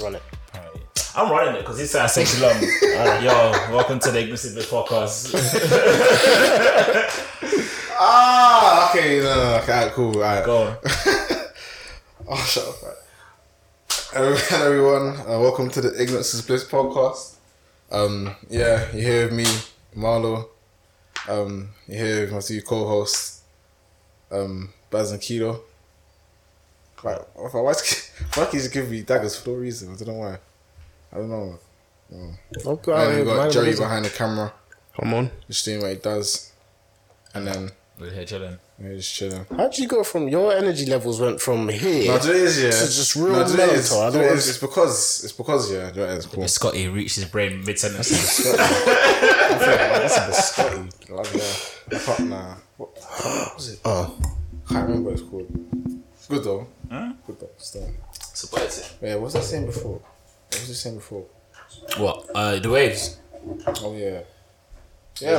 run it. I'm running it because this guy said, "Shalom, yo, welcome to the Ignorant Bit Podcast." Ah, okay, no, no, okay, alright, cool, alright. Go on. Oh, shut up. right. Um, Hello, everyone. Uh, welcome to the Ignorance is Bliss podcast. Um, yeah, you're here with me, Marlo. Um, you're here with my two co hosts, um, Baz and Kido. Right, why why why just give me daggers for no reason? I don't know why. I don't know. Okay, And then we got Joey behind the camera, Come on. just doing what he does. And then We're here chilling. we're just chilling. How would you go from your energy levels went from here? No, do it is, yeah. It's just real do it is, mental. I do don't it want is. to- It's because, it's because, yeah, do it is, cool. Scotty reached his brain mid sentence. That's a bit Scotty. Like, yeah. I can't, nah. What, what was it? Oh, can't remember what it's called. It's good though. Good though. Still. Yeah, what was I saying before? What was I saying before? What? Uh, the waves. Oh, yeah. Yeah,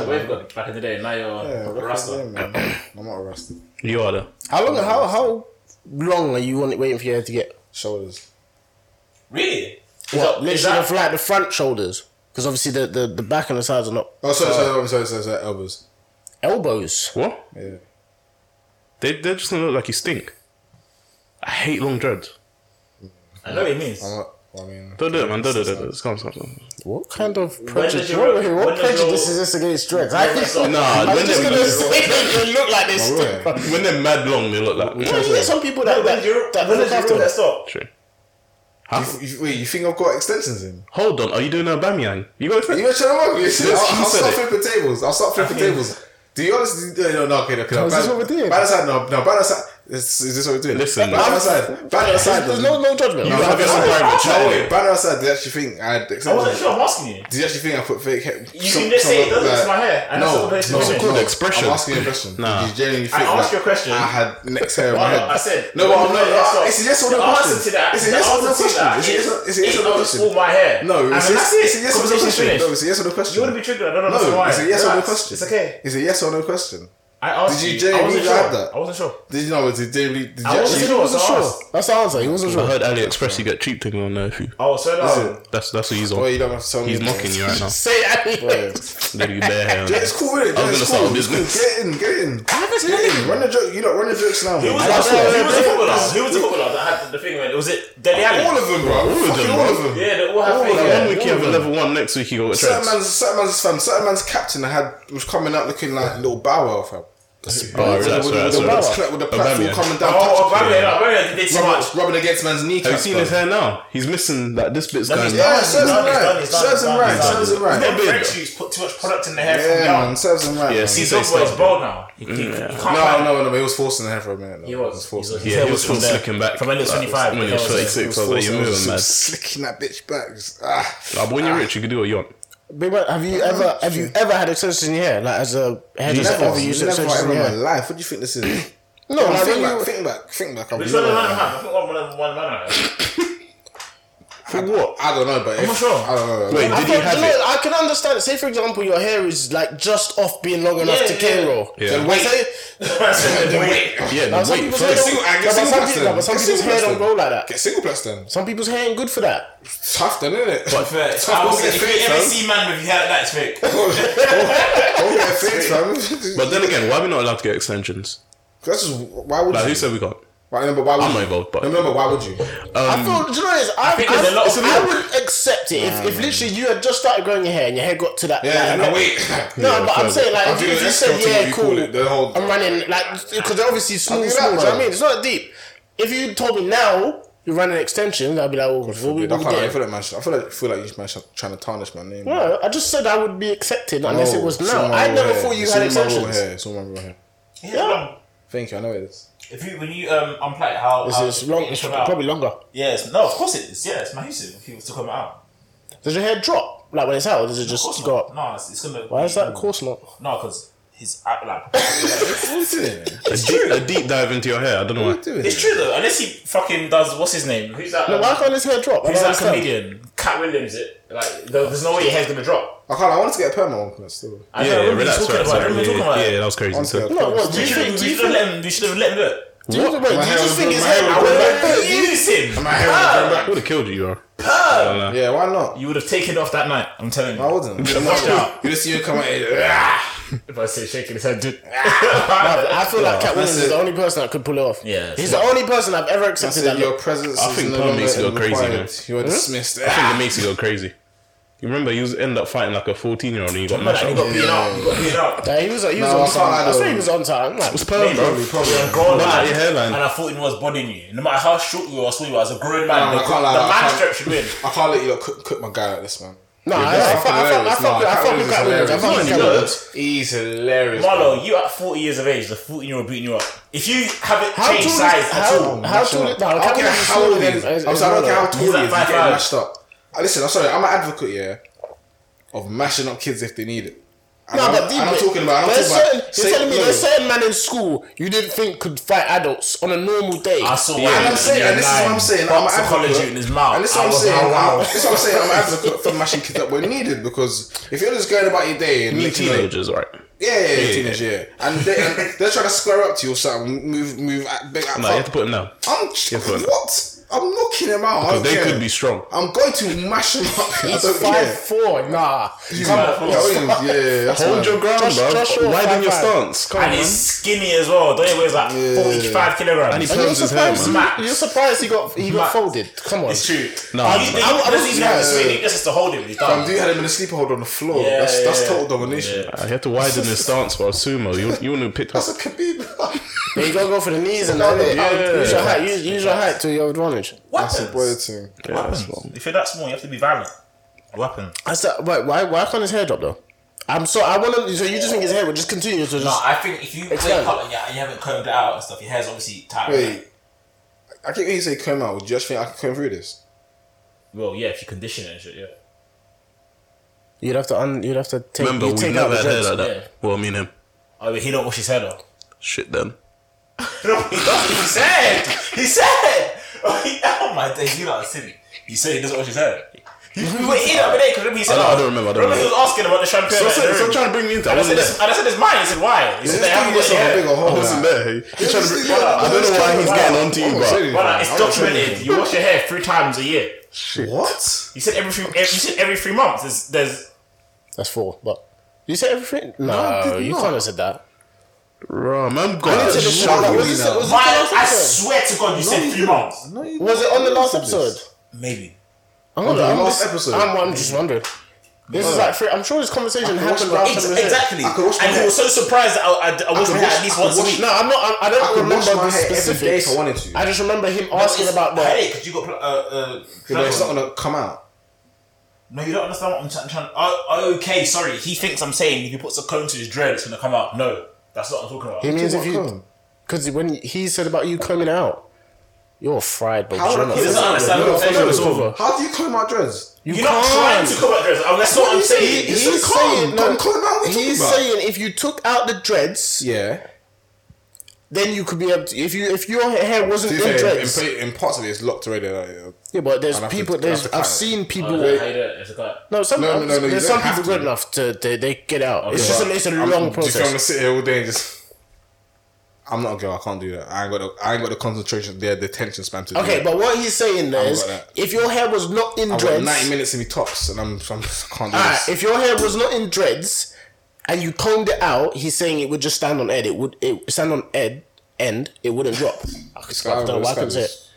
The man. wave got back in the day. Now you're Yeah, a what was I rasta. saying, man? I'm not arrested. You are though. how long? How how long are you want, waiting for your head to get? Shoulders. Really? Is What? that- Literally, is that- for, like the front shoulders, because obviously the, the the back and the sides are not Oh, sorry, sorry, sorry, sorry, sorry, elbows. elbows. What? Yeah. They they're just gonna look like you stink. I hate long dreads. I know what it means. I'm not, I mean, Don't do it, man. Don't do it. Don't do it. It's calm, it's calm, it's calm. What kind of did prejudice? you- What, when what did you- prejudice is this against dreads? I think Nah, I was when just they're, gonna say that you look like this. Oh, too. really? when they're mad long, they look like. Well, you get some people that When did that, you that when look did you after rule that them. stop? True. you, you, wait, you think I've got extensions in? Hold on. Are you doing a Bamyang? You got a You friend? gonna try to work this? I'll, Yes, you I'll said start it. flipping tables. I'll start flipping tables. Do you honestly? No, no, no, okay, okay. No, is this what we're doing? Bad aside, no, no, bad aside. Is, is this what we're doing? Listen, bad man. aside, bad aside. There's no no judgment. You have your own private No, chat. wait, bad aside. Did you actually think I had I wasn't extensions? sure. I'm asking you. Did you actually think I put fake hair? You can just say it doesn't, it's my hair, and that's no, all there is to no, it. no, It's called no. expression. I'm asking you a question. Nah. Did you genuinely I think asked that you a question. I had next hair in my Why head. not? I said, no, but I'm when did I not. stop? It's a yes or no The question. answer to that- It's a the yes or no answer to question. that It's a yes or- It's a is- yes it or no was question. all my hair. No, And it's a that's yes it. it's a yes or no Conversation's question. finished. No, it's a yes or no question. You wouldn't be triggered. I don't understand No, why. it's a yes or no Relax. question. It's okay. It's a yes or no question. I asked Did you you. I genuinely wasn't sure. have that? I wasn't sure. Did you know? Did they? Did you I wasn't actually? sure. He so wasn't I sure. asked. That's the answer. He wasn't I sure. heard AliExpress you get cheap things on there if you. Oh, so no. Listen. That's that's what he's Well, on. you don't have to tell He's me. mocking you right now. Say Yeah. that. Literally bare hair. on Yeah, there. it's cool, innit? I Yeah, was it's cool. It's cool. gonna start a business. Get in, get in. haven't Get in. Run the joke. You know, run the jokes now. Who man. was That's the what- who was the footballer? Who was the footballer that had the thing? on it? Was it Deli Ali? All of them, bro. All of them. All of them. Yeah, they all have fake of One them. hair. week you have a level one, next week you got a Certain dreads. man's, certain man's fan, certain man's captain. I had was coming out looking like little Bow Wow, fam. Oh, With that's the- right, with that's the- with the- right. With the platform Aubameyang. coming down, Oh, touch- Aubameyang. Aubameyang did too much. rubbing, rubbing against man's kneecap. Have you seen bro. his hair now? He's missing like this bit's That's going. his down. Yeah, He's serves done, him he's done, right. he's done, Serves he's him done, right. he's done. Serves him right. Them French youths put too much product in the hair from Yeah, man. down. Serves him right. Yeah, man. see, He's not boy's bald now. He- he- he can't find- No, no, no, but he was forcing the hair for a minute. Though. He was. He was forcing. He was- it. Yeah, His he hair was from there. looking back. From when he was 25. When he was Yeah, it was- 36, I was like, forcing you're it. He was moving, man. Slicking that bitch back. Ah. Like, when you're rich, you can do what you want. Big man, have you ever have you ever had extensions in your hair? Like as a hairdresser, Never, ever never, used never, extensions in ever in your my hair? life. What do you think this is? No, Come on, like think, when back, you think back, think back. Which one of them had? I think one of them- one of them had. For what? I don't know, but I'm not sure. I don't know. Wait, Wait, I did he thought- have no, it? I can understand. Say for example, your hair is like just off being long enough Yeah, to yeah. K-roll. Yeah. then Like, wait. say- Wait. Yeah, now, the some weight people's hair first. Single- I get don't- no, single but some plastic. people- no, but some Get people's single hair don't plastic. grow like that. Get single plus then. Some people's hair ain't good for that. It's tough then, isn't it? But fair. Tough, I don't was get if you fake, ever fam. see man with hair like that, it's fake. Don't get fake, fam. But then again, why are we not allowed to get extensions? That's just, why would Like, who you? said we can't? Why, no, but why would I'm you? not involved, but- No, no, but why would you? Um, I feel, do you know what it is? I, I, think there's a lot of it's I would accept it if, if literally you had just started growing your hair and your hair got to that. Yeah, like, yeah, you no, know- wait. No, but I'm fair. saying like I if think you, if you that's said what yeah, you cool, call it, the whole- I'm running like because they're obviously small, do that, small. Do you know what I bro. mean? It's not deep. If you told me now you're running extensions, I'd be like, well, what we Dude, I can't. what we I getting? feel like man. I feel like feel like you man sh- trying to tarnish my name. No, I just said I would be accepted unless it was Oh, It's all now. my I real never hair. thought you It's had all my real hair. extensions. It's all my real hair. Yeah. Thank you. I know it is. If you when you um unplug it, how It's, how it's long. It's come out? probably longer. Yes, no, of course it is. Yeah, it's massive if he was to come out. Does your hair drop like when it's out? Or does it Of course just go not. up? No, it's, it's gonna. Why is that? Of course not. No, because his act like. What are you doing? A deep, a deep dive into your hair. I don't know why. What are you doing? it's true though, unless he fucking does what's his name? Who's that? No, um, why can't his hair drop? I who's don't that understand. comedian? Cat Williams. It like there- there's no way your hair's gonna drop. I can't. I wanted to get a permanent one, but still. I don't Yeah, yeah, remember you relax, talking relax. about. it. I remember you Yeah, talking about. yeah, it. that was crazy. Honestly, So- I No, can't. what do We you should think? have Do you let think? him. We should have let him do it. Do you, wait, do you My hair just was think good, it's my hair him? was I would good. have But use him. My hair was going back. Would have killed you, yo. Yeah, why not? You would have taken off that night. I'm telling you. I wouldn't. You'd have washed out. You just see him come out here. "Ah." If I say shaking his head, dude. I feel like Cat Williams that's is the it. only person that could pull it off. Yeah, he's so- the only person I've ever I accepted said that your look. presence I is think no Palm longer makes you go crazy, required. man. You are dismissed. I think it makes you go crazy. You remember you was- end up fighting like a 14 year old and you got Man, mashed you up. got beat up. You got beat up. Nah, he was, he was No, I on can't time. lie, I though. said he was on time. Like, It's perm, bro. Probably, probably. You're a grown Look at man. your hairline. And I thought it was bodying you. No matter how short you were, I saw you as a grown man. No, the I can't lie, the I man can't- strip should win. I can't let you lot cook, cook my guy like this, man. no, I, I, That's fuck- I, fuck- I, hilarious. fuck with- I Nah, fuck with Cat Williams. I fuck with He's Cat Williams. hilarious. He's hilarious. man. Marlo, you at 40 years of age, the 14 year old beating you up. If you haven't How changed tall is- size at how- all, how- tall is- no, I don't Cat care Williams is how old smaller he than- is. is- I'm is sorry, I don't care how Marlo. tall he He's is. like He's five getting five. mashed up. Uh, Listen, I'm sorry, I'm an advocate, yeah, of mashing up kids if they need it. And No, I'm, but and I'm talking about. I'm there's talking about. certain, say- you're telling me no, there's certain men in school you didn't think could fight adults on a normal day. I saw Yeah, And I'm saying, and this is what I'm saying. I'm an a college advocate. in his mouth. And this is what I I'm was saying. like, I'm- wow. This is what I'm saying. I'm an advocate for mashing kids up when needed because if you're just going about your day and You making it- teenagers, right? yeah, yeah, yeah, teenage, yeah, and, they, and they're trying to square up to you or something, move, move, act big, act No, you have up. to put them down. I'm go on. what? I'm knocking him out. I don't They care. could be strong. I'm going to mash him up. I He's don't five care. four. Nah, Come on, yeah, Williams, yeah, yeah, that's Hold mad. your ground, Josh- bro. Josh Hall, Widen your five-five. stance. Come on, And he's man. skinny as well. Don't he weighs like 45 kilograms? And he And you're perms his hair, surprised, man. man. you, are surprised he got he got Max. folded. Come on, It's true. No, I, no, you, no. they, I- I this was- is yeah. yeah. swinging. This is to hold him. He's Um, done. do you had him in a sleeper hold on the floor? Yeah, that's that's yeah, total yeah. domination. Uh, You have to widen his stance, bro. Sumo. You, you wouldn't have picked up. That's a Khabib. Yeah, you gotta go for the knees and No, that. innit? no, yeah. Use your height. Use, use your height to your advantage. that's a boy thing. Yeah, that's Weapons. wrong. If you're that small, you have to be violent. Weapon. I said, wait, why why can't his hair drop though? I'm so I want to. So you just think his hair would just continue to No, just? I think if you wake Explain. up and you, you haven't combed it out and stuff, your hair's obviously tight. Wait, I keep hearing you say comb out. Do you just think I can comb through this? Well, yeah, if you condition it and shit, yeah. You'd have to un. You'd have to take. Remember, you we take out never the had hair dreads. like yeah. that. Well, me and him. Oh, but he don't wash his hair though. Shit, then. No, he doesn't. He said. He said. Oh, he, oh my days, you know are silly. He said he doesn't wash his hair. We were in the other day because remember he said. I don't- I oh, don't remember, I don't he was asking about the champagne. So, like, in the so, so room. trying to bring me into. I and I said, wasn't there. this, and I said, it's mine. He said, why? He said, This dude they haven't gets washed a their hair. bigger hole. I man. wasn't there. Hey. He's trying to This bring- dude- I don't know why he's getting onto I'm you, not saying Well, like, it's anything. I'm bro. not saying documented. anything. You wash your hair three times a year. What? He said every three. Every, he said every three months. There's, there's That's four. But you said everything. No, I did you not. can't have said that. Bro, man, I need got to shut look- up, was you this- know. was this the my, last I episode? swear to God, you said three months. No, you- Was it on the last episode? Maybe. I'm, not- the I'm last just, episode? I'm, I'm just wondering. This is like, free- I'm sure this conversation can watch happened my- last Ex- time. we did it. exactly. I could wash my And he hair. was so surprised that I, I, I washed my hair could wash- at least I could once a wash- week. No, I'm not. I, I don't I could wash remember my hair the every day specifics. if I wanted to. I just remember him asking about the that. headache because you got. pl- Uh, uh, You know, it's plug not on. gonna come out. no, you don't understand what I'm trying. trying oh, oh, okay, sorry. He thinks I'm saying if he puts a comb to his dread, it's gonna come out. No, that's not what I'm talking about. It means To if what you, comb? because when he said about you coming out, you're fried, but How you're would not. I- He doesn't understand No, what I'm saying. no, It's no, over. no. How do you comb out dreads? You You're not trying to can't. cover dreads. Oh, that's not what I'm He's saying- saying. It's he's saying He's comb. saying, no, Don't comb out, what are you he's talking about? saying if you took out the dreads, Yeah. then you could be able to. If you if your hair wasn't To in be fair, in, dreads, pla- in parts of it, it's locked already. Like, uh, yeah, but there's I'll have to- people. I'll there's have to I've cut it. seen people. Oh, with- yeah, how you do it? It's a guy. No, some No, no, no, no, you there's some don't have people good to. enough to they, they get out. it's Okay. just a, it's a I'm- long Do you think I'm process. gonna sit here all day and just? I'm not a girl. I can't do that. I ain't got. The, I ain't got the concentration. The the attention span to. do Okay, that. but what he's saying there I've is, got that. if your hair was not in I've got dreads, 90 minutes in me tops, and I'm. I'm I can't do alright, this. if your hair was not in dreads, and you combed it out, he's saying it would just stand on end. It would it stand on end, end. It wouldn't drop. I could I I don't know why I couldn't say it.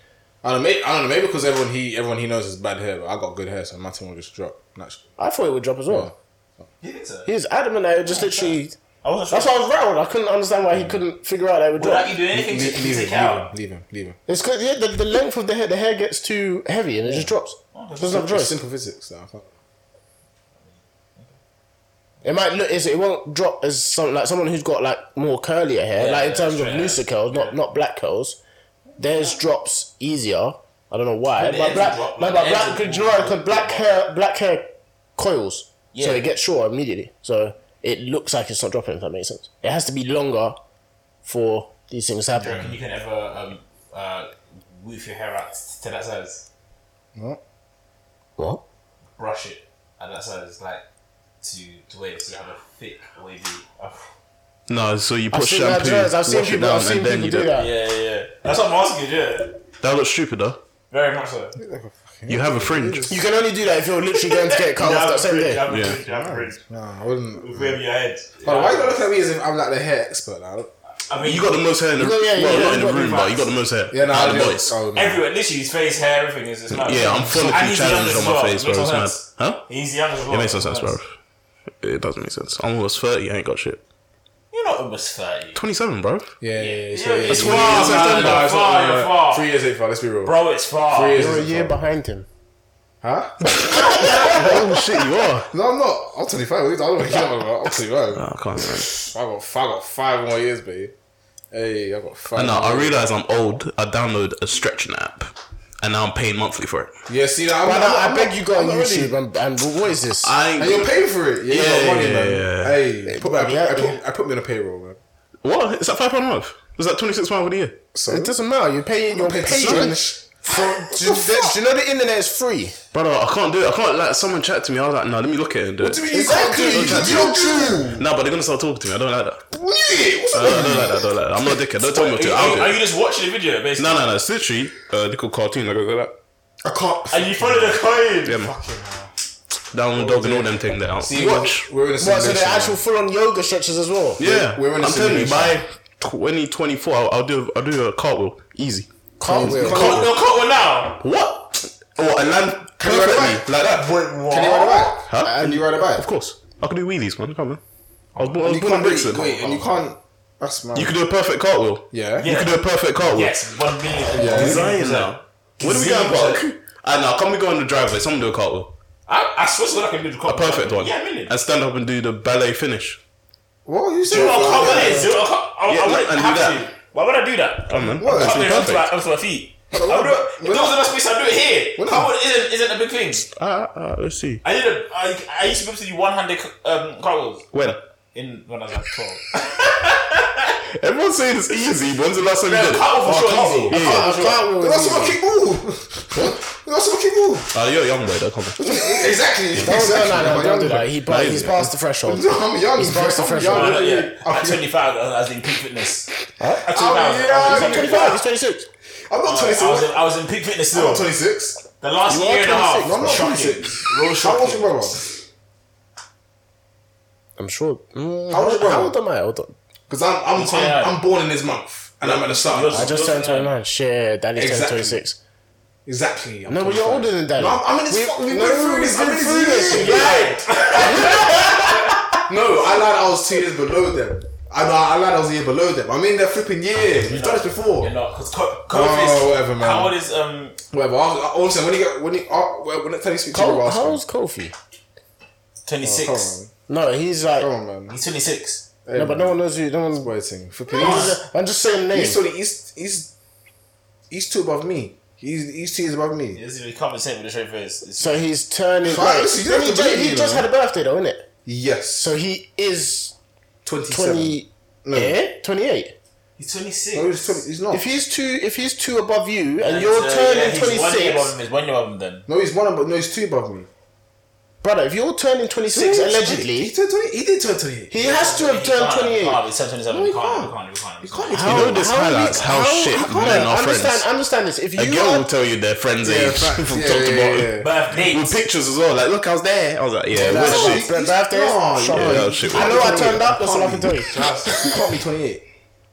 I don't know. Maybe, I don't know. Maybe because everyone he everyone he knows is bad hair, but I got good hair, so my team will just drop naturally. I thought it would drop as well. He did so. He was adamant that it just literally. I wasn't sure. That's why I was rattled. I couldn't understand why he couldn't figure out that it would drop. Without you doing anything Leave, to leave, to him, leave take him. out. Leave him. Leave him. It's because yeah, the, the length of the hair, the hair gets too heavy and it just drops. It doesn't have a It's choice. simple physics. Though. I can't- It might look, it's, it won't drop as some like someone who's got like more curlier hair, Yeah, like in yeah, terms of straight hair. looser curls, not not black curls. Theirs drops easier. I don't know the why, but ends black, drop, no, like, but the black, ends because will- you know, because black hair, black hair coils, Yeah. so it gets shorter immediately. So it looks like it's not dropping. If that makes sense, it has to be longer for these things Do to you happen. reckon you can ever um, uh, woof your hair out to that size? What? Brush it at that size, like to to wave so you have a thick wavy. Uh, No, so you put I've seen, shampoo, I've seen- I've seen wash it people, down, I've seen and then people you do do that. Yeah, yeah. That's what I'm asking, yeah. That looks stupid though. Very much so. You You have a fringe. You can only do that if you're literally going to get cut off have that a same fridge, You day. have a Yeah. fridge, you have a fridge. Nah, I wouldn't. Whoever your head. But why you gotta look at me as if I'm like the hair expert now? I mean, You got the most hair in the got- yeah, yeah, well, not you in the got the room, but you got the most hair. Yeah, no, out of I the boys. don't. Oh, no. Everywhere, literally, his face, hair, everything is just mad. Yeah, I'm And follically he's young challenged as on my well. face, bro. Makes It's no mad. sense. Huh? He's young as well. It makes no sense, bro. It doesn't make sense. I'm almost 30. I ain't got shit. You're not almost 30. 27, bro. Yeah, yeah, yeah. Yeah, So, yeah, it's yeah, far, yeah, it's man, done, no, it's far, not, no, no. far. Three years ain't far. Let's be real. Bro, it's far. Three years You're a ain't year far. behind him. Huh? oh, shit, you are. No, I'm not. I'm 25. I don't know what you're talking about. I'm 25. I can't, man. I got five, I got five more years, babe. Hey, I got five. And now more I years. realize I'm old. I download a stretching app, and now I'm paying monthly for it. Yeah, see, I'm, But I'm, I, I'm I beg not- you go on I'm not ready. YouTube and, and what is this? I And you're ain't, paying for it. Yeah, Yeah, you got money, yeah, man. yeah. Hey, put me, I, Yeah, I, yeah. put, I put me on a payroll, man. what? Is that five pound a month? Is that twenty six pound for the year? So it doesn't matter. You're paying. You're paying paying. for For, search. do, you- do you know the internet is free? Brother, I can't do it. I can't. Like someone chat to me. I was like, no, let me look at it and do it. What do you mean Exactly. you can't do it? You can't do it. No, but they're gonna start talking to me. I don't like that. Yeah, what's I up? don't, I don't like that. I don't like that. I'm not a dickhead. Don't tell me what to. do. Are I'll you, do are it. you just watching the video, basically? No, no, no. It's literally a little cartoon. Like that. I can't. And you follow the coin. Yeah, man. Down dog and all them thing there. See, Watch. We're in a What? So simulation. the actual man. full-on yoga stretches as well. Yeah, we're in a I'm telling you, simulation. by 2024, I'll, I'll do I'll do a cartwheel easy. Cartwheel. Cut, no, cut one now. What? Or a land you ride Oh, a perfectly like that? Wait, what? Can you ride a bike? Huh? Can you ride a bike? Of course, I could do wheelies, man. Come on. I was born, I And was you born in can't Brixton. wait, wait, and you can't. That's mad. You could do a perfect cartwheel. Yeah. You could do a perfect cartwheel. Yes, one million. Yeah. I'm dying now. Where do we go, Zero. Park? I know. Come we go on the driveway? Someone do a cartwheel. I, I swear to God, I can do the A perfect one. Yeah, a million. And stand up and do the ballet finish. What are you Zero saying? on cut one Yeah. is zero on cut. I, Yeah, I wouldn't and do have that. to. Why would I do that? Come on. What? That's Cut one onto my, perfect. onto my feet. I would But do it. If we're there was not- enough space, I'd do it here. We're Cut not- one isn't, isn't a big thing. Ah, ah, let's see. I did a, I, I used to be able to do one-handed um, cartwheels When? in when I was like 12. Oh, Everyone's saying it's easy. When's the last time you did Oh, it? Cartwheel for sure, easy. Yeah. Uh, cartwheel is That's a easy. fucking move. That's a fucking move. Ah, you're a young boy, though. Come on. Exactly. Don't, exactly. Oh, no, no, no, I'm don't do young. that. He, but No, he's yeah. past the threshold. No, I'm young. He's past the I'm threshold. young. No, no, yeah. I'm, At 25, I was in peak fitness. At 25, Oh, yeah, I was in yeah. peak fitness. 25, he's 26. I'm not I 26. was in- I was in peak fitness I'm still. not 26. The last You are year and a 26. half. I'm not Shocking. 26. Real How old's shocking. your brother? I'm sure. Mm, How old's your how brother? old am I? Hold on. Because I'm, I'm, Yeah. I'm, I'm born in this month and I'm at the start. Yours- I just turned 29. Shit, daddy's turned Exactly. 26. Exactly. I'm No, but you're 25. older than daddy. No, I'm, I'm in this. We- fuck- We've no, been through this. we've I've been been through through this. this. Right. No, I lied. I was two years below them. I, no, I lied. I was a year below them. I'm in their flipping year. You've done this before. You're not, because COVID Oh, is. whatever, man. How old is, um, Whatever. I'll- I'll- Also, when you get when you uh, when next time you speak to your How ask how him. old's Kofi? 26? Oh, Come on, No, he's like. come on, man. He's 26. Hey, No, but man. no one knows who. No He's one. waiting for peace. I'm just saying He's names. still he's he's he's two above me. He's he's two years above me. This is- You can't be saying with a straight face. It's- So he's turning. Fine, Right, listen, you don't he have to ju- believe he me, just man. had a birthday though, innit? Yes. So he is twenty-seven. 20. No. eh? 28. He's No, he's 26. twenty. He's not. If he's two, if he's two above you, and Oh. And, you're uh, turning yeah, he's One year above 26, him, he's one year above him then. no, he's one above. No, he's two above me. brother, if you're turning 26 he allegedly, turned twenty. He did turn twenty-eight. he has to He can't, have turned he 28. can't, He's turned 27. No, he he can't. can't. He can't. He He can't. can't. You How? know this How highlights we- how, shit how- men are understand, friends. understand this. If A you girl are, will tell you their friend's Yeah, age facts. from Yeah, top to yeah, bottom. yeah, Birth With dates. pictures as well. Like, look, I was there. I was like, yeah, That's what what- shit. but he's- birthdays, no, shut Yeah, up. that was shit. I know I turned up. That's all I can tell you. You can't be twenty-eight.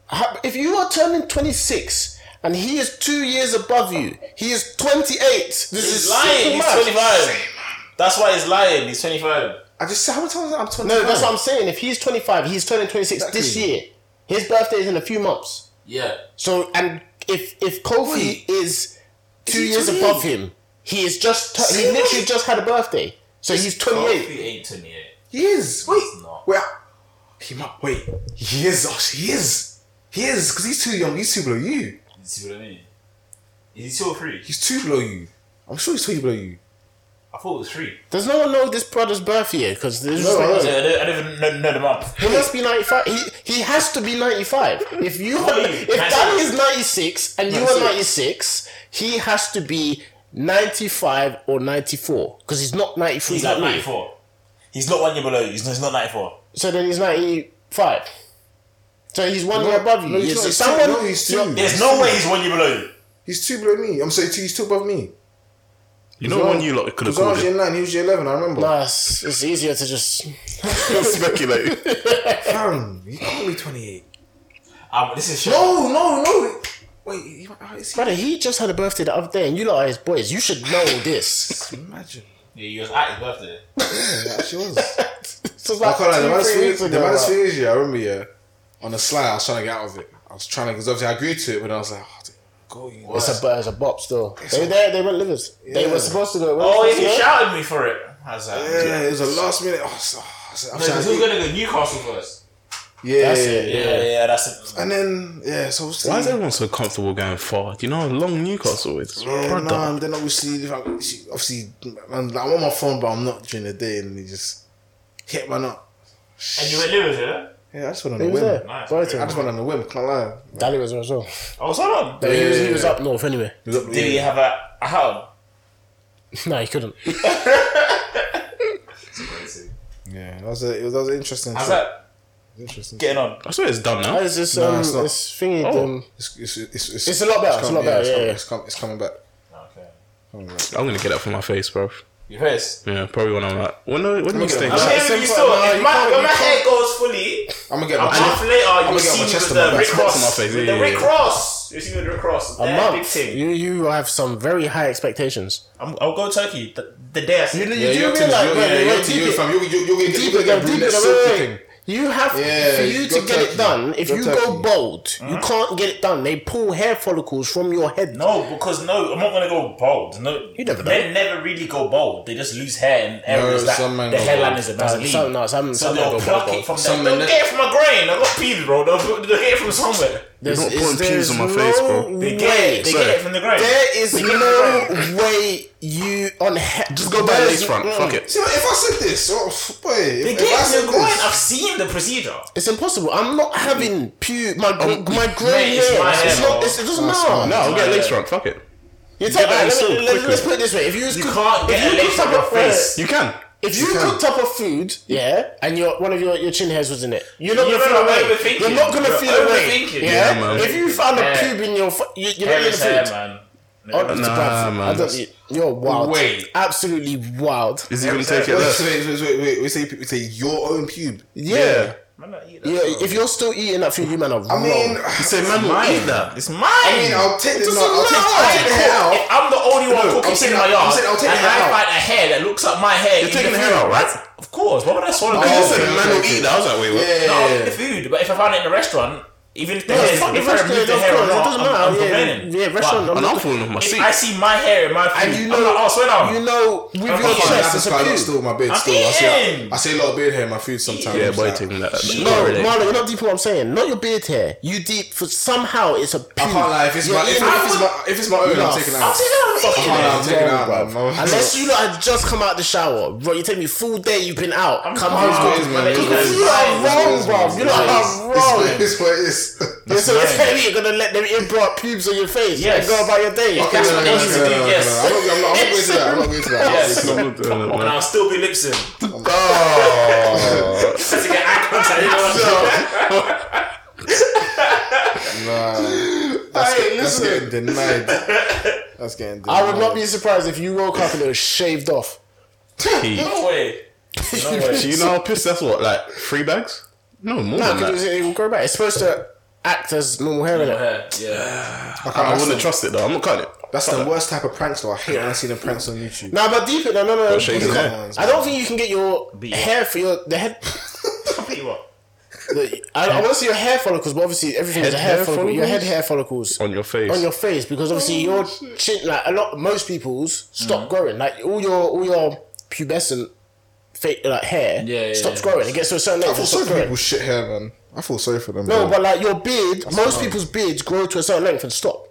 How- If you are turning 26 and he is two years above you, he is 28. This He's is lying. simple He's math. 25. That's why he's lying. He's 25. I just said how many times I'm twenty. No, that's what I'm saying. If he's 25, he's turning 26 this Exactly. year. His birthday is in a few months. Yeah. So, and if if Kofi is two he years 28? above him, he is just tu- he See, literally what? just had a birthday. So he's 28. He ain't 28. He is. Wait. He's not. Wait. He might. Wait. He is. Actually, he is. He is. Because he's too young. He's too below you. You see what I mean? Is he two or three? He's too below you. I'm sure he's too below you. I thought it was three. Does no one know this brother's birth year? Because there's just No, I like, don't, I don't even know, know the month. He must be 95. He, he has to be 95. If you are, Wait, if that's- Danny is 96 and you 96. are 96, he has to be 95 or 94 because he's not 93 He's like like me. 94. He's not one year below you. He's not, he's not 94. So then he's 95. So he's one year above you. no, he's Yes, not. if He's two- someone, no, he's two. There's no way he's one year below you. He's two below me. I'm sorry, two, he's two above me. You know one you lot could have Because I called was year it. nine, he was year eleven. I remember. Nah, it's, it's easier to just. Speculate. Fam, you can't be twenty eight. Um, this is shit. No, no, no. Wait, he- how is he? Brother, he just had a birthday the other day, and you lot are his boys. You should know this. Imagine. Yeah, you was at his birthday. Yeah, she was. This was I like can't lie. The two, maddest three thing, years the ago, maddest bro. thing is, yeah, I remember, yeah, on the slide, I was trying to get out of it. I was trying to, because obviously I agreed to it, but I was like, oh, dude, go, you know. It's a, bu- it's a bop still. They, they, they went livers. They Yeah. were supposed to go. Oh, weren't yeah, they? he shouted me for it. I was like, Yeah, it was a last minute. Oh, so, I said, I'm No, 'cause trying to who's eat. gonna go Newcastle first? yeah, That's yeah, it, yeah. Yeah, yeah, that's it. And then, yeah, so obviously. Why is everyone so comfortable going far? You know how long Newcastle is? Yeah, Brother. nah, and then obviously, if I- she- obviously, I'm like, I'm on my phone, but I'm not during the day, and he just hit man up. And you went Lewis, yeah? Yeah, I just went on He a was whim. there. Nice. Brighton. I just went on a whim, can't lie. Dali was there as well. Oh, so on. But he, was, yeah, he was yeah. up north anyway. He was up Did he there. have a, a hat no, he couldn't. on? Yeah, that was, a, it was, that was an interesting. How's trip. that Interesting. getting on? I swear it's done How now. is this, No, um, it's not. this thingy Oh. done? It's, it's, it's, it's, It's a lot better, it's a coming- lot better, yeah, coming- yeah. It's, com- it's coming back. Okay. I'm gonna get that for my face, bro. Your face. Yeah, probably when I'm like, when do, when do you get think? I'm Nah, sure same if you part- saw, nah, if you my, can't- when you my hair can't- goes fully, I'm gonna a get my month chest. later, I'ma you'll get my see me chest with on my the back. Rick Smack to my Ross. face, With yeah, the Rick yeah. Ross. You'll see me with the Rick Ross. A That big month. thing. You, you have some very high expectations. I'm, I'll go Turkey the, the day I see You it. do you're up to realize- this- wait, you're- wait, yeah, you're wait, up to- deep you're- it. fam, you're- you're- you're gonna- Deep you're it, gonna go get deep brunette it. silky Wait, thing. wait. You have Yeah, for you you to got get turkey. it done. If Got you turkey. go bold, you Uh-huh. can't get it done. They pull hair follicles from your head. No, because no, I'm not gonna go bald. No, You never know. They never really go bald. They just lose hair in areas that some men the go hairline bald. is about to Some, leave. some, no, some, so some they'll don't go pluck bold. it from Some some They'll men- get it from my grain. I got peas, bro. They'll, they'll get it from somewhere. There's, not is- putting pubes there's on my face, bro. no They get way. it. They get it from the grain. There is They get it from the grain. no way you on he- Just go by There's- lace front. mm. Fuck it. See, if I said this, oh, f- boy, if, They if get I it said from the grain. this, I've seen the procedure. It's impossible. I'm not having pu my gr- my Um, mate, grey it's hair. my It's, hair, not. bro. It's, it doesn't That's matter. fine. No, I'll get a Yeah. lace front. Fuck it. You take that that. so Let, let, quickly. let's put it this way: if you, was You cook- can't if get you a lace cooked on up your a food- face. You can. If you, can. cooked up a food, yeah, and your one of your, your chin hairs was in it, you're not You're gonna feel not away. overthinking. You're not gonna You're feel away. overthinking. Yeah, Yeah, man. if you found a Hair. pube in your, fu- you, you're Hair not is hair, gonna feel. it. man. Oh, Mr. Nah, Bradford, man, I don't, that's- you- you're wild. Wait. Absolutely wild. Is he gonna take it? wait, Look. wait, wait, wait, wait, we say we say your own pube. Yeah. Man, not eat that. yeah. If you're still eating that food, you man are wrong. I mean, Say, man, will eat that. It's mine. I mean, I'll take the Doesn't no, I'll take, matter. I'll take the hair If out. I'm the only one No, I'm cooking shit saying in my I'll- I'm yard, saying I'll take and the hair I out. find a hair that looks like my hair, you're taking the hair out, right? Of course. Why would I swallow You the said okay, man okay, will eat that. I was like, wait, what? No, Yeah, yeah, I'll eat yeah. the food, but if I found it in a restaurant, even if there's fuck the if I restaurant, remove the of hair course, or it not, I'm, doesn't I'm matter, yeah. complaining. Yeah, restaurant, But I'm And I'm falling off my If seat. I see my hair in my food, And you know, I'm like, oh, swear down. you know, with I'm your fucking I chest, have it's this a guy lot pube. still in my bed. I'm Still, I say eating. I say a lot of beard hair in my food sometimes. Yeah, It's boy, like- taking that. No, Not really. Marlon, you're not deep in what I'm saying. Not your beard hair. You deep for somehow it's a pube. I can't lie. If it's You're my if, if eating it. it's my if it's my own, I'm taking it I'll out. say that I'm I eating can't lie, I'm it. taking it out, man. Unless you lot had just come out the shower, bro. You take me full day. You've been out. I'm come fine. home. It's what it is, You man. It's what lot are wrong, bro. You lot are wrong. It's what it is. You're so Right. telling me you're gonna let them in brought pubes on your face Yes. and go about your day. Okay, That's no, what no, they no, used no, to no, do, no, no, yes. no. I'm not- I'm not going to that. I'm not going to Yes. that. And I'll still be lipsing. Oh. Just to get eye contact, you know what I'm saying? Nah. That's Hey, get- that's listen. getting denied. That's getting denied. I would not be surprised if you woke up and it was shaved off. No way. No Do way. you know how pissed that's what? Like three bags? No, No, more than that. because it will grow back. It's supposed to act as normal hair in it. Yeah, yeah. I wouldn't trust it though. I'm not cutting it. That's the worst type of pranks though. I hate when I see them pranks on YouTube. No, but deep it. No, no, no. shave his Because- hair. I don't think you can get your hair for your the head. You what? the- I, I want to see your hair follicles, but obviously everything is a Head hair, hair follicle. Your head follicles? hair follicles On your face. on your face because obviously your chin, like a lot, most people's Mm. stop growing. Like all your all your pubescent fa like hair Yeah, yeah, stops yeah. growing. It gets to a certain I level. feel it sorry stops for growing. people's shit hair, man. I feel sorry for them. No, bro. but like your beard, most people's beards grow to a certain length and stop.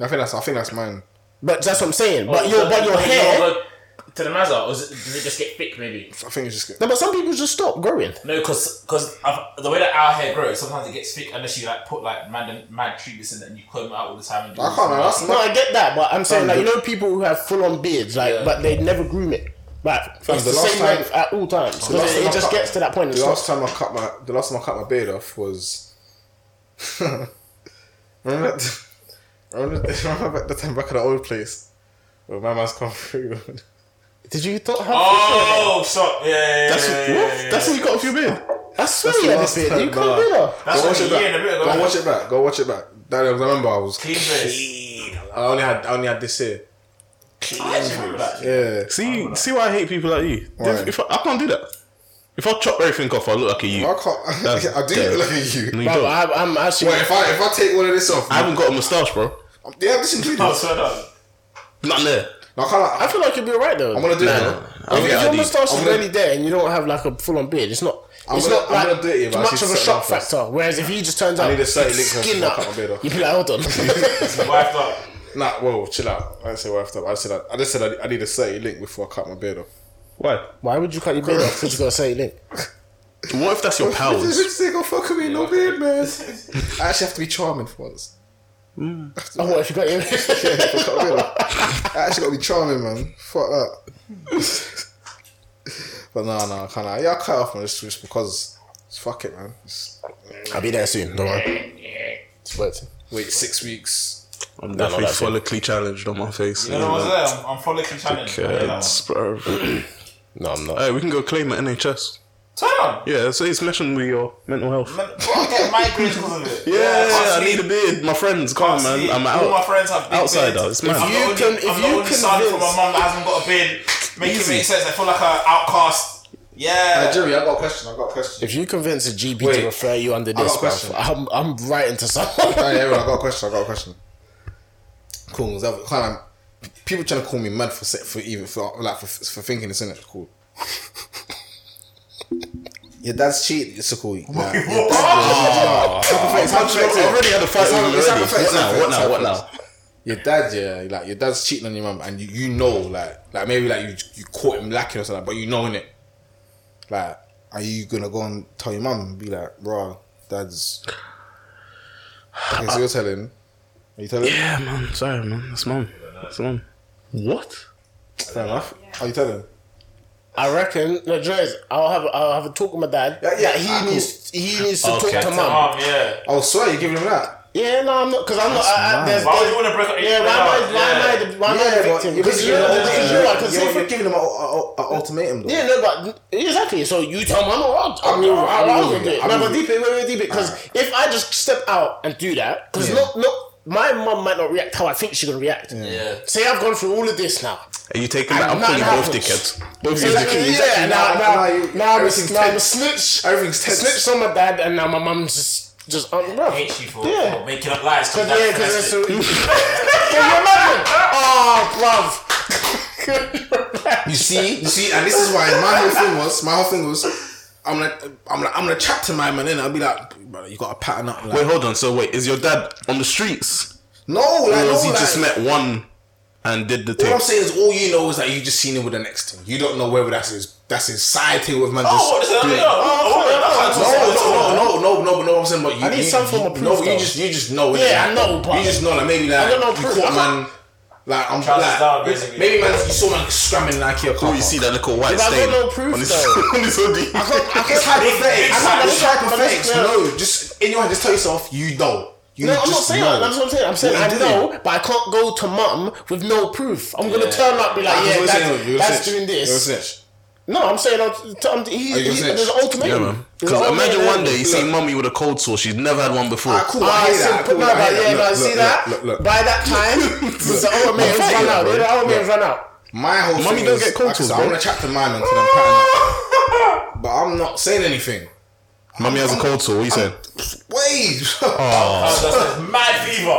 I think that's I think that's mine. But that's what I'm saying. Oh, but your but your Does it hair. go To the mazza, or is it, does it just get thick maybe? I think it's just. no, but some people just stop growing. No, because because the way that our hair grows, sometimes it gets thick unless you like put like mad mad treatments in it and you comb it out all the time. And do I can't. Lie, that's No, I get that, but I'm saying Fam, like you the- know people who have full on beards, like Yeah. but they never groom it. Like it's the the, last same time- length at all times. The last Because it, time it I just cut- gets to that point and The stops. last time I cut my the last time I cut my beard off was remember, that, remember, remember back the time back at the old place where my man's come through. Did you not have Oh, so yeah, yeah, That's yeah, what, yeah, what? yeah, That's yeah. what you got off your bid. I swear That's you the had last this bid. time, You nah. can't bid her. That's go watch only it a year and a back. bit ago. Go watch it back. Go watch it back. Daniel, 'cause I remember I was. Clean verse. I only had. I only had this here. I actually remember that. Yeah. See, see why I hate people like you. Why? If, if I, I can't do that. If I chop everything off, I look like a you. I can't. That's I do dead. look like at you. No, you But Bro, don't. I, I, I'm actually. if I if I take one of this off, I, haven't got a moustache, bro. yeah, this included. Oh, No, so done. Not there. I can't. I feel like you'll be alright though. I'm gonna do Nah, it. nah, man. nah. If I'm you- if your ID. moustache is I'm gonna- already there and you don't have like a full on beard, it's not. I'm it's gonna- not I'm like gonna do it, yeah, but I much should of set a it shock up first. factor. Whereas if he just turns need out a certain link to skin fuck up, up my beard off. you'd be like, hold on. Wiped up. Nah, whoa, chill out. I didn't say wifed up. I said I, I just said I, I need a certain link before I cut my beard off. Why? Why would you cut your beard off? Because you got to say link. What if that's your pals? This nigga fuck with me, no beard, man. I actually have to be charming for once. Oh, what if you got your? Yeah, if I cut my beard off. I actually gotta be charming, man. Fuck that. but no, no, I can't. Yeah, I cut off my just just because. Fuck it, man. Just I'll be there soon. Don't worry. But wait six weeks. I'm not definitely that thing. follically challenged on my face. You know what's there? I'm, I'm follicking challenge. Kids, bro. no, I'm not. hey, we can go claim at NHS. Turn on. Yeah, so it's messing with your mental health. Man, bro, I get migraines because of it. Yeah, can't I need a sleep, beard. My friends, come on, can't man. sleep. I'm All my out. friends have big Outsider, beards. it's mad. I'm If you the only, can- if I'm the you only son from a convince- mum that hasn't got a beard. Make Easy. it make sense. I feel like an outcast. Yeah. Jerry, I got a question. I got a question. If you convince a GP Wait. to refer you under got this, a bruv, question. I'm I'm writing to someone. Hey, everyone, I got a question. I got a question. Cool. so I Can't, people trying to call me mad for se- for even for like for, for thinking this innit? Cool. Your dad's cheating. It's so cool. Nah, your dad- Oh. Sound effect, sound effect, I already had a fight It's with not- you it's not already. effect, What it's not now? What now? effect, What it's not now? Your dad, yeah, like your dad's cheating on your mum, and you, you know, like, like maybe like you you caught him lacking or something, but you know in it. Like, are you gonna go and tell your mum and be like, bro, dad's? Okay, so you're telling. Are you telling? Yeah, man. Sorry, man. That's mum. That's mum. What? Fair enough. Are you telling? I reckon, no, Jerez, I'll have I'll have a talk with my dad. Yeah, yeah, that he ah, cool. needs he needs to Okay. talk to To mum. mum, yeah. Oh, swear you're giving him that. Yeah, no, I'm not because I'm not. I, I, mad. there's, Why would you want to break up? yeah, why am I why am I the why am I the victim? Because you know, because you are. Because you're, if you're it- giving him an ultimatum. Though. yeah, no, but exactly. So you tell mum, or I'll, I'll, I'm- I'll, I'm I'll, with do you. it. I'm No, but with you. deep it, wait, wait, deep it. Because if I just step out and do that, because Yeah. not not my mum might not react how I think she's gonna react. Yeah. Say I've gone through all of this now. Are you taking that? I'm I'm calling you not both happens. dickheads. Both of So you like, dickheads. yeah, Now- now, now, now now, you- I'm, everything's a, now I'm a tense. snitch. Everything's tense. Snitched on my dad, and now my mum's just, just, um, bro. Hate you for, yeah. for making up lies. Cause, yeah, that's because that's so. Can you imagine? Oh, bruv. You see, you see, and this is why my whole thing was, my whole thing was, I'm gonna, I'm gonna, I'm gonna chat to my man, and I'll be like, brother, you gotta pattern up. Like, Wait, hold on. So wait, is your dad on the streets, no, like, or no, has he like, just met one and did the What thing? I'm saying is, all you know is that you just seen him with the next thing. You don't know whether that's his, that's his side thing with man. Oh, what is Oh, that? just No, doing- no, no, no, no, no, no, no, no, no. I'm saying, but you, I need you, some form you- of proof, No, you though. just, you just know. innit? Yeah, Like, I know, but- you just know, like maybe like I don't know you proof. caught I can't- man. Like I'm Trousers like, down, basically. maybe man, you saw man scramming like your car. Oh, you see that little white But I got stain no proof, on his though. on his hoodie. I can't, I can't hypothetics. I can't, it's hypothetics. Yeah. No, just in your head, just tell yourself you know. You No, I'm not just saying know. that. That's what I'm saying. I'm saying What I you know, doing? but I can't go to mum with no proof. I'm gonna Yeah. turn up and be like, That's what yeah, you're saying, that's, you're a that's snitch. doing You're a this. snitch. No, I'm saying I'm, t- I'm, he, you he, gonna snitch? there's an ultimatum. Yeah, man. There's Because an imagine ultimatum. one day you see Look. mummy with a cold sore. She's never had one before. Ah, cool. I I hear said, that. put Cool. my I hear back, that. yeah, no, Look, see look, that? Look, look, look. By that time, the old man Fuck run yeah, out. bro. The old man run out. My whole Mummy thing don't is, get cold like I said, sores, I bro. want to chat to mine until I'm patting up. But I'm not saying anything. Mummy has a cold sore. What you saying? Wait. that's mad fever.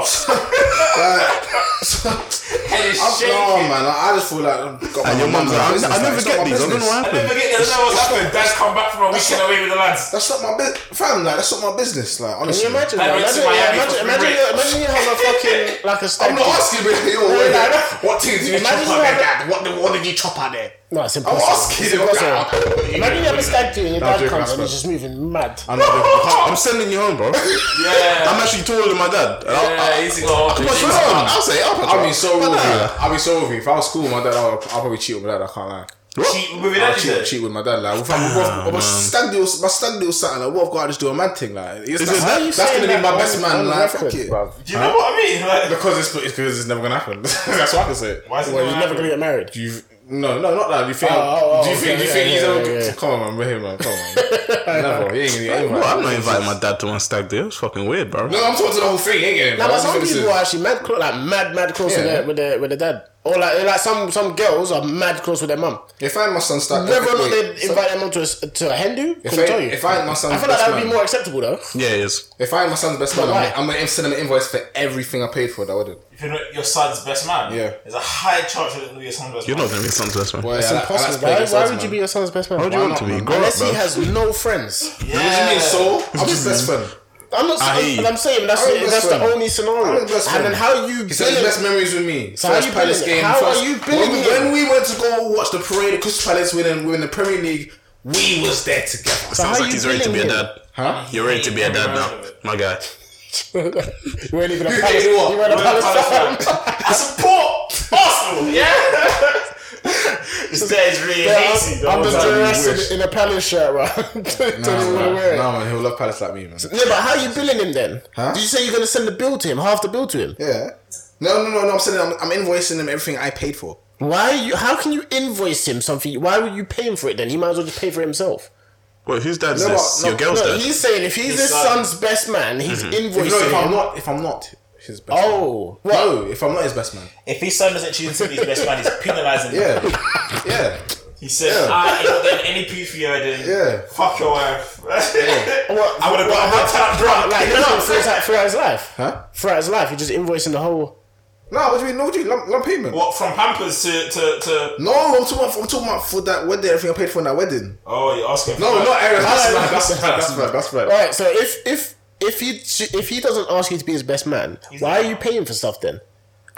Head is I'm, shaking. no, man. I, I just feel like I've got my And your mum mum's like, business, I, I never it's not get my these. I don't know business. what I never happened. get the know what's happened. Dad's come back from a weekend away with the lads. That's not my business. Fam, like, that's not my business. Like, Can honestly. you imagine? I that? went to Imagine, Miami imagine, for imagine, free you, rate. imagine you have a fucking like a I'm stanky. not asking, but yo, no, no. what- what thing did you chop Imagine out you there, have a- dad? What, the- what did you chop out there? No, it's I'm impossible. asking. It's impossible. you. Imagine you have a stag do and your dad joking, comes and man. he's just moving mad. I'm not joking. I'm sending you home, bro. I'm Yeah. actually taller than my dad. And I'll, Yeah, he's got I'll, all I'll say it. I'll punch I'll you be out. so rude. But with nah. you. I'll be so rude. with you. If I was cool, with my dad, I'll, I'll probably cheat on my dad. I can't lie. Cheat with Ah, I that cheat, shit. cheat with my dad. Like, if I'm, what, if- my stag deal, my stag deal, something like, what if God just do a mad thing? Like, it's, Is that's, it that- that's gonna be my best man. Like, fuck it. Do you know what I mean? Like, Because it's it's because it's never gonna happen. that's why I can say it. why is it Well, not you're never gonna happening? get married. Do you? No, no, not that. Do you think? Oh, oh, oh, do you think? okay, do you yeah, think he's yeah, ever? yeah, yeah. Come on, man, behave, man. Come on. never. He ain't, he ain't Well, I'm man. not inviting my dad to one stag deal. It's fucking weird, bro. No, I'm talking to the whole thing. He Ain't it? Now, but some people are actually mad close, like mad, mad close with Yeah. their with their with their dad, or like like some some girls are mad close with their mum. If I had my son start, Whether or not wait, they so- invite their mum to a, s- to a Hindu, If can I- tell you. if I had my son's I feel like best that would be man- more acceptable though. Yeah, it is. If I had my son's best man, I'm, why? gonna- I'm gonna send him an invoice for everything I paid for that wedding. If you're not your son's best man, Yeah. there's a high chance you're gonna be your son's best You're man. not gonna be son's best man. Well, It's yeah, I- I like to impossible. play Why, against why us, would you man. be your son's best man? How do you Why want not? to be? man? Grow up, Unless bro. he has no friends. Yeah. What do you mean, so? I'm his best friend. I'm not. I hear you. saying, but I'm saying that's I'm his that's best the friend. only I'm scenario. his best And friend. then how you He said his billing- best memories with me. first So how you Palace billing it? game. How first, are you billing when, him? when we went to go watch the parade at Crystal Palace win and win the Premier League, we was there together. So Sounds how you like he's ready to be a billing him? dad. Huh? You're ready to be a dad Yeah. now, my guy. you ain't even a think palace. you are? You ain't a We're palace Palace fan. fan. I support Arsenal. Yeah. this guy is really Yeah, hazy. I'm, I'm though. just time you dressed wish. in, in a palace shirt, bro. Don't even wanna wear it. No, man, he'll love Palace like me, man. Yeah, but how you billing him then? Huh? Did you say you're gonna send the bill to him, half the bill to him? Yeah. No, no, no, no. I'm saying I'm, I'm invoicing him everything I paid for. Why? You, how can you invoice him something? Why were you paying for it then? He might as well just pay for it himself. Wait, whose dad's No, this? no, Your girl's No, dad. he's saying if he's his, son. son's best man, he's If, no, if invoicing I'm him. not, if I'm not his best. man. Oh, what? No, if I'm not his best man. If his son doesn't choose to be his best man, he's penalising him. Yeah. yeah. He said, Yeah. I ain't not getting any pee for you, I didn't. Yeah. Fuck your wife. What- I would have got what- her top drunk. Like, no, no, throughout, his- throughout his life. Huh? Throughout his life, you're just invoicing the whole. No, what do you mean? No, what do you mean? Lump, lump payment. What, from Pampers to. to, to No, I'm talking about, I'm talking about for that wedding, everything I paid for in that wedding. oh, you're asking for No, that. not Aaron. That's no, right. no. That's right. That's right. That's right. All right, so if if if he if he doesn't ask you to be his best man, why not. are you paying for stuff then?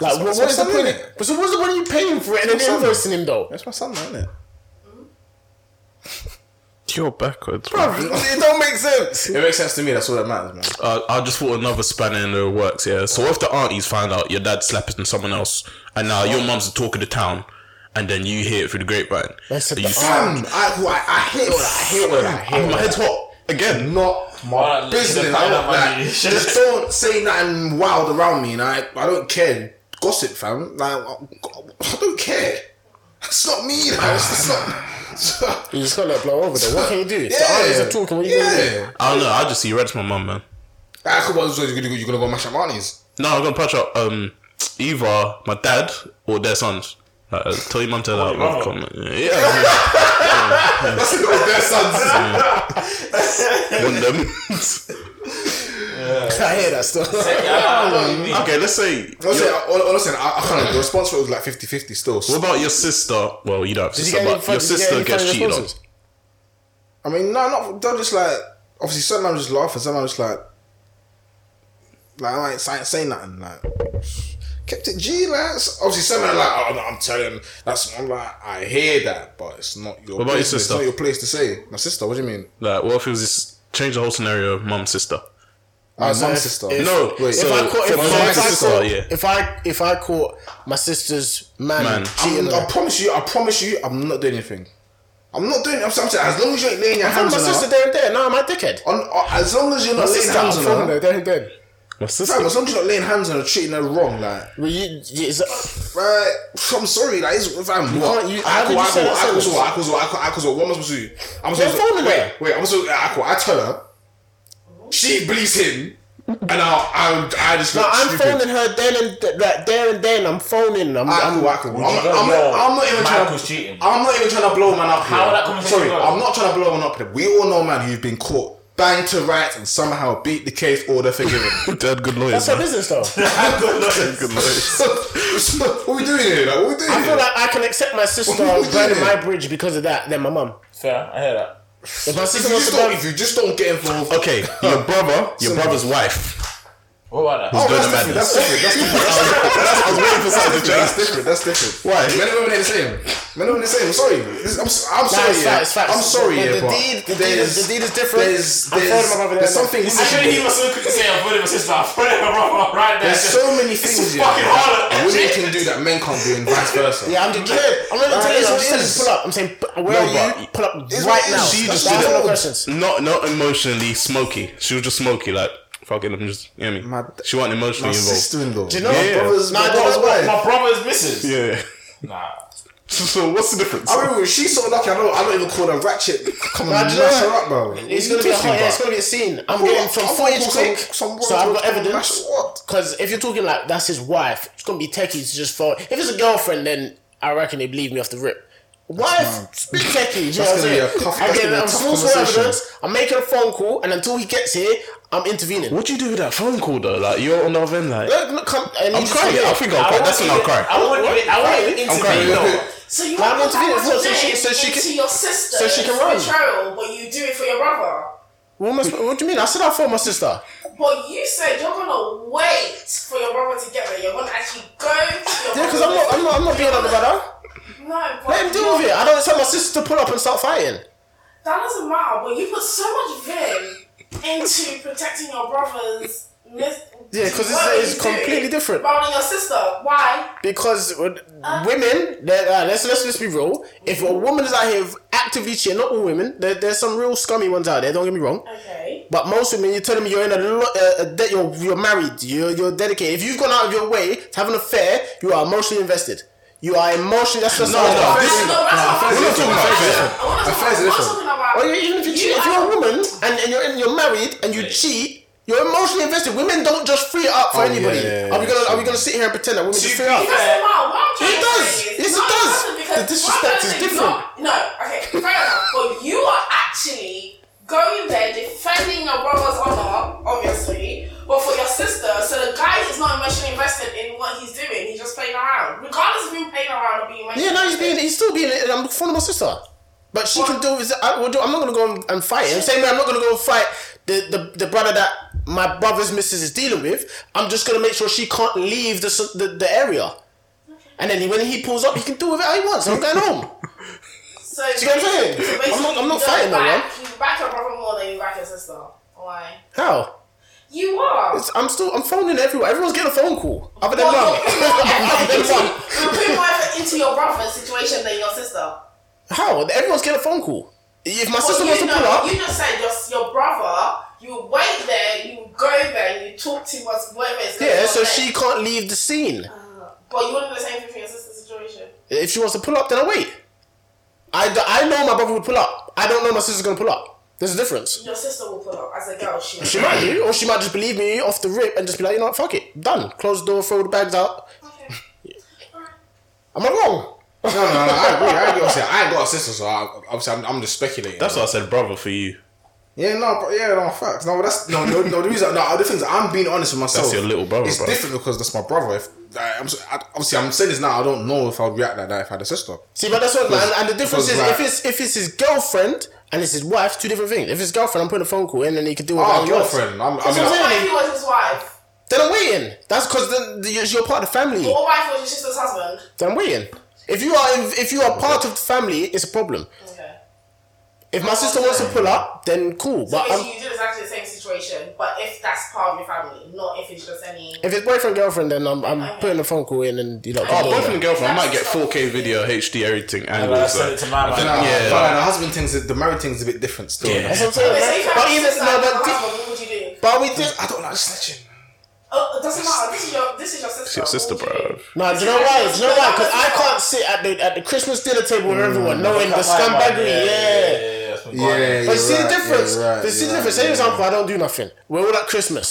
Like, what, That's what my is the son, point? innit? But so what's the point of you paying for it and then That's my son. invoicing him though? That's my son, isn't it? You're backwards. bro. it don't make sense. It makes sense to me. That's all that matters, man. Uh, I just thought another spanner in the works. Yeah. So if the aunties find out your dad's slapping someone else, and now your mum's the talk of the town, and then you hear it through the grapevine, That's a- and the you f- Fam, I, who I, I hate all that. I hate all that. I hate all my that. head's hot again. Not my Well, it's business. a I don't, pile of like, money. just don't say nothing wild around me, and I, I don't care. Gossip, fam. Like, I don't care. It's not me. Like, it's not. You just gotta let it blow over though. What can you do? Yeah. The armies are oh, talking. What are you gonna do? yeah. I don't know. I just see red to my mum, man. Ah, come on, so you're gonna go- you're gonna go mash up Arnie's. No, I'm gonna punch up um either my dad or their sons. Like, uh, tell your mum to that. your I'll mum. come. Yeah, That's the their sons. one them. I hear that stuff. Yeah, I know what you mean. okay, let's say. Honestly, your- I- honestly, I, I can't. The response rate was like 50-50 still. what about your sister? Well, you don't have Did you sister, get any but fun- your did you get sister any gets funny cheated on. responses? I mean, no, not they're just like obviously some man just laughing, some man just like like I ain't saying say nothing like kept it G like it's- obviously some man like oh no I'm telling that's I'm like I hear that but it's not your What about your place, sister? it's not your place to say my sister what do you mean Like, what if it was this? Change the whole scenario. Mum, sister. oh, it's my if- sister if- No, wait so- if I caught, for if, my if I sister, caught, yeah. if I if I caught my sister's man, Man. I'm, cheating, on her- I promise you I promise you I'm not doing anything I'm not doing I'm saying as long as you ain't laying your I found hands my on sister her there and there. No, I'm a dickhead. on, uh, as long as you're My not laying sister, I'm hands on from her there, there and there. My sister. fam, as long as you're not laying hands on her treating her wrong like Well, you, you- it's- Right, I'm sorry, like, it's, fam, what? can't- you- how Aqua, did you say Aqua, that Aqua's sentence? what? Aqua's what? Aqua- Aqua's what? What am I supposed to do? I'm Don't supposed phone to. him Wait, back. wait, I'm supposed to. Aqua, I tell her. She believes him, and I, I, I just no, look I'm stupid. phoning her then and th- like, there and then. I'm phoning. I'm, I'm Aqua, Aqua. I'm, you go, I'm, yo, I'm not even trying Michael's to. cheating. I'm not even trying to blow man up here. How would that conversation sorry, go? I'm not trying to blow man up here. We all know man who's been caught. Banged to rights and somehow beat the case or they're forgiven. Dad, good that's lawyers. her man. business though. I Good lawyers. what we doing here? Like, what we doing? feel here? like I can accept my sister What you burning doing? my bridge because of that. Then my mum. Fair, I hear that. If my if, sister you wants just to don't, burn, if you just don't get involved, Okay, your brother, your brother's wife What about that? Oh, doing that's the different. That's different. That's different. That's different. That's, I was waiting for something to change. That's different. That's different. Why? Men and women ain't the same. Men and women are the same. I'm sorry. This, I'm, s- I'm sorry. it's yeah. facts, facts. I'm sorry. But yeah, the but deed- the deed there's- is- the deed is different. There's, I'm there's, proud of my brother, there's yeah. something. I shouldn't even so quick to say I'm putting my sister, I'm putting my brother right there. There's so many It's things. so fucking hard. yeah. Women can do that men can't do, and vice versa. Yeah, I'm just. I'm not Alright, even telling you it is. what to pull up. I'm saying pu- No, where are you- you? Pull up it's right what it now. is. She That's just all did the it. questions. Not not emotionally smoky. She was just smoky, like fucking. I'm just you know what I mean. My- she wasn't emotionally My involved. sister-in-law. Do you know? My Yeah. brother's, Nah, my that brother's was wife. what- My brother's missus. Yeah. Nah. So, so what's the difference? I mean, she's so lucky. I don't. I don't even call her ratchet. Come on, Nah, mash do you know her what? up, bro. It's gonna be a hot, yeah, it's gonna be a scene. I'm getting from I'm footage gonna call quick, some- some so I've words, got mash evidence. her up. Because if you're talking like that's his wife, it's gonna be techies just for. If it's a girlfriend, then I reckon they believe me off the rip. Wife, speak techie. You know what I'm gonna be a saying? tough- I'm that's gonna getting be a I'm tough source for conversation. evidence. I'm making a phone call, and until he gets here, I'm intervening. what do you do with that phone call though? Like you're on the other end, like Look, look, come, eh, and I'm you just crying. come I here. think I'll cry. won't That's when I'll even- cry. I won't even, I won't even crying. intervene though. So you Why want not to to be have the your first- so she- date so she into can- your sister so she can run. betrayal, but you do it for your brother. What, am I sp- what do you mean? I said I'll phone my sister. But you said you're gonna wait for your brother to get there. You're gonna actually go to your Yeah, because brother. I'm not, I'm not, I'm not being like the brother. No, but Let him deal with it. I don't tell my sister to pull up and start fighting. That doesn't matter, but you put so much vim into protecting your brother's. Mis- Yeah, 'cause it's- what it's you do completely different. But on your sister, why? Because uh, Mm-hmm. women, they're- uh, let's, let's let's be real. If a woman is out here actively cheating, not all women. There, there's some real scummy ones out there. Don't get me wrong. Okay. But most women, you tell them you're in a lot. Uh, uh, that you're you're married. You're you're dedicated. If you've gone out of your way to have an affair, you are emotionally invested. You are emotionally. That's just No, not no, enough. Affairs No, no, that's not affairs what are I'm different. talking Affairs are about. I wanna Affairs are talk about- I'm different. talking about- Or you- even if you cheat, if you're a woman and, and you're in, you're married and you Yeah. cheat, you're emotionally invested. Women don't just free it up for Oh, yeah, anybody. yeah, yeah, are we gonna sure. are we gonna sit here and pretend that women To just free be up? It doesn't matter. What I'm trying It to does. say is- Yes, it No, does. doesn't, because The disrespect what I'm is saying different. not- No, okay, fair enough. But you are actually going there defending your brother's honor, obviously, but for your sister. So the guy is not emotionally invested in what he's doing. He's just playing around, regardless of him playing around or being emotionally. Yeah, no, he's being, invested. he's still being, and I'm fond of my sister. But she can What? deal with it. I, will do, I'm not gonna go and- and fight him. Same way, I'm not gonna go and fight the, the, the brother that my brother's missus is dealing with. I'm just gonna make sure she can't leave the s- the, the area. And then he- when he pulls up, he can do with it how he wants. I'm going home. So you get what I'm saying? basically- so I'm not- I'm not basically you fighting no back- one. You back your brother more than you back your sister. Why? How? You are. It's- I'm still I'm phoning everyone. Everyone's getting a phone call. Other than Well, mum. you're putting more effort Other than into- mum. you're putting more effort into your brother's situation than your sister. How? Everyone's getting a phone call. If my sister But wants you to know, pull up, You just said your, your brother, you wait there, you go there, and you talk to what's whatever is going yeah. on So there. she can't leave the scene. But you wouldn't do the same thing for your sister's situation. If she wants to pull up, then I wait. I, d- I know my brother would pull up. I don't know my sister's gonna pull up. There's a difference. Your sister will pull up as a girl. She. She might do, or she might just believe me off the rip and just be like, you know what, fuck it, done. Close the door, throw the bags out. Okay. Alright. Am I wrong? No, no, no. I agree. I agree. Obviously, I ain't got a sister, so I, obviously I'm, I'm just speculating. That's why I said brother for you. Yeah, no, bro, yeah, no, facts. No, that's no, no, no. The reason, no, the thing is, I'm being honest with myself. That's your little brother, It's bro. different because that's my brother. If I, I'm, s- I- obviously, I'm saying this now. I don't know if I'd react like that if I had a sister. See, but that's what, and, and the difference because, is like- if it's if it's his girlfriend and it's his wife, two different things. If it's girlfriend, I'm putting a phone call in and he can do it. Oh, how he wants. girlfriend. I'm, I That's mean, what I'm I- What if he was his wife? Then I'm waiting. That's because then the- you're you're part of the family. Or what if he was your sister's husband? Then I'm waiting. If you are if, if you are part of the family, it's a problem. Okay. If my sister wants to pull up, then cool. So But I'm, basically, you do exactly the same situation, but if that's part of your family, not if it's just any. If it's boyfriend girlfriend, then I'm, I'm putting a phone call in and you know. Oh, condone boyfriend and it. girlfriend. I might get 4K video, HD, everything, And I angles. said like- it to my no, man. Yeah. yeah, no, the husband thing's the married thing's a bit different still. Yeah. That's what I'm Okay, so saying. if you Right? have But a even sister no, and but a thi- husband, what would you do? but we did. I don't like snitching. Oh, it doesn't matter. This is your this is your sister. your sister, What would you bruv. do? No, do you know why? Do you know why? Because I can't sit at the at the Christmas dinner table Mm, with everyone knowing the scumbaggery. Yeah. Yeah, yeah, But see you're the right, difference. yeah, you're right, but see you're right, the difference. Say yeah. example, I don't do nothing. We're all at Christmas.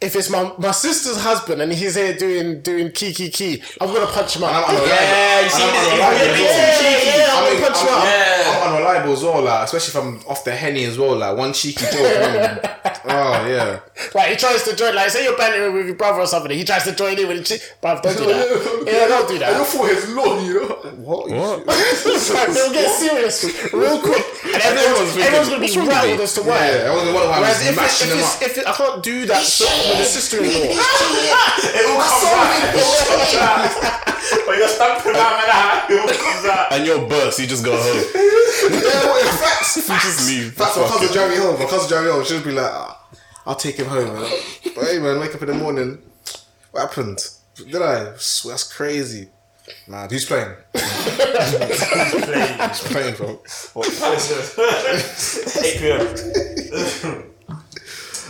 If it's my my sister's husband and he's here doing doing key key key, I'm gonna punch him out. I'm unreliable. Yeah, you see And I'm this- unreliable yeah, as yeah, well. yeah, yeah, I'm I mean, gonna punch you I'm- up. Yeah. I'm unreliable as well, like, especially if I'm off the henny as well, like one cheeky joke. mm. oh yeah, Like he tries to join. Like say you're banding with your brother or something. He tries to join in with the chick. Bruv, don't do that. Yeah, don't do I don't that. for his lawn, you know. What? Like, They'll get serious real quick, and everyone's, thinking, everyone's gonna "What's be wrong with rattled me?" as to why. Yeah, I wasn't wondering why I Whereas was if, it, mashing if, them it's, up. if it, I can't do that so, with the sister-in-law, It all comes out. It all comes out. When you're stamping around man out, it all comes out. And your burst, you just go home. Yeah, what, yeah, facts, facts. leave. That's my Fuck cousin driving home. My cousin driving home. She'll be like, "Ah, I'll take him home. Man. But hey, man, wake up in the morning. What happened? Did I? Swear, That's crazy. Nah, who's playing? Who's playing, bro? Palace. 8 p.m. Man.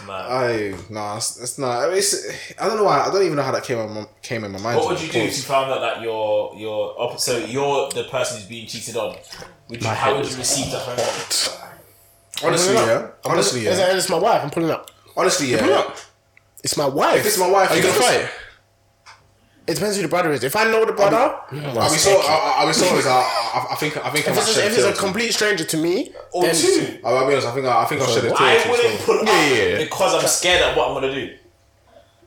I nah, it's, it's not. I, mean, it's, I don't know why. I don't even know how that came on, my- came in my mind. What to would be you do if you honest. found out that you're you're up, so you're the person who's being cheated on? Would you, how would you receive the home? Honestly, yeah. Honestly, It's, yeah. it's my wife. I'm pulling up. Honestly, yeah. It's my wife. If it's my wife, Are you gonna yeah. fight? It depends who the brother is. If I know the brother, I'll be so. I'll, I'll be so honest. I, I, I think. I think. I if might it's, shed if it's a tears. complete stranger to me, Or then two? I'll I'll be honest. I think. I, I think I'll shed a tear. I too, wouldn't so. put up Yeah, yeah, yeah. because I'm scared at what I'm gonna do.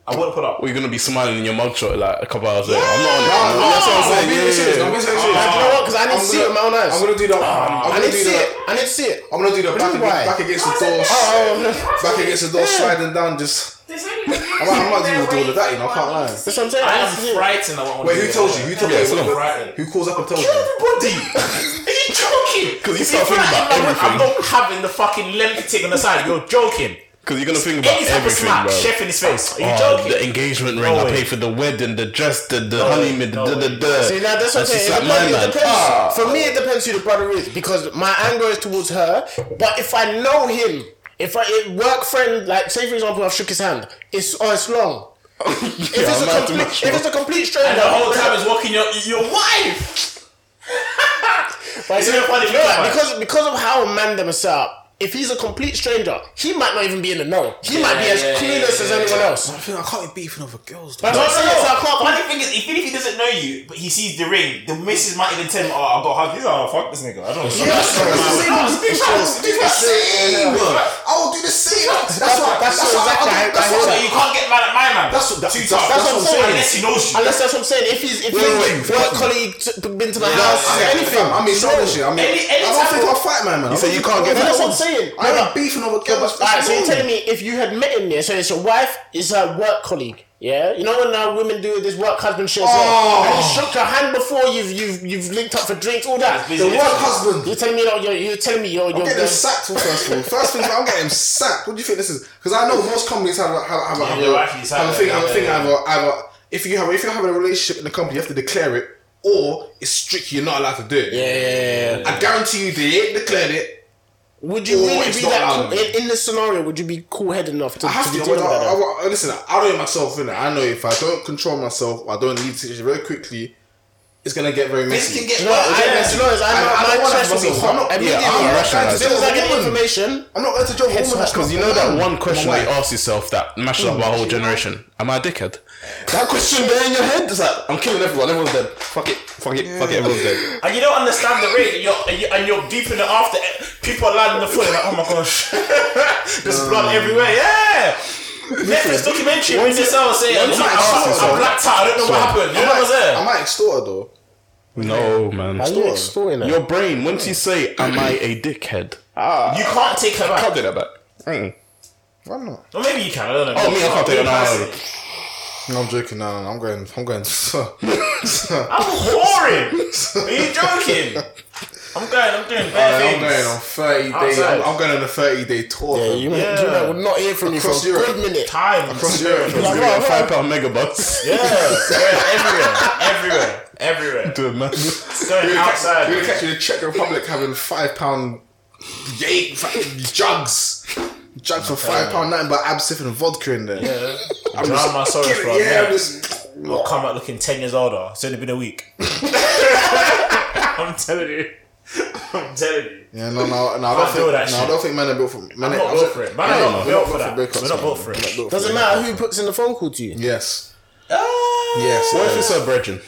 I wouldn't put up. Or you're gonna be smiling in your mugshot like a couple hours later. I'm not on it. No, no, that's what I'm saying. Yeah, Yeah, yeah, serious. yeah. I'm being serious. And you know what? Because I need I'm to see it gonna- with my own eyes. I'm gonna do the. I'm I gonna need to do the. see it. I need to see it. I'm gonna do the back, is against, why. back against the door. Oh, no. Back against the door, sliding down. Just There's only really I'm not, I'm not even doing all of that. You know, I can't lie. That's what I'm saying. I need to see I'm it. frightened at what I'm gonna Wait, do. who tells you? Who tells Yeah, you? it's not frightened. Who calls up and tells you? Everybody! Are you joking? Because you start thinking I'm about everything. not having the fucking lemon tick on the side. You're joking. Because you're gonna think about Any type of everything, smack, bro. chef in his face. Are you Oh, joking? the engagement ring, No I way. paid for the wedding, the dress, the, the honeymoon, the no da da way. da. See, now that's what I'm That's just saying. It like my depends- it man. depends- Ah. For me, it depends who the brother is because my anger is towards her. But if I know him, if I if work friend, like say for example, I've shook his hand. It's oh, it's long. If Yeah, it's I'm a out to complete, match if one. it's a complete stranger, And the whole time is walking your your wife. Like, It's even funny you know because- what? because because of how a man them is set up. If he's a complete stranger, he might not even be in the know. He might be as yeah, clueless yeah, as yeah. anyone else. I feel like I can't be beefing over girls. That's what I'm saying. So I can't- Funny thing is, even if he doesn't know you, but he sees the ring, the missus might even tell him, "Oh, I got hug." He's like, "Oh, fuck this nigga." I don't. know. Yes, I don't that's know. the same. I don't know. do the same. I will do the same. That's what. that's That's so what. exactly I- how- That's how So what. you can't get mad at my man. That's what- that- Two that's- times. that's what I'm saying. Unless he knows you. Unless that's what I'm saying. If he's if he's wait, work fuck colleague t- been to my No, house, I ain't anything. fam, I mean, some shit. I mean, Any- any I don't type think of- I'll fight my man. You say you can't get That's what mad. I'm saying. I No, ain't no. beefing over girls. Alright, so you're telling me if you had met him there, so it's your wife, it's her work colleague. Yeah, you know when now women do this work husband shit as well, Oh. and you shook your hand before you've you've you've linked up for drinks, all that. That's the The business. work- work husband. You're telling me you're you're, you're telling me you're you're. I'm getting you're- him sacked for first of all. First thing, I'm getting him sacked. What do you think this is? Because I know most companies have a, have, a- have, a- have, you're a- right, he's have a had thing. that, Have a yeah, thing. yeah. Have a, have a, if you have if you're having a relationship in the company, you have to declare it, or it's strict. You're not allowed to do it. yeah. I guarantee you, they ain't declared it. Would you Or really it's be not that allowed. cool, in, in this scenario? Would you be cool headed enough to, I have to to. I, be dealing with that? I- I- listen, I know myself. Innit? I know if I don't control myself, I don't leave the situation very quickly. It's gonna get very messy. can get You know, Well, I, yeah. you know, I- I I, don't I, my wanna chest will be fucking- I'm hot not- immediately. yeah, I'm As rationalising. soon as I get the Woman. information, I'm not going to job a woman. Because you know that one question that you ask yourself that matches up our whole generation. Am I a dickhead? That question there in your head is like, I'm killing everyone. Everyone's dead. Fuck it. Fuck it. Fuck it. Everyone's dead. And you don't understand the rate, and you're, and you- and you're deep in the after. eh, People are lying on the floor, like, oh my gosh. There's blood everywhere, yeah! Netflix documentary, when this hour saying, I'm, once I'm, you ask I'm, yourself- blacked out, I don't know what happened. You know what I was I there? might extort her though. No, man. are you Store. extorting her? Your brain, once you say, Am I a dickhead? You can't take her I back. can't do that back. Why not? Or maybe you can, I don't know. Oh, me, I can't take her, no, no, no. No, I'm joking. No, no, no, I'm going. I'm going. I'm whoring! Are you joking? I'm going, I'm doing bad I'm things. going on 30 day. Outside. I'm, I'm going on a 30 day tour. yeah, fam. you, Yeah. you know, will not hear from you for a Across Europe. good minute. Time. Across Europe. fam. Like, right, You got a right. five pound megabus. Yeah, yeah, everywhere, everywhere, everywhere. Do it, man. It's going outside. We're gonna catch you in the Czech Republic having five pound yay fucking jugs. Jugs for five pound nothing but absinthe and vodka in there. Yeah. I'm just my sorrows, Kill it, bro. yeah, Yeah. I'm just- I'll come out looking 10 years older. It's only been a week. I'm telling you. I'm telling you. Yeah, no, no, no. I don't Can't think, do that no, I shit. don't think men are built for. Men I'm not built for it. Man, Yeah, I'm no, not we're built for not that. built for We're not built for breakups, it. man. Doesn't matter who puts in the phone call to you. Yes. Yes. Yes. What if it's a virgin?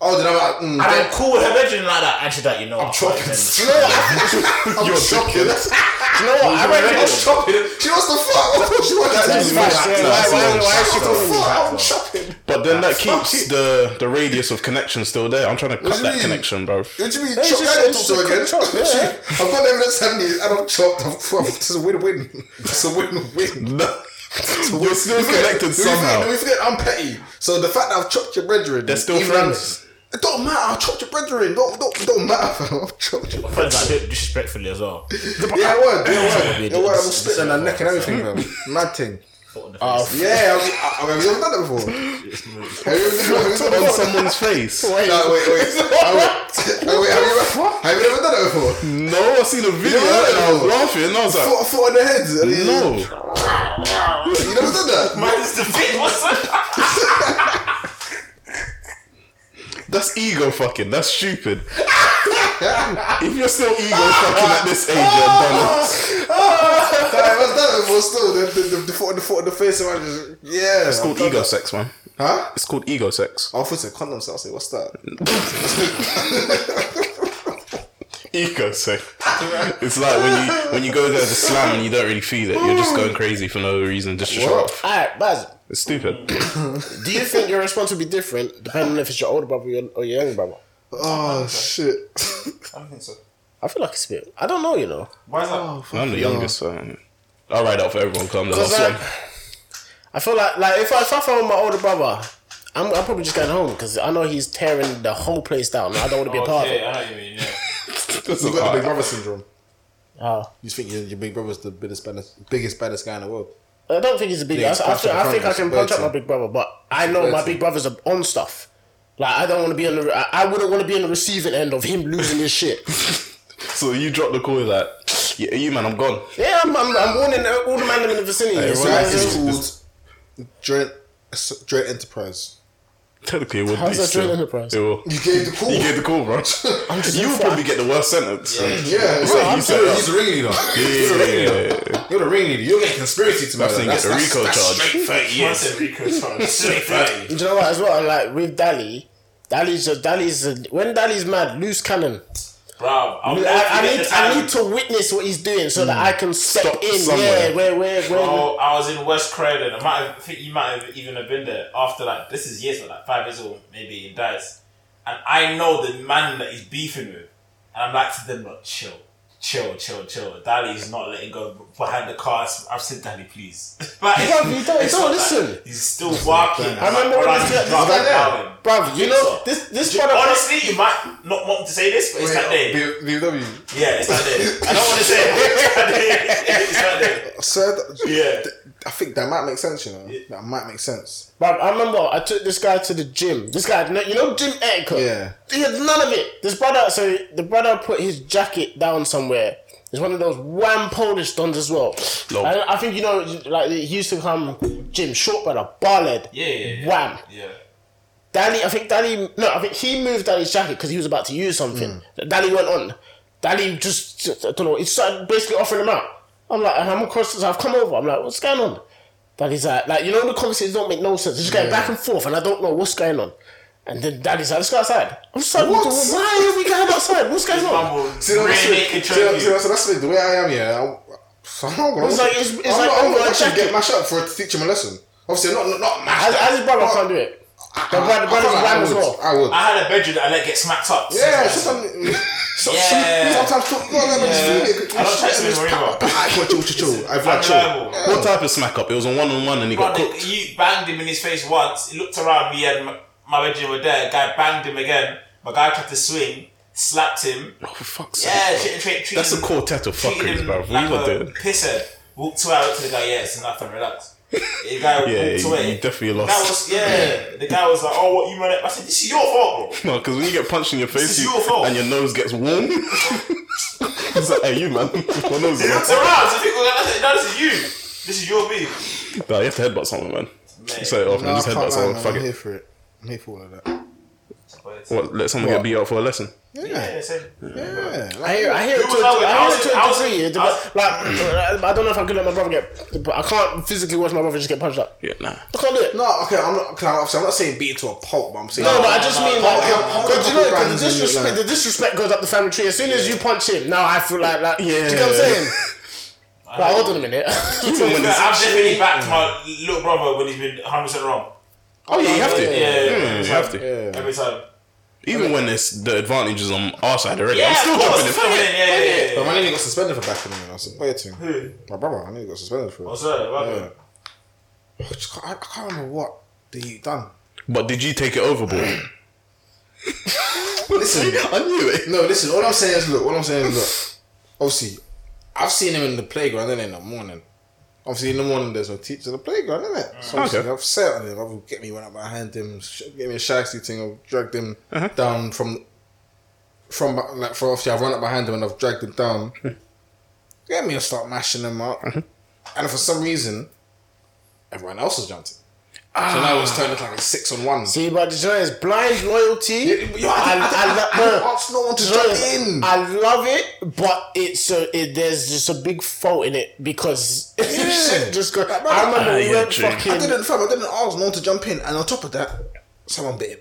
Oh, did I? Mm, I don't then- cool with her bedroom like that. Actually, that you know. I'm chopping. fucking- I'm You're a shocking. dickhead. You know what? I read she was chopping. She wants to fuck. Of course she wants to That's fuck. facts, yeah. Why- That's why- Why facts. is she That's talking about I'm chopping. But then that keeps the, the radius of connection still there. I'm trying to cut you that mean? connection, bro. What do you mean? she Chop that said talk she to again? could chop, yeah. I've got evidence handy. I don't chop. I'm, I'm, it's a win-win. It's a win-win. You're still connected Do somehow. we forget I'm petty? So the fact that I've chopped your brethren, They're still even- friends. It don't matter. I chopped your brethren. Don't don't don't matter. fam. I've chopped your. Friends like that disrespectfully as well. Yeah, I would. Yeah, I would. Idiot. Yeah, I would. I will spit on her neck and everything, fam. Mad thing. Oh, Yeah, I've, I've, have you ever done that before? have you ever done that On before? someone's face. No, wait, wait. Oh, wait. Oh, wait, have you ever, have you ever done that before? No, I seen a video know and I was what? laughing. And I was like, Foot, foot on the head. I mean, no. You never done that? Man, it's the fit. What's that? That's ego fucking. That's stupid. if you're still ego fucking at this age, you're done. Nah, I've done that before still. The, the, the, the foot on the foot on the face. And I just, yeah. It's called ego sex, man. Huh? It's called ego sex. I'll put a condom. So I'll say, what's that? Ego sex. it's like when you when you go there to slam and you don't really feel it. You're just going crazy for no reason, just to show What? off. Alright, Baz. It's stupid. Do you think your response would be different depending on if it's your older brother or your, or your younger brother? Oh, shit. I don't think so. I feel like it's a bit. I don't know, you know. Why is that? I'm the youngest, so I'll write out for everyone because I'm the 'Cause, last like, one. I feel like like if I if I found my older brother, I'm, I'm probably just going home because I know he's tearing the whole place down. I don't want to be a Oh, part Okay, I know what you mean. Yeah. you got the big brother syndrome. of it. You think your, your big brother's the biggest, baddest, biggest, baddest guy in the world. Oh. I don't think he's a big. Yeah, I, he's I, think, I think I can punch up Bertie. my big brother, but I know my Bertie. big brothers are on stuff. Like I don't want to be on the. I, I wouldn't want to be on the receiving end of him losing his shit. So you drop the call like, yeah, you man, I'm gone. yeah, I'm, I'm, I'm warning all the man in the vicinity. It's, so like, I- it's called Joint, it's Joint Enterprise. Technically, it would How's be that still. Joint Enterprise? It will. You gave the call. You get the call, bro. You would probably get the worst sentence. Yeah, He's like, bro, he's I'm like- telling you, he's a ringleader. Yeah, yeah, yeah, yeah, yeah. You're the ringleader. You're getting conspiracy to That's when you get the RICO charge. straight Thirty years. Straight thirty. Do you know what as well? Like with Dali, Dali's a, Dali's a, when Dali's mad, loose cannon. Bro, I'm I, I need I need to witness what he's doing so that I can step Stop in. somewhere. Yeah, where where where. Oh, I was in West Croydon. I might have, I think you might have even have been there after like this is years, but like five years old, maybe in dies. And I know the man that he's beefing with, and I'm like to them, like, chill, chill, chill, chill. Daddy's not letting go behind the car. I've said, Daddy, please. like, Bruv, you don't- it's don't not listen. That. He's still barking. I remember when this guy, Drunk, this guy howling. bruv, you know this this brother. Honestly, you might not want to say this, but it's that day. BMW. oh, Yeah, it's that day. I don't want to say it. but It's that day. It's that day. So th- Yeah. I think that might make sense, you know. That might make sense. bruv, I remember I took this guy to the gym. This guy, you know, gym etiquette. Yeah. he had none of it. This brother, so the brother put his jacket down somewhere. It's one of those wham Polish dons as well. Lol. And I think you know, like he used to come gym short brother, barled, Yeah, yeah, yeah. wham. Yeah. Danny, I think Danny, no, I think he moved Danny's jacket because he was about to use something. Mm. Danny went on. Danny just, just- I don't know, he started basically offering him out. I'm like, and I'm across, so I've come over. I'm like, what's going on? Daddy's like, like you know, the conversations don't make no sense. It's just going back and forth, and I don't know what's going on. And then Daddy's like, let's go outside. I'm just like, What? what? the- why are we going outside? What's going on? Bumble, See, that's really it. See, that's- see, contribute. that's- that's it. The way I am, yeah. I'm, I'm not gonna. It's like- it's- it's I'm like not, I'm over not a watching jacket. get mashed up for to teach him a lesson. Obviously, not not, not mashed As, up. as his brother, I But can't do it. I- I- The brother- I brother's feel like wham I as would. well. I would. I had a bedroom that I let get smacked up. Yeah, Sometimes. sometimes. mm, so- Yeah. Sometimes talk. No, no, no, just Yeah. leave it. I don't trust him Just anymore. pa- pa- I can't chill, chill, chill. I've like Unreliable. chill. What type of smack up? It was a one on one and he got Bro, cooked. you banged him in his face once. He looked around. Me and my- my bedroom were there. Guy banged him again. My guy tried to swing, slapped him. Oh, for fuck's Yeah, sake. shit, treat, treat That's him, a quartet of treated fuckers, him bro. What like you a gonna do? Pisser. Walked away. I went to the guy. Yeah, it's enough. And relax. The guy Yeah, walked you- away. you definitely That lost. was yeah. The guy was like, "Oh, what you man?" I said, "This is your fault, bro." No, because when you get punched in your face is you, your fault. and your nose gets warm, it's like, hey, you man, my nose He is looked warm. around. So people were like, "No, this is you. This is your beef." Nah, you have to headbutt someone, man. Mate. Say it off No, and I just can't headbutt someone. lie, man. Fuck I'm here it. for it. I'm here for all of that. What, let someone get What? beat up for a lesson? Yeah, same. Yeah, I hear, I hear it to, Who was that with? I I hear was- it to I a was- degree. I was- Like, I don't know if I could let my brother get. I can't physically watch my brother just get punched up. Yeah, nah. I can't do it. No, okay, I'm not. 'cause I'm obviously I'm not saying beat it to a pulp, but I'm saying. No, but I just mean like, how- because you how- know, 'cause brands the in it, disrespect, like- the disrespect goes up the family tree. As soon as you punch him, now I feel like, like, do you know what I'm Yeah. saying? Right, hold on a minute. I've definitely backed my little brother when he's been 100% wrong. Oh yeah, you have to. Yeah, yeah, yeah. Mm, you have to. Yeah. Every time. Even when it's the advantage is on our side already, Yeah, I'm still of course, dropping it. fuck it, yeah, yeah, yeah, But my nigga got suspended for backing him. I was like, wait a minute. Who? Oh. My brother, my nigga got suspended for it. What's that? What Yeah. happened? I, just can't, I, I can't remember what they done. But did you take it overboard? Listen, I knew it. No, listen. All I'm saying is, look. All I'm saying is, look. Obviously, I've seen him in the playground and in the morning. Obviously, in the morning there's no teacher in the playground, isn't Mm. it? So obviously, Okay. I've sat on him. I've get me went up behind him, sh- get me a shaggy thing. I've dragged him Uh-huh. down from from like for obviously I've run up behind him and I've dragged him down. get me, I start mashing him up, Uh-huh. and for some reason, everyone else has jumped. in. So now it's turned into like a six on one. Ah. See, but you know, it's blind loyalty. Yo, I, I, didn't- I, I, didn't- lo- I didn't no. ask no one to Do you know, jump in. I love it, but it's a, it, there's just a big fault in it because shit just go. Like, I remember Ah, we yeah, went true. fucking. I didn't, fam, I didn't ask no one to jump in, and on top of that, someone bit him.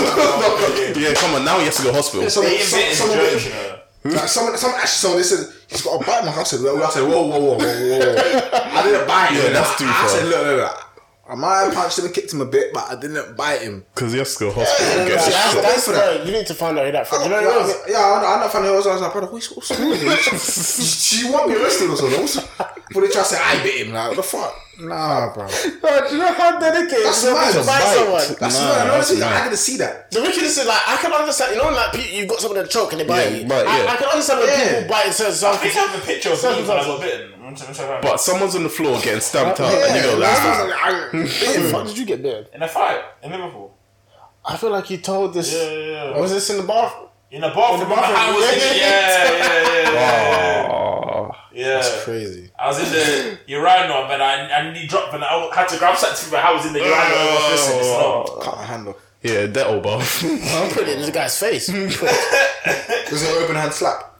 Yeah, come on. Now he has to go hospital. Someone, He some- invented someone, drugs, bit you him. know. Like, someone, someone actually, someone, they said, he's got a bite mark. I said, whoa, whoa." I said, whoa, whoa, whoa, whoa, whoa. I didn't bite him. Yeah, that's too I, I far. said, look, look, look. I might have punched him and kicked him a bit, but I didn't bite him. Because he has to go hospital. and Yeah, get his that's, shot. that's for that. Oh, the- You need to find out who that. From. Yeah, You know what it was? I know- I know. Funny, I was I was like, brother, what's what's wrong with you? Do you want me arrested or something? What's- But they try to say I bit him. Like, what the fuck? Nah, bro. Bro, do you know how dedicated That's it is mad. to fight Bite. someone? That's Nah, mad. I that's honestly- I mad. didn't see that. The wickedness is like I can understand. You know, like pe- you've got someone in a choke and they bite Yeah, you. bite, I, yeah. I can understand when Yeah. people bite and say I think something. I have a picture of me when I got bitten. I'm trying- I'm trying to find But someone's on the floor getting stamped out, and you go, that's "Ah." what I was like, Where I- the fuck did you get there? it. In a fight in Liverpool. I feel like you told this. Yeah, yeah, yeah. Was this in the bathroom? In a bathroom. In the bathroom. my hand was in it. Yeah, yeah, yeah, yeah. Oh. Ah. yeah. That's crazy. I was in the urinal, but I, I nearly dropped, and I had to grab something, but I was in the urinal. I was listening, it's not. Cut my hand off. Yeah, that old bar. I'm putting it in the guy's face. Was it an open hand slap?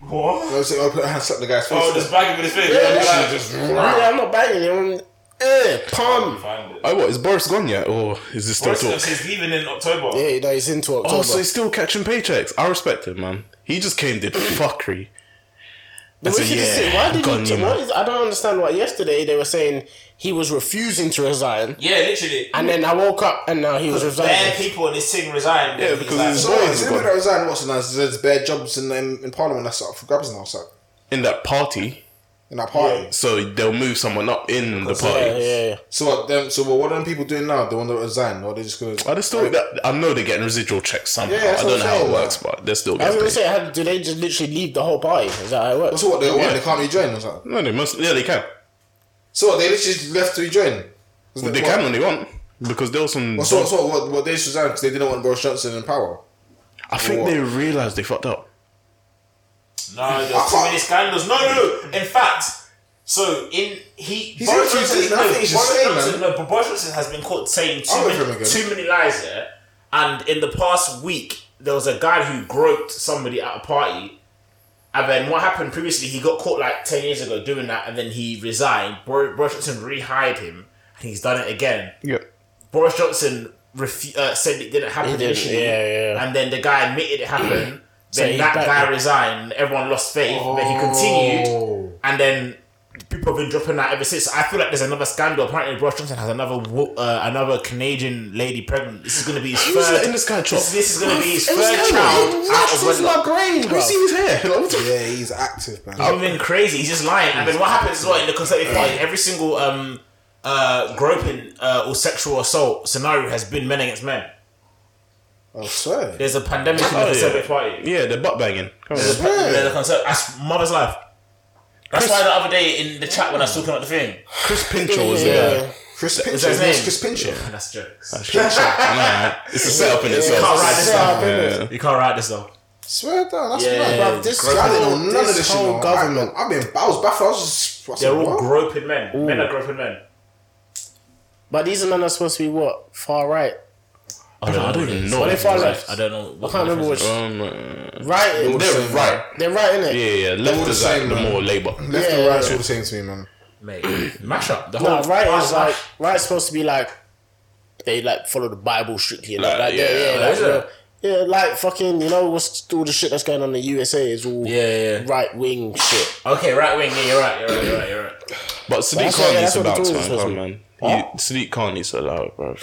What? Was it an open hand slap the guy's face? Oh, just banging with his face. Literally Yeah, just- yeah, I'm not biting him. Eh, palm. Find it. oh, what? Is Boris gone yet? Or is this still Boris talk? Johnson is leaving in October. Yeah, you know, he's into October. Oh, so he's still catching paychecks. I respect him, man. He just came, did fuckery. the I said, wickedness yeah, is, why did gone, he? you know. Why is, I don't understand why. Yesterday they were saying he was refusing to resign, Yeah, literally. and then I woke up and now he was Bare resigning. people in this thing resigned. Yeah, and because like, it's- So, Boys is have anybody gone. that resigned? What's the name? There's bare jobs in, in, in Parliament that's up for grabs now, so in that party, in that party. so they'll move someone up in the party. Yeah, yeah, yeah. So what? Them? So what? What are them people doing now? They want to resign, or they just gonna? I just thought that I know they're getting residual checks somehow. Yeah, that's I don't what know I'm how it saying, works, but they're I still was getting gonna paid. say, how, do they just literally leave the whole party? Is that how it works? So what? They, what, Yeah. they can't rejoin. Or something? No, they must. Yeah, they can. So what? They literally just left to rejoin. Well, they can when they want because there was some. Well, so, so what? What they just resigned because they didn't want Boris Johnson in power. I think what? they realized they fucked up. No, there's too many scandals. No, no, no. In fact, so in he He's Boris actually Johnson, saying nothing, he's just Boris saying, Johnson, no, but Boris Johnson has been caught saying I'll too go for him many, again. too many lies. Yeah, and in the past week, there was a guy who groped somebody at a party. And then what happened previously? He got caught like ten years ago doing that, and then he resigned. Bor- Boris Johnson rehired him, and he's done it again. Yeah. Boris Johnson refu- uh, said it didn't happen He didn't, initially, yeah, yeah. and then the guy admitted it happened. then he's that back guy now. resigned. Everyone lost faith, but he continued, and then people have been dropping out ever since. I feel like there's another scandal. Apparently, Boris Johnson has another wo- uh, another Canadian lady pregnant. This is going to be his was third. letting this guy drop? This, this is going to be his It was third him. child He out of wedlock. brain, You see his hair? Like, what the- Yeah, he's active, man. He's been crazy. He's just lying. And then what happens is what in the Conservative Party, every single um, uh, groping uh, or sexual assault scenario has been men against men. I swear. There's a pandemic in the Oh, Conservative yeah. Party. Yeah, they're butt banging. Come on. There's a pa- Yeah. there's a conser- That's mother's life. That's Chris- why the other day in the chat when I was talking about the thing, Chris Pinchot was Yeah. there. is Chris that Pincher. his His name? name's Chris Pincher. That's jokes. Nah, it's a setup in You can't write itself. this Yeah. though. Yeah. You can't write this though. Swear down. That's Yeah. mad, bro. Bruv, this I didn't know none of this this shit. whole man. government. I, I've been. I was baffled. I was just. I said, They're all what? groping men. Men are groping men. But these men are supposed to be what far right. I I don't even know. Are they far left? I don't know. What I can't remember which. Um, uh, Right, they're same, right. they're right in it. Yeah, yeah. all Left the is like same, the man. more Labour. Left Yeah, and right yeah. is all the same to me, man. Mate, mash up the whole. No, right is mash- like right's supposed to be like they like follow the Bible strictly and like, Like, like, yeah, yeah, yeah, like, is it? real- Yeah, like fucking, you know, what's all the shit that's going on in the USA is all Yeah, yeah, yeah. right wing shit. Okay, right wing. Yeah, you're right. You're right. You're right. You're right. But Sadiq that's what- Khan yeah, used that's to what the bounce, tourists man. was Come on, with. man. You, Huh? Sadiq Khan used to allow it, bro.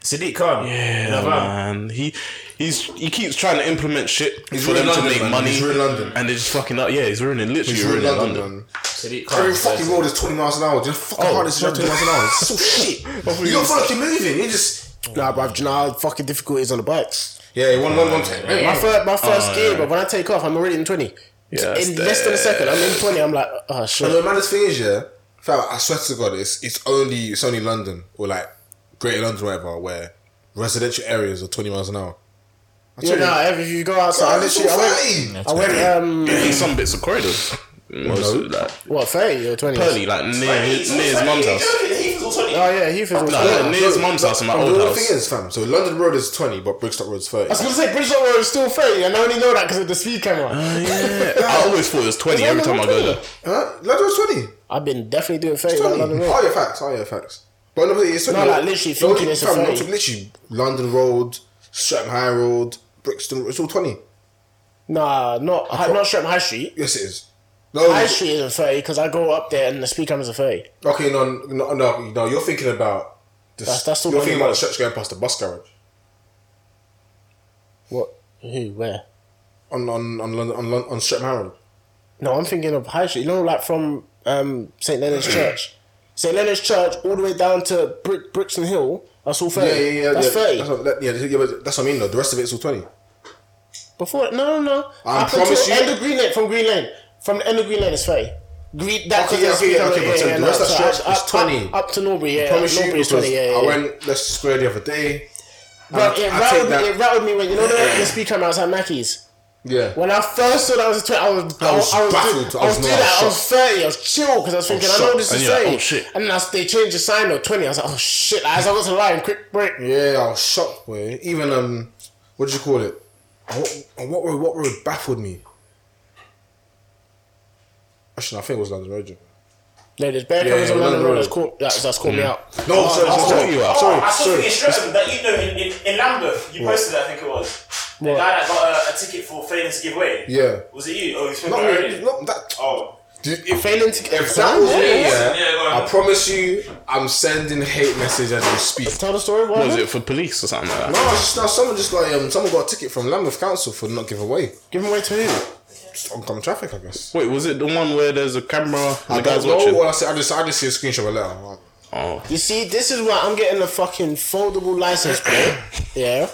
Sadiq Khan. Yeah, Lavan. man. He he's he keeps trying to implement shit He's for ruining them to London, make man. money, He's ruining London. and they're just fucking up. Yeah, he's ruining literally He's ruining in London, London. man. Sadiq Khan. Every fucking road is 20 miles an hour. Just fucking hard is 20 miles an hour. It's Oh, so shit. You don't feel like you're moving. You just. Nah, bruv, do you know how fucking difficult it is on the bikes? Yeah, you want London to. My, Yeah. fir- my first Oh, gear, yeah. but when I take off, I'm already in 20. Yeah, that's in less than a dead. second, I'm in 20. I'm like, oh, shit. And the maddest thing is, yeah, fam, I swear to God, it's, it's only it's only London or like Greater London, whatever, where residential areas are 20 miles an hour. I Yeah, tell you, nah, if if you go outside, I it's literally, I went, all fine. I went, um, He's some bits of corridors. Most of that. what, 30 or 20? Pearly, like near, his, near his mum's house. Oh, yeah, Heath is all No, fine. no, near his mum's house in my Fam, old the house. thing is, fam, so London Road is 20, but Brixton Road is 30. I was gonna say Bridgeport Road is still 30, and I only know that because of the speed camera. Oh, yeah. I always thought it was 20 every time I go there. Huh? London Road's 20. I've been definitely doing 30 down 20. London Road. Oh, yeah, facts. Oh, yeah, facts. But no, but it's 20. No, like, literally thinking London- it's a fam, 30. London- Literally, London Road, Streatham High Road, Brixton, it's all 20. Nah, not hi, not Streatham High Street. Yes, it is. No, High Street isn't 30 because I go up there and the speed cameras are 30. okay, no, no, no, no, you're thinking about. The, That's- that's all you're London thinking about the Road. stretch going past the bus garage. What? Who? Where? on on on London, on, Lon- on Streatham High Road. No, I'm thinking of High Street. You know, like from um, St. Leonard's Church. St. Leonard's Church all the way down to Brick, Brixton Hill. That's all 30. Yeah, yeah, yeah. That's yeah, 30. That's what, that, yeah, yeah, but that's what I mean. Though the rest of it's all twenty. Before, no, no, no. I Up until promise you- End of Green Lane, from Green Lane. From the end of Green Lane, it's 30. Green, that Okay, okay, yeah, okay, yeah, okay, so the rest of that stretch is up, 20. Up, up to Norbury, yeah. Promise you, Norbury is because 20, yeah. yeah. I went Leicester Square the other day. and Bro, it, I take rattled me, that. it rattled me when, you know, the, the speed camera outside Mackey's. Yeah. When I first saw that I was 20, I was, I was was, I was, baffled. do- I I was not was, doing that, I was shocked. 30, I was chill, because I was thinking, I, know shocked. this And is you're like, safe. oh, shit. And then I, they changed the sign to 20, I was like, oh shit, as I was lying, quick break. Yeah, I was shocked, boy. Even um, what do you call it? On what, on what road? What road baffled me? Actually, no, I think it was London Road. No, there's bear Yeah, cameras yeah, on London London Road Road. that's caught, that's, that's caught me out. No, sorry, sorry, sorry. you Oh, out. sorry, I saw sorry. something interesting that you know in, in, in Lambeth. You posted, I think it was. The What? guy that got a, a ticket for failing to give way. Yeah. Was it you? Oh, you spoke Not, about it really, earlier. not that. Oh. Dude, if, Failing to get if that was me, Yeah, yeah, yeah, go on. I promise you, I'm sending hate message as we speak. Tell the story, what What was happened? it for police or something like No, that? it's just now someone just like um, someone got a ticket from Lambeth Council for not giving way. Give him away to who? Just oncoming traffic, I guess. Wait, was it the one where there's a camera I and the guy's don't know watching? what I said. I just I just see a screenshot of a letter. Oh, You see, this is why I'm getting a fucking foldable license plate. yeah.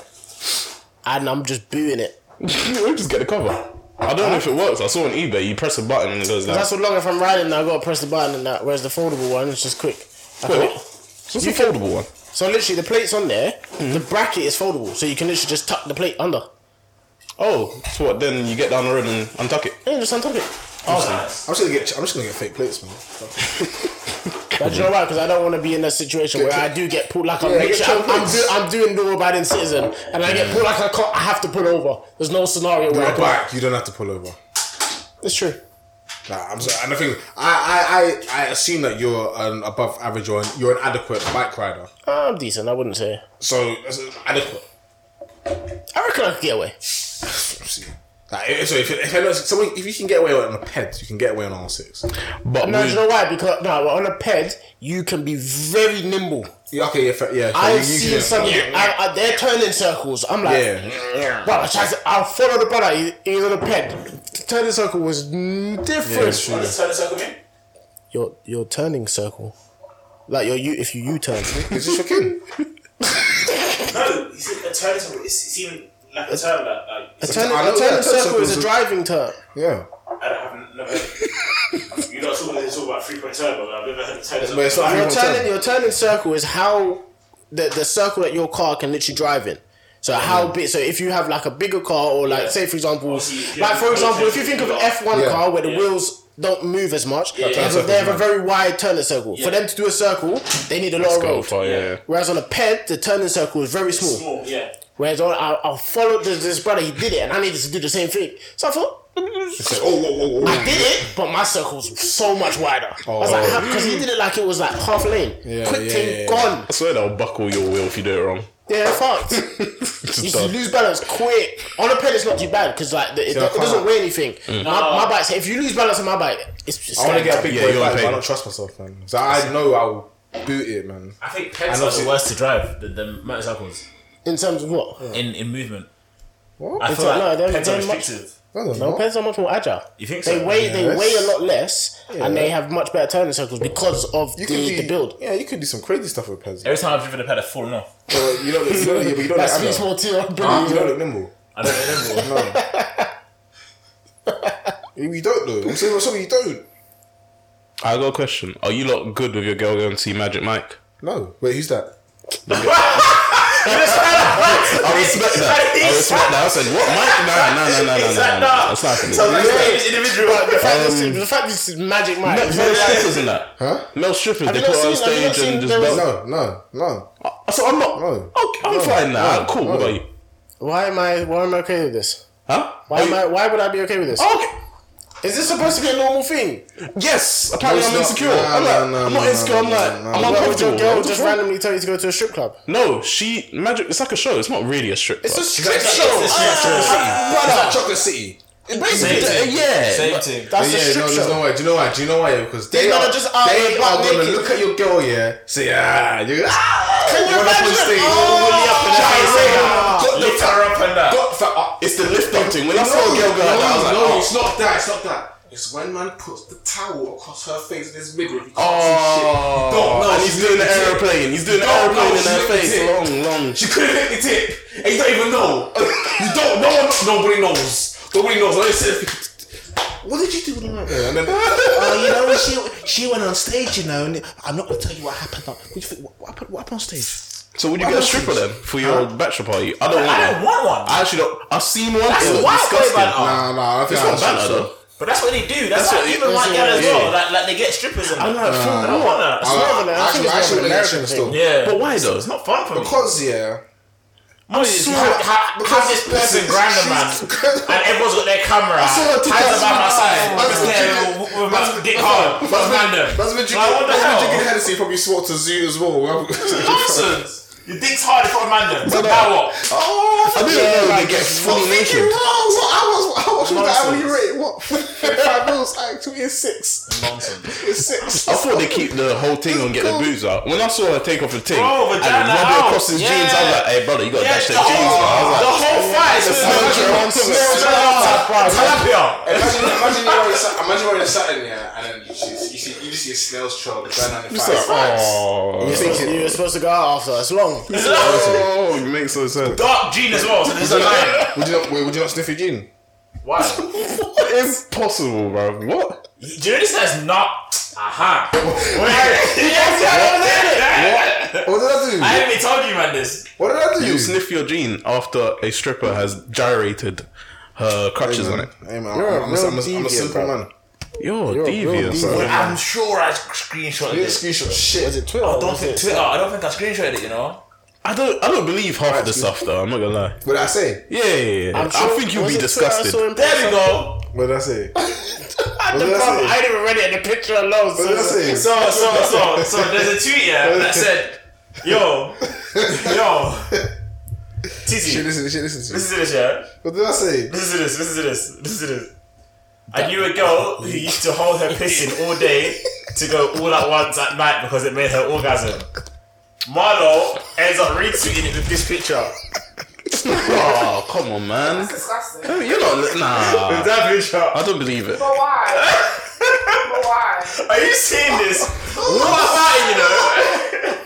And I'm just booing it. we just get the cover. I don't know if it works. I saw on eBay. You press a button and it goes down. That's what long if I'm riding, I gotta press the button and that. Whereas the foldable one, it's just quick. I Wait, click. what? What's the foldable one? So literally, the plate's on there. The bracket is foldable, so you can literally just tuck the plate under. Oh, so what? Then you get down the road and untuck it. Yeah, just untuck it. Oh, I'm just gonna get I'm just gonna get fake plates, man. Fuck. But you know why? Because I don't want to be in a situation where I do get pulled like I'm, Yeah, literally- get I'm, I'm, choked. do, I'm doing law-abiding citizen, and I get pulled like I can't. I have to pull over. There's no scenario where You're I a can't. bike. You don't have to pull over. It's true. Nah, I'm sorry. And I think I I, I, I assume that you're an above average or an, you're an adequate bike rider. I'm decent. I wouldn't say. So that's an adequate. I reckon I could get away. See. Like, if- so if, if, I know someone, if you can get away on a ped, you can get away on R six. But No, do we- you know why? Because no, on a ped, you can be very nimble. Yeah, okay, yeah, fa- yeah. so I've you- you seen can- some. I, I, they're turning circles. I'm like, Yeah. brother, try to, I'll follow the brother. He, he's on a ped. The turning circle was different. it's true. What does turn circle mean? Your your turning circle, like your you if you U turn. Is this your king? No, you said a turn circle. It's, it's even like a term that like, A it's, turning, I know that a turn turning circle circles is are- a driving turn. Yeah. I don't have never. You're not talking. They talk about three point turn, but I've never heard of turn circle. But it's not Your three-point turn. turning your turning circle is how the the circle that your car can literally drive in. So how big? So if you have like a bigger car, or like Yeah. say for example, Obviously, you can- like for example, if you think of an F one Yeah. car where the Yeah. wheels don't move as much, they, have a, circles, they have a man. very wide turning circle. Yeah. For them to do a circle, they need a lot of Go road. for it, yeah. Whereas on a ped, the turning circle is very small. small. Yeah. Whereas on, I, I followed this, this brother, he did it, and I needed to do the same thing. So I thought, It's like, oh, whoa, whoa, whoa. I did it, but my circle's so much wider. I was like, because he did it like it was like half lane, Yeah, quick Oh. yeah, thing yeah, yeah. gone. I swear they'll buckle your wheel if you do it wrong. Yeah, they're fucked. you done. lose balance quick. On a pedal, it's not too bad because like the, it, I it can't. Mm. doesn't weigh anything. No. My, my bike's if you lose balance on my bike, it's just. I want to get a big Yeah, boy bike, you're on but I pain. don't trust myself, man. So I know I'll boot it, man. I think pegs And are obviously- the worst to drive than the motorcycles in terms of what? in, in movement. What? I It's feel like, like, no, they're- pegs are they're much- restrictive. No, they're No, not. pens are much more agile. You think They so? weigh they Yes. weigh a lot less, Yeah. and they have much better turning circles because of the, You can do, the build. Yeah, you could do some crazy stuff with Pez. Every time I've driven a ped, I've fallen off. But you don't look, you don't, yeah, but you don't That look speaks agile. more to your ability. You don't look nimble. I don't remember. No. you don't though. I'm saying, I'm sorry, you don't. I got a question. Are you lot good with your girl going to see Magic Mike? No. Wait, who's that? I respect that. I respect that. I said, what Mike? Nah, nah, nah, nah, nah, nah, nah. That's not happening. Like, it's individual. The fact, Um, this, the fact this is Magic Mike. Mel Mel strippers in that. Huh? Mel strippers. They you not put her on seen- have you not stage and seen just there was- belt. No, no, no. I said, I'm not. No. Okay, I'm No. fine now. No. I'm cool. What No. about you? Why am I why am I okay with this? Huh? Why am I why would I be okay with this? Okay. Is this supposed to be a normal thing? Yes. Apparently, No, I'm it's not. insecure. Nah, I'm nah, like, nah, I'm nah, not nah, insecure. I'm nah, like, nah, I'm nah. Why would your uncomfortable. girl What the just fuck? randomly tell you to go to a strip club? No, she magic. It's like a show. It's not really a strip. It's a club. strip It's show. a strip Brother, Chocolate City. Basically, Yeah, yeah. Same But- thing. that's a yeah, strip no, there's no show. way. Do you know why? Do you know why? Because they, These men are, are just out they here are butt gonna naked. look at your girl, yeah. Say ah, you ah. Can you run up on imagine? stage, Oh, run up and down, yeah. say, ah, got the Lift her up and uh, down. got the ah. It's the lift up thing. When I saw a girl go no, like that, I was like, no, oh. it's not that. It's not that. It's when man puts the towel across her face in his midriff. You can't see shit. Oh, Don't know, and he's she's doing the looking at it. aeroplane. He's doing the Don't know, aeroplane in she's her looking at face. it. Long, long. She couldn't hit the tip, and you don't even know. You don't. No one. Nobody knows. Nobody knows. Like I said, What did you do tonight? Yeah, and then, Oh, you know when she she went on stage, you know, and I'm not gonna tell you what happened. What, do you think, what, what happened? What happened on stage? So would you get a stripper then for your bachelor party? I don't want I don't one. want one. I actually don't. I've seen one. That's it was why I thought disgusting. about it. nah, nah. I think It's I not should- banter though. But that's what they do. That's, what what it- even that's white what girl as it well. is. Like, like they get strippers and I'm like, that. fuck I don't no. want that. I Uh, don't know, man. I Actually, think it's actually, wouldn't get shit still. more of an American Yeah. But why though? It's not fun for me. Because yeah, I'm sorry. Have, have, have this person grind a man, and everyone's got their camera. saw her Hands tick out about my smile. side. That's Just what there, you- w- w- with my dick hard. That's random. That's when you Like, what get. the That's when you hell? get Hennessy. Probably swore to zoo as well. Nonsense. Your dick's hard for a man. then. Now what? Oh, I didn't know they get fully Bro, naked. what hours? What hours was that hourly Nonsense. rate? What? Five mils? Actually, it's six. Nonsense. It's six. I thought they keep the whole thing on get the boobs out. When I saw her take off the thing Bro, and vagina rub it out. across his Yeah. jeans, I was like, "Hey, brother, you gotta Yeah, dash the that jeans." bro." I was whole, like, the whole fight. Imagine- Ah, Ah, Tilapia. Imagine, imagine you're wearing a sa- imagine you're wearing a satin, yeah, and then you see, you see, you just see a snail's trail going down the thighs. "Oh, You're supposed, to- you're supposed to go out after. It's long. oh, it makes so sense." Dark gene as well, so there's a line. Would you not? Wait, would you not sniff your gin? Why? Impossible, bro. What? Do you know this guy's not? Aha. What? What did I I do? haven't even told you, man, this. What did I do? You sniff your gene after a stripper has gyrated her crutches on Man. it. Mm. Hey man, You're a I'm, I'm, a- I'm, a- real I'm a deviant, simple bro. man. You're, You're a real devious. deviant. bro. I'm sure I screenshotted You didn't this. screenshot Was shit. Oh, it Twitter? I or don't was think it- Twitter. I don't think I screenshotted it. You know. I don't. I don't believe half of the stuff though. I'm not gonna lie. What did I say? Yeah, yeah, yeah. I'm sure- I think you'll was be it Twitter I disgusted. saw him post There we go. What did I say? I did I say? ain't even read it in the picture alone. What did I say? So so so so. There's a tweet yeah that said, "Yo, yo, Shit, TT, listen, shit, listen to me. listen to this yeah. What did I say? Listen to this. Listen to this. Listen to this." I knew a girl who used to hold her piss in all day to go all at once at night because it made her orgasm. Marlo ends up retweeting it with this picture. oh, come on, man. Disgusting. No, But You're not. Nah. With that picture. I don't believe it. why? But why? Are you seeing this? What about it, you know?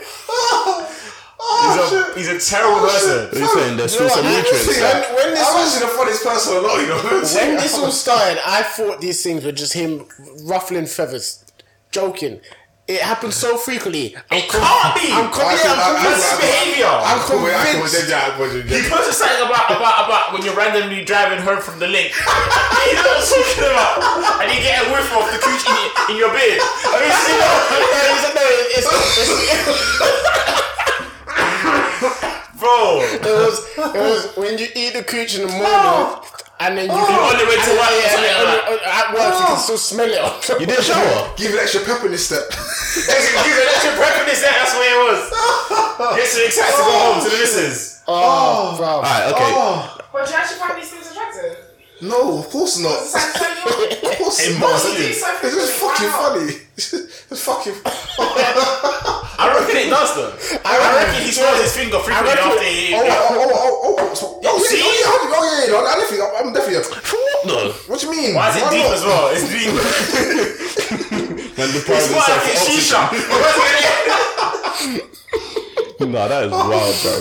Oh, he's, a, he's a terrible person. You're saying there's still some nutrients. When, when this I'm actually the funniest person alone, you know. When this all started, I thought these things were just him ruffling feathers, joking. It happens so frequently. It I'm can't be. I I'm convinced. can- I- I- That's I'm convinced. his behavior. I'm convinced. he posted something about, about about when you're randomly driving home from the link. you know what I'm talking about? And you get a whiff of the cooch in, your- in your beard. Have you seen that? No, it's- no, it's- it's- Bro, It was it was when you eat the cooch in the morning. And then you on the Oh. way to work. Yeah, or something like and- that. and- at work you can still smell it. You didn't shower. Give it extra pep in this step. That's your preference. That's where it was. Yeah, makes me excited to go home to the missus. Oh, bruv. Alright, okay. Oh, But do you actually find these things attractive? no, of course not. Does it sound funny? Of course It not. must do. It's just fucking funny. It's fucking. I reckon it does though. I reckon, he throws his finger frequently reckon- after he. Oh, oh, oh, oh, oh, so- oh, yeah, oh, yeah, oh, yeah, yeah, no, I definitely, I'm definitely. For what though? What do you mean? Why is it deep not? as well? It's deep. It's When the private more like a shisha. Nah, that is wild, bro.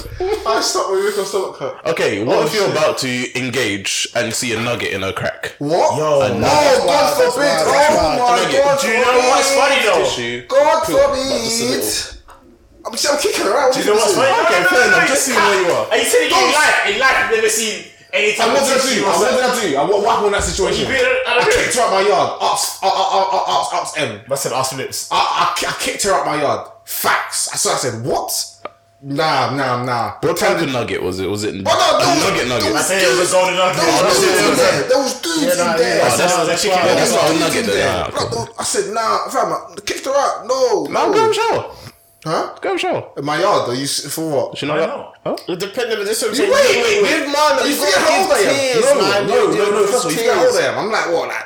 I stopped when we make our stomach hurt. Okay, what Oh, if you're shit. about to engage and see a nugget in her crack? What? Yo. oh, God That's wild, that's forbid! wild, oh that's wild. my Nugget. God! Do you know what's funny though? Tissue. God Cool. Like, just a forbid! I'm, just- I'm kicking her out. Do you know what's funny? No, Okay, no, no, fair enough. no, Just it's see where cat. you are. Are you saying in life? In life, you've never seen any type I'm of not gonna tissue do. or I'm not something? gonna do. I- What, what happened in that You situation? been at- at a I bit? kicked her out my yard. Ups, uh, uh, uh, uh, ups, ups, M. Must have asked lips. I, I, ki- I kicked her out my yard. Facts. So I said, what? Nah, nah, nah. What type of nugget was it? Was it Oh, no, a there was- nugget there nugget? I said it was a golden nugget. There I was said it dudes in was a- there. There was dudes Yeah, nah, in there. yeah, Oh, that's- that's, that's that's, wild. yeah, That's that's not a dudes in nugget there. there. Nah, Bro, cool. I said, nah, fam, I kicked her out. No, Nah, no. go and shower. Huh? Go and shower. In my yard, are you s- for what? She not I got- know. Huh? It depends on this. Wait, wait, wait, wait. Give man, You you forget how old I gotta give am. tears, man. No, no, You no, no. gotta First of all, give you forget how old tears. I am. I'm like, what, like,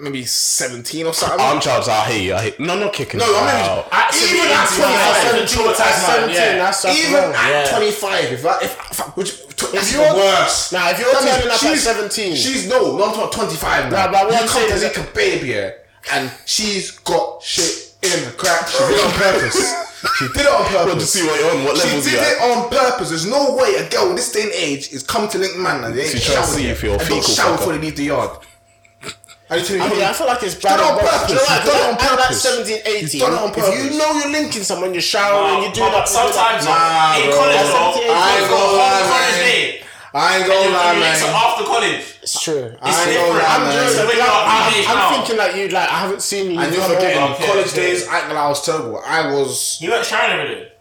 maybe 17 or something? I'm charged. I hate you. I hate. No, I'm not kicking. no, her I'm out. not even. Even at Accidentally, yeah. 25. Seventeen, that's Seventeen, yeah. that's that's Even wrong. at Yeah. 25, if I, if, if, which, tw- that's you're- the worst. Nah, if you're That means turning up at she's- 17. she's no, no, I'm talking about 25 now. Nah, but what you I'm come saying to is Zika baby here, and she's got shit in the crack. She did it on purpose. she did it on purpose. Well, to see what you're on, what she levels did you it at. on purpose. There's no way a girl in this day and age is come to Link Man and they ain't She's trying showered to see yet, if you're and don't fecal shower fucker. before they leave the yard. Are you telling me? I mean, I feel like it's bad. done it on but- purpose. You know what, You've done it on at that purpose. 17, 18, done it on If purpose. you know you're linking someone, you're showering, you're doing Mama, that. Sometimes Nah, in bro. college, That's though, empty, I empty. go Nah, home man. college day. I ain't You gonna lie, mix it man. after college. It's true. I ain't gonna different. lie, I'm man. just- Like, Wait, no, I'm, I'm- I'm I'm thinking like you, like I haven't seen you. And you're for a forgetting while. Okay, college okay. days, I, I was terrible. I was He went showering every day.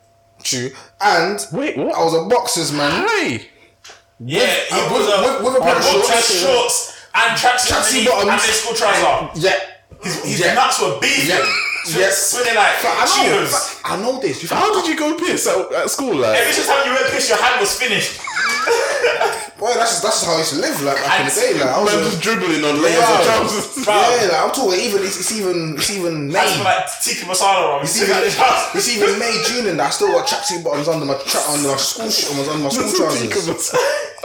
true, and Wait, I what? was a boxer's man. Hey, Yeah, he uh, was with- a with a pair of boxer shorts. shorts and tracksuit Tracksuit underneath and bottoms. his school trousers. Yeah, His yeah. nuts were beefing. Yeah. So Yeah. Swinging like But I know, cheetahs. but I know this. You how did you go piss at, at school? Like, Every time you went piss, your hand was finished. boy, that's that's how I used to live like back in the And- day. Like I was man, a, just dribbling on layers Wow. of trousers. yeah, like, I'm talking even it's, it's even it's even That's for May. like tikka masala. It's even, it's even May, June, and I still got tracksuit bottoms under my tra- under my school sh- under my school trousers.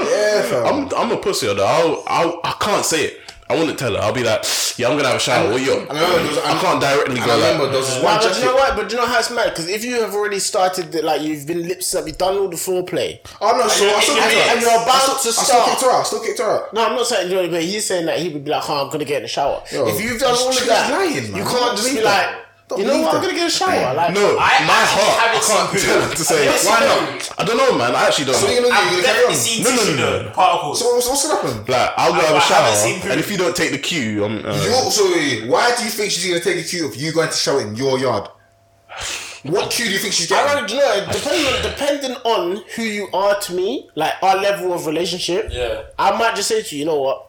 Yeah, fam. I'm, I'm a pussy though. I'll, I'll, I can't say it. I wouldn't tell her. I'll be like, yeah, I'm gonna have a shower. What you? up?" I remember there was- I can't directly and I go. remember Like, there was this Nah, one but do you know jacket. what? But do you know how it's mad? Because if you have already started, the, like you've been lips up, you've done all the foreplay, Oh no, so I still And kicked her. out. and you're I still- about to I still kicked start. her out. I still kicked her out. No, I'm not saying doing it, but he's saying that he would be like, "Oh, I'm gonna get in the shower." Yo, if you've done she's- all of she's that, lying, man. you Don't can't just be believe that. like, Don't "You know believe what? that. I'm gonna get a shower." Like, no, I my actually heart. I haven't can't seen tell her to say Yes, why you not. I don't know, man. I actually don't. So what know. you gonna do? I've You're gonna definitely carry on. seen No, no, tissue no, though, particles. So what's, what's gonna happen? Like, I'll go I- have a I haven't seen shower, proof. and if you don't take the cue, I'm. Uh, You also, why do you think she's gonna take a cue of you going to show in your yard? What cue do you think she's I getting? don't know. Depending on, depending on who you are to me, like our level of relationship, Yeah. I might just say to you, you know what,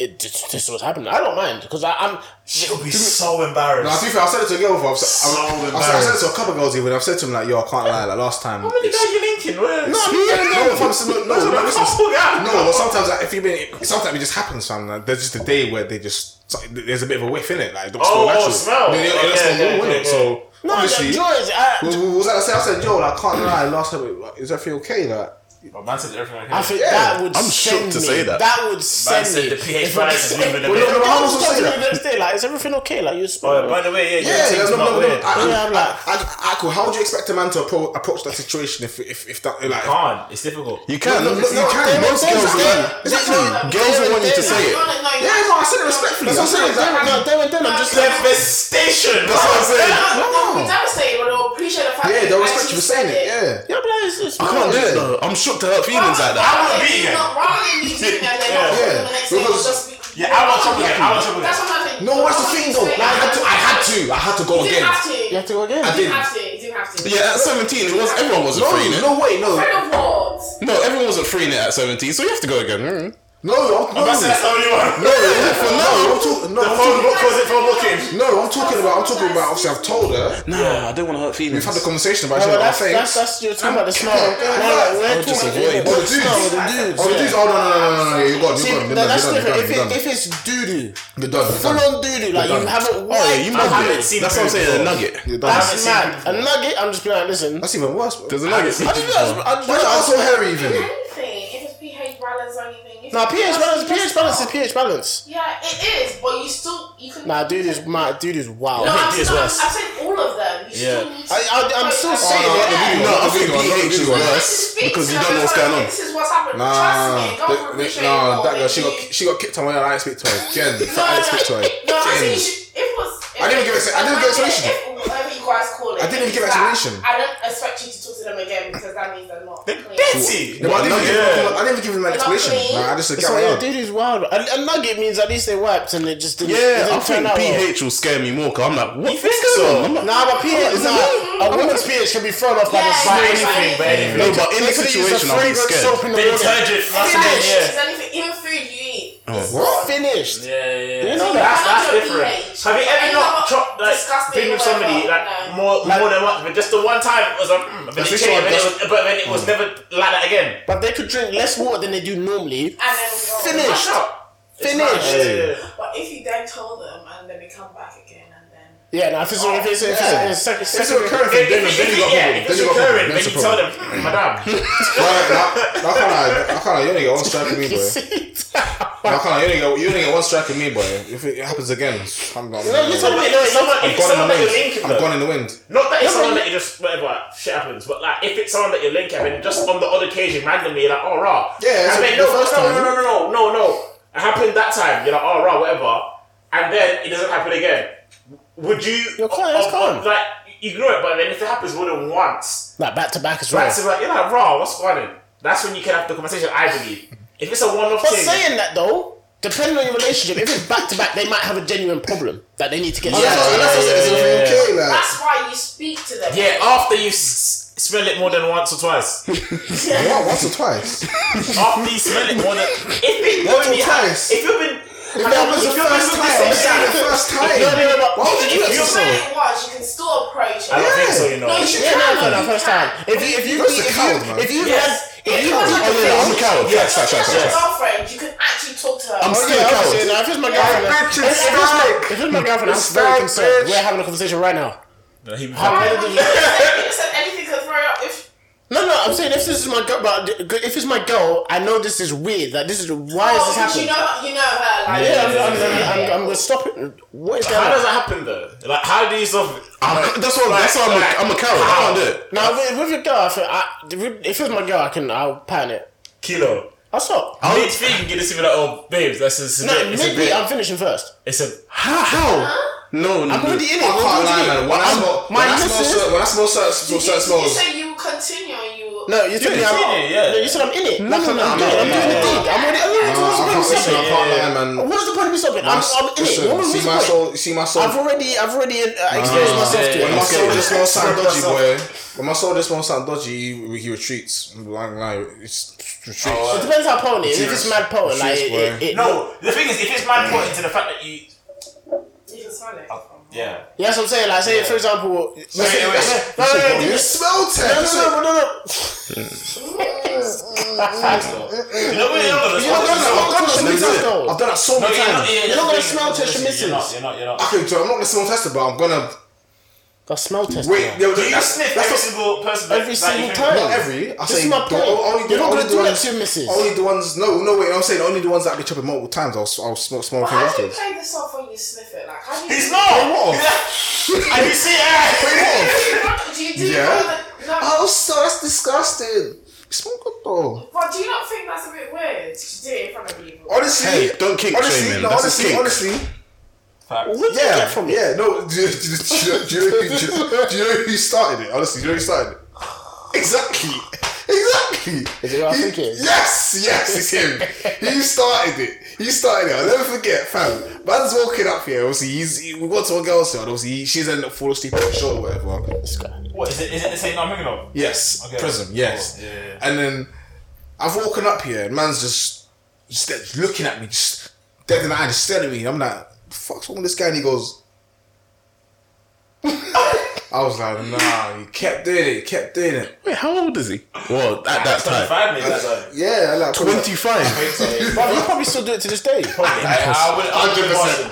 it, this, this was happening. I don't mind because I'm. She'll be so Now, embarrassed. to be fair, I said it to a girl before. I've said, So I've, I've said, I've said it to a couple of girls even. I've said to them like, yo, I can't lie. Like last time. How many it's- guys you linking? Where- No, no, no, no, fam, so no, no, no, listen. Oh, God. No, but sometimes like, if you've been, sometimes it just happens, fam. Like, there's just a day where they just so- there's a bit of a whiff in it, like it don't smell Oh, oh, natural. smell. It- it- it Okay, doesn't smell okay, normal, okay, innit? So No, obviously, the joy is. I, was, was that, I said, I said, yo, like, I can't lie. Last time, it- like, is everything okay? Like, But man said everything. I think Yeah. that would. I'm shook send to me. say that. That would send said me. the pH If I balance is say- moving a Well, bit. no, no, No, I no, was no, talking say to that. you the next day, like, is everything okay? Like you're. Oh, by the way, yeah, yeah, Yeah, it's no, not no, no, no. weird. I, I, Yeah, I'm like- I, I, I could- how would you expect a man to appro- approach that situation if if, if that like Can't. It's difficult. you can. No, no, no, you no, can. they- Most they- they- girls will. Exactly. Girls will want you to say it. Yeah, no, I said it respectfully. I said it. Then, no, Like, then and then I'm just like. Devastation. that's what I'm saying. They'll be No. devastated, but they'll appreciate the fact Yeah, that they'll you respect you actually for saying said it. Yeah. Yeah, but it's, it's I can't do Yeah. it though. I'm shook to hurt feelings like that. I wouldn't be here. Rather than- Rather than you doing that, then Yeah. yeah. Yeah. the next day, Because- just be- Yeah, I want trouble again. I want trouble again. That's what I'm saying. No, that's the thing though. Like, I had to. I had to. I had to go You didn't again. have to. You have to go again. I You did. didn't have to. You didn't have to. Yeah, at 17, it was everyone wasn't free. No, no way, no. Friend of words. No, everyone wasn't free in it at 17, so you have to go again. Mm. No, I'm, But no, that's the only one. no, yeah, for now, I'm talking. The No, I'm phone talking, book was it phone booking. no, I'm talking about. I'm talking about. Obviously, I've told her. Nah, I don't want to hurt We've feelings. Oh, had the conversation about No, it. but but I that's, think. that's, that's, you're talking about the smell. No, like, we're just talking avoid about it. the Oh, the dudes. smell, the Oh, dudes. the yeah. dudes. Oh no, no, no, no, no, no. You got, See, you got. no, You're done. that's You're done. different. If, You're done. it, if it's doo-doo, You're done. You're full done. on doo-doo, like You're you done. haven't wiped. Oh, yeah, you must I be. haven't seen That's what I'm people. saying. A nugget. You're done. That's- That's mad. A nugget, I'm just being like, listen. That's even worse. There's Why a nugget. I just, I just, I just, is that so hairy If even? anything, if it's pH balance or anything. if Nah, it's pH balance, pH just- balance is pH balance. Yeah, it is, but you still you can. Nah, dude is mad. Dude is wild. No, I I'm think it is still, I'm worse. saying all of them. You Yeah. still need to. I, I, I'm still Oh, saying no, it. No, no, I That's think a good one. BH is That's a good one. worse because you Speak to don't know them, what's going on. This is what's happened. Trust me. Nah, Don't the- the- appreciate nah, what that girl, they she do. got she got kicked on when I didn't speak to her again. I No, no, didn't speak to her no, I think you again. should- if it was- if I didn't it give was a- I didn't give like, explanation. if- Whatever you guys call it. I didn't if give it's that, explanation. I don't expect you to talk to them again because that means they're not. clean. Dirty. Yeah, but I didn't even Yeah. give him- I didn't even give him an Not explanation. clean. Nah, I just said, get So, yeah, out. dude is wild. A, a nugget means at least they wiped and it just didn't. it Yeah, didn't I think turn out well. BH will scare me more. Cause I'm like, what? You what's think going so? on? I'm like, Nah, but pH, Is it nah, a woman's pH can be thrown off by the Yeah, By yeah, smell. anything, by Yeah. anything. no, but in They this could use situation, a I'm fragrant scared. soap in the morning. Detergent. If That's that it. Yeah. shit is anything, even food you Oh, eat. What? Finished. Yeah, yeah. You know that's, that. that's different. PH. Have you You ever know, not chopped like disgusting been with somebody whatever, like no. more more than once, but just the one time it was a mm, but, then it this changed, one, and it that's- Hmm. was, but then it was never like that again. But they could drink less water than they do normally. And then we go. Finished. Shut. Finished. But if you then tell them and then they come back again and then. Yeah, nah, if it's, if it's, if it's, Yeah. it's, sec- It's second- a If, recurring thing. if, Then if, then you if, got yeah, problem. if Then it's you got problem. recurring, Then then it's a you tell problem. them, mm, madam. Right, now, now can't I, I can't I, you only get one strike at me, boy. Now can't I, you only get, you only get one strike at me, boy. If it happens again, I'm gone. No, you're telling me no, If it's not. someone, if I'm it's gone in someone the that you're wind. linking, I'm though, gone in the wind. not that it's No, but someone you- that you just whatever shit happens, but like if it's someone that you're linking and just on the odd occasion randomly, you're like, oh rah, Yeah, it's and the- then, the no, no, first no, time. no, no, no, no, no, no, it happened that time. You're like, oh rah, whatever, and then it doesn't happen again. Would you? You're calm, it's of- calm. of- Like you grew it, but then if it happens more than once, Like back to back as well. that's like you're like rah, what's going on? That's when you can have the conversation. I believe if it's a one-off But thing. saying that though, depending on your relationship, if it's back to back, they might have a genuine problem that they need to get. Yeah, that's sorted. what that's what- it's okay, like. That's why you speak to them. yeah, after you s- smell it more than once or twice. What, once or twice? after you smell it more than if it Once or only ha- twice? if you've been If that was if the you've been with first time, this that guy- was the first No, no, no, time. but- Why would you do that If to you yourself? said it once, you can still approach it. I don't think so, you Yeah. know. No, you should- Yeah, no, no, no, You first can. time. If you, if you, That's a if coward, man. you, if you, Yes. had, if you had, if you- Yeah, I'm a coward. Yeah, If sorry, sorry, you're sorry. your girlfriend, you can actually talk to her. I'm Oh, yeah, still a I'm coward. saying, nah, if it's my girlfriend, bitch, if, if, it's my, if it's my girlfriend, I'm very Stop, concerned. bitch. We're having a conversation right now. No, he was Why happy. would you have said anything to throw out if oh, No, no, I'm saying if this is my girl, but if it's my girl, I know this is weird. Like this is why is this oh, happening? you know you know her like yeah, I'm, I'm, I'm, I'm, I'm gonna stop it. What is How that? does that happen though? Like, how do you solve it? I'm- That's why. That's why I'm a, I'm a coward. I can't do it. Now with, with your girl, I feel, I, if it's my girl, I can I'll pan it. Kilo. I'll stop. Mid feet can get this even like, oh, babes, that's a, it's a No, bit. It's a maybe bit. I'm finishing first. It's a. How? How? No, no. I'm already in it. I What can't do you lie, do? man. When I I'm- smell, my when I smell, missus- certain- when I smell certain, certain you, you smells, say you will continue or you will No, you said Yeah, me. I'm, yeah, yeah. No, you said I'm in it. No, like, no, I'm, no, I'm no, doing, I'm no, doing the no. deed. I'm already. I'm No, I can't already. listen. I can't What's lie, man. the point of me stopping? I'm, I'm in it. What was Listen, the see my point? soul. you See my soul. I've already, I've already uh, exposed myself yeah, to it. When my yeah. soul Okay. just smells something dodgy, Stop. boy. When my soul just smells something dodgy, he, he retreats. I'm lying, lying. It's it's retreats. It depends how potent it is. If Serious. it's mad potent, like Serious, it, it, boy. it, No, the thing is, if it's man pointing to the fact that you. you can smell Uh, it. Yeah. Yeah, that's what I'm saying. Like, say for example, no, wait, wait. no, no, no, you no, smell no, it. no, no, no, no. You know what? You're not gonna smell it. You're not gonna smell test I've done that so No, many times. I've done that so yourself, though. many you're not- yeah, times. You're not yeah, gonna yeah, smell test your You're not. missus. You're not. You're not. Okay, so I'm not gonna smell tester, but I'm gonna The smell test. wait. Yeah, Do you that's, sniff that's every not- single person? that- Every that single you think- time. Not every. I This say is my the- point. only the- You're not only gonna the do that ones- to your missus. Only the ones. No, no. Wait, I'm saying only the ones that have been chopping multiple times. I'll I'll smell smell But things how do you afterwards. play this off when you sniff it? Like how do you He's What? not. And you see it. do you do Yeah. rather- Oh, no, so that's disgusting. Smell good though. but do you not think that's a bit weird to do it in front of people? Honestly, Hey, don't kink honestly, shame him. No, That's a honestly, kink. honestly, What did you yeah, get from it? yeah. No, do, you- do, you- do, you know- do, you know who- do, you- do you know who started it? Honestly, do you know who started it? Exactly, exactly. Is it who I He- think it is? Yes, yes, it's him. he started it. He started it. I'll never forget, fam. Man's walking up here. Obviously, he's he, we got to a girl's yard. Obviously, he- she's ended up falling asleep on the show or whatever. This guy. What is it? Is it the same? I'm thinking of. Yes, Okay. Oh, Prism. Yes. Cool. Yeah, yeah, yeah. And then I've woken up here, and man's just just there, just looking at me, just dead in the eye, just staring at me. I'm like, the fuck's wrong with this guy? And he goes, I was like, nah, he kept doing it, kept doing it. Wait, how old is he? Well, at that time, Five minutes. Like, Yeah, I like twenty-five. Bro, you probably still do it to this I, day. I would. I would Hundred percent, pause it.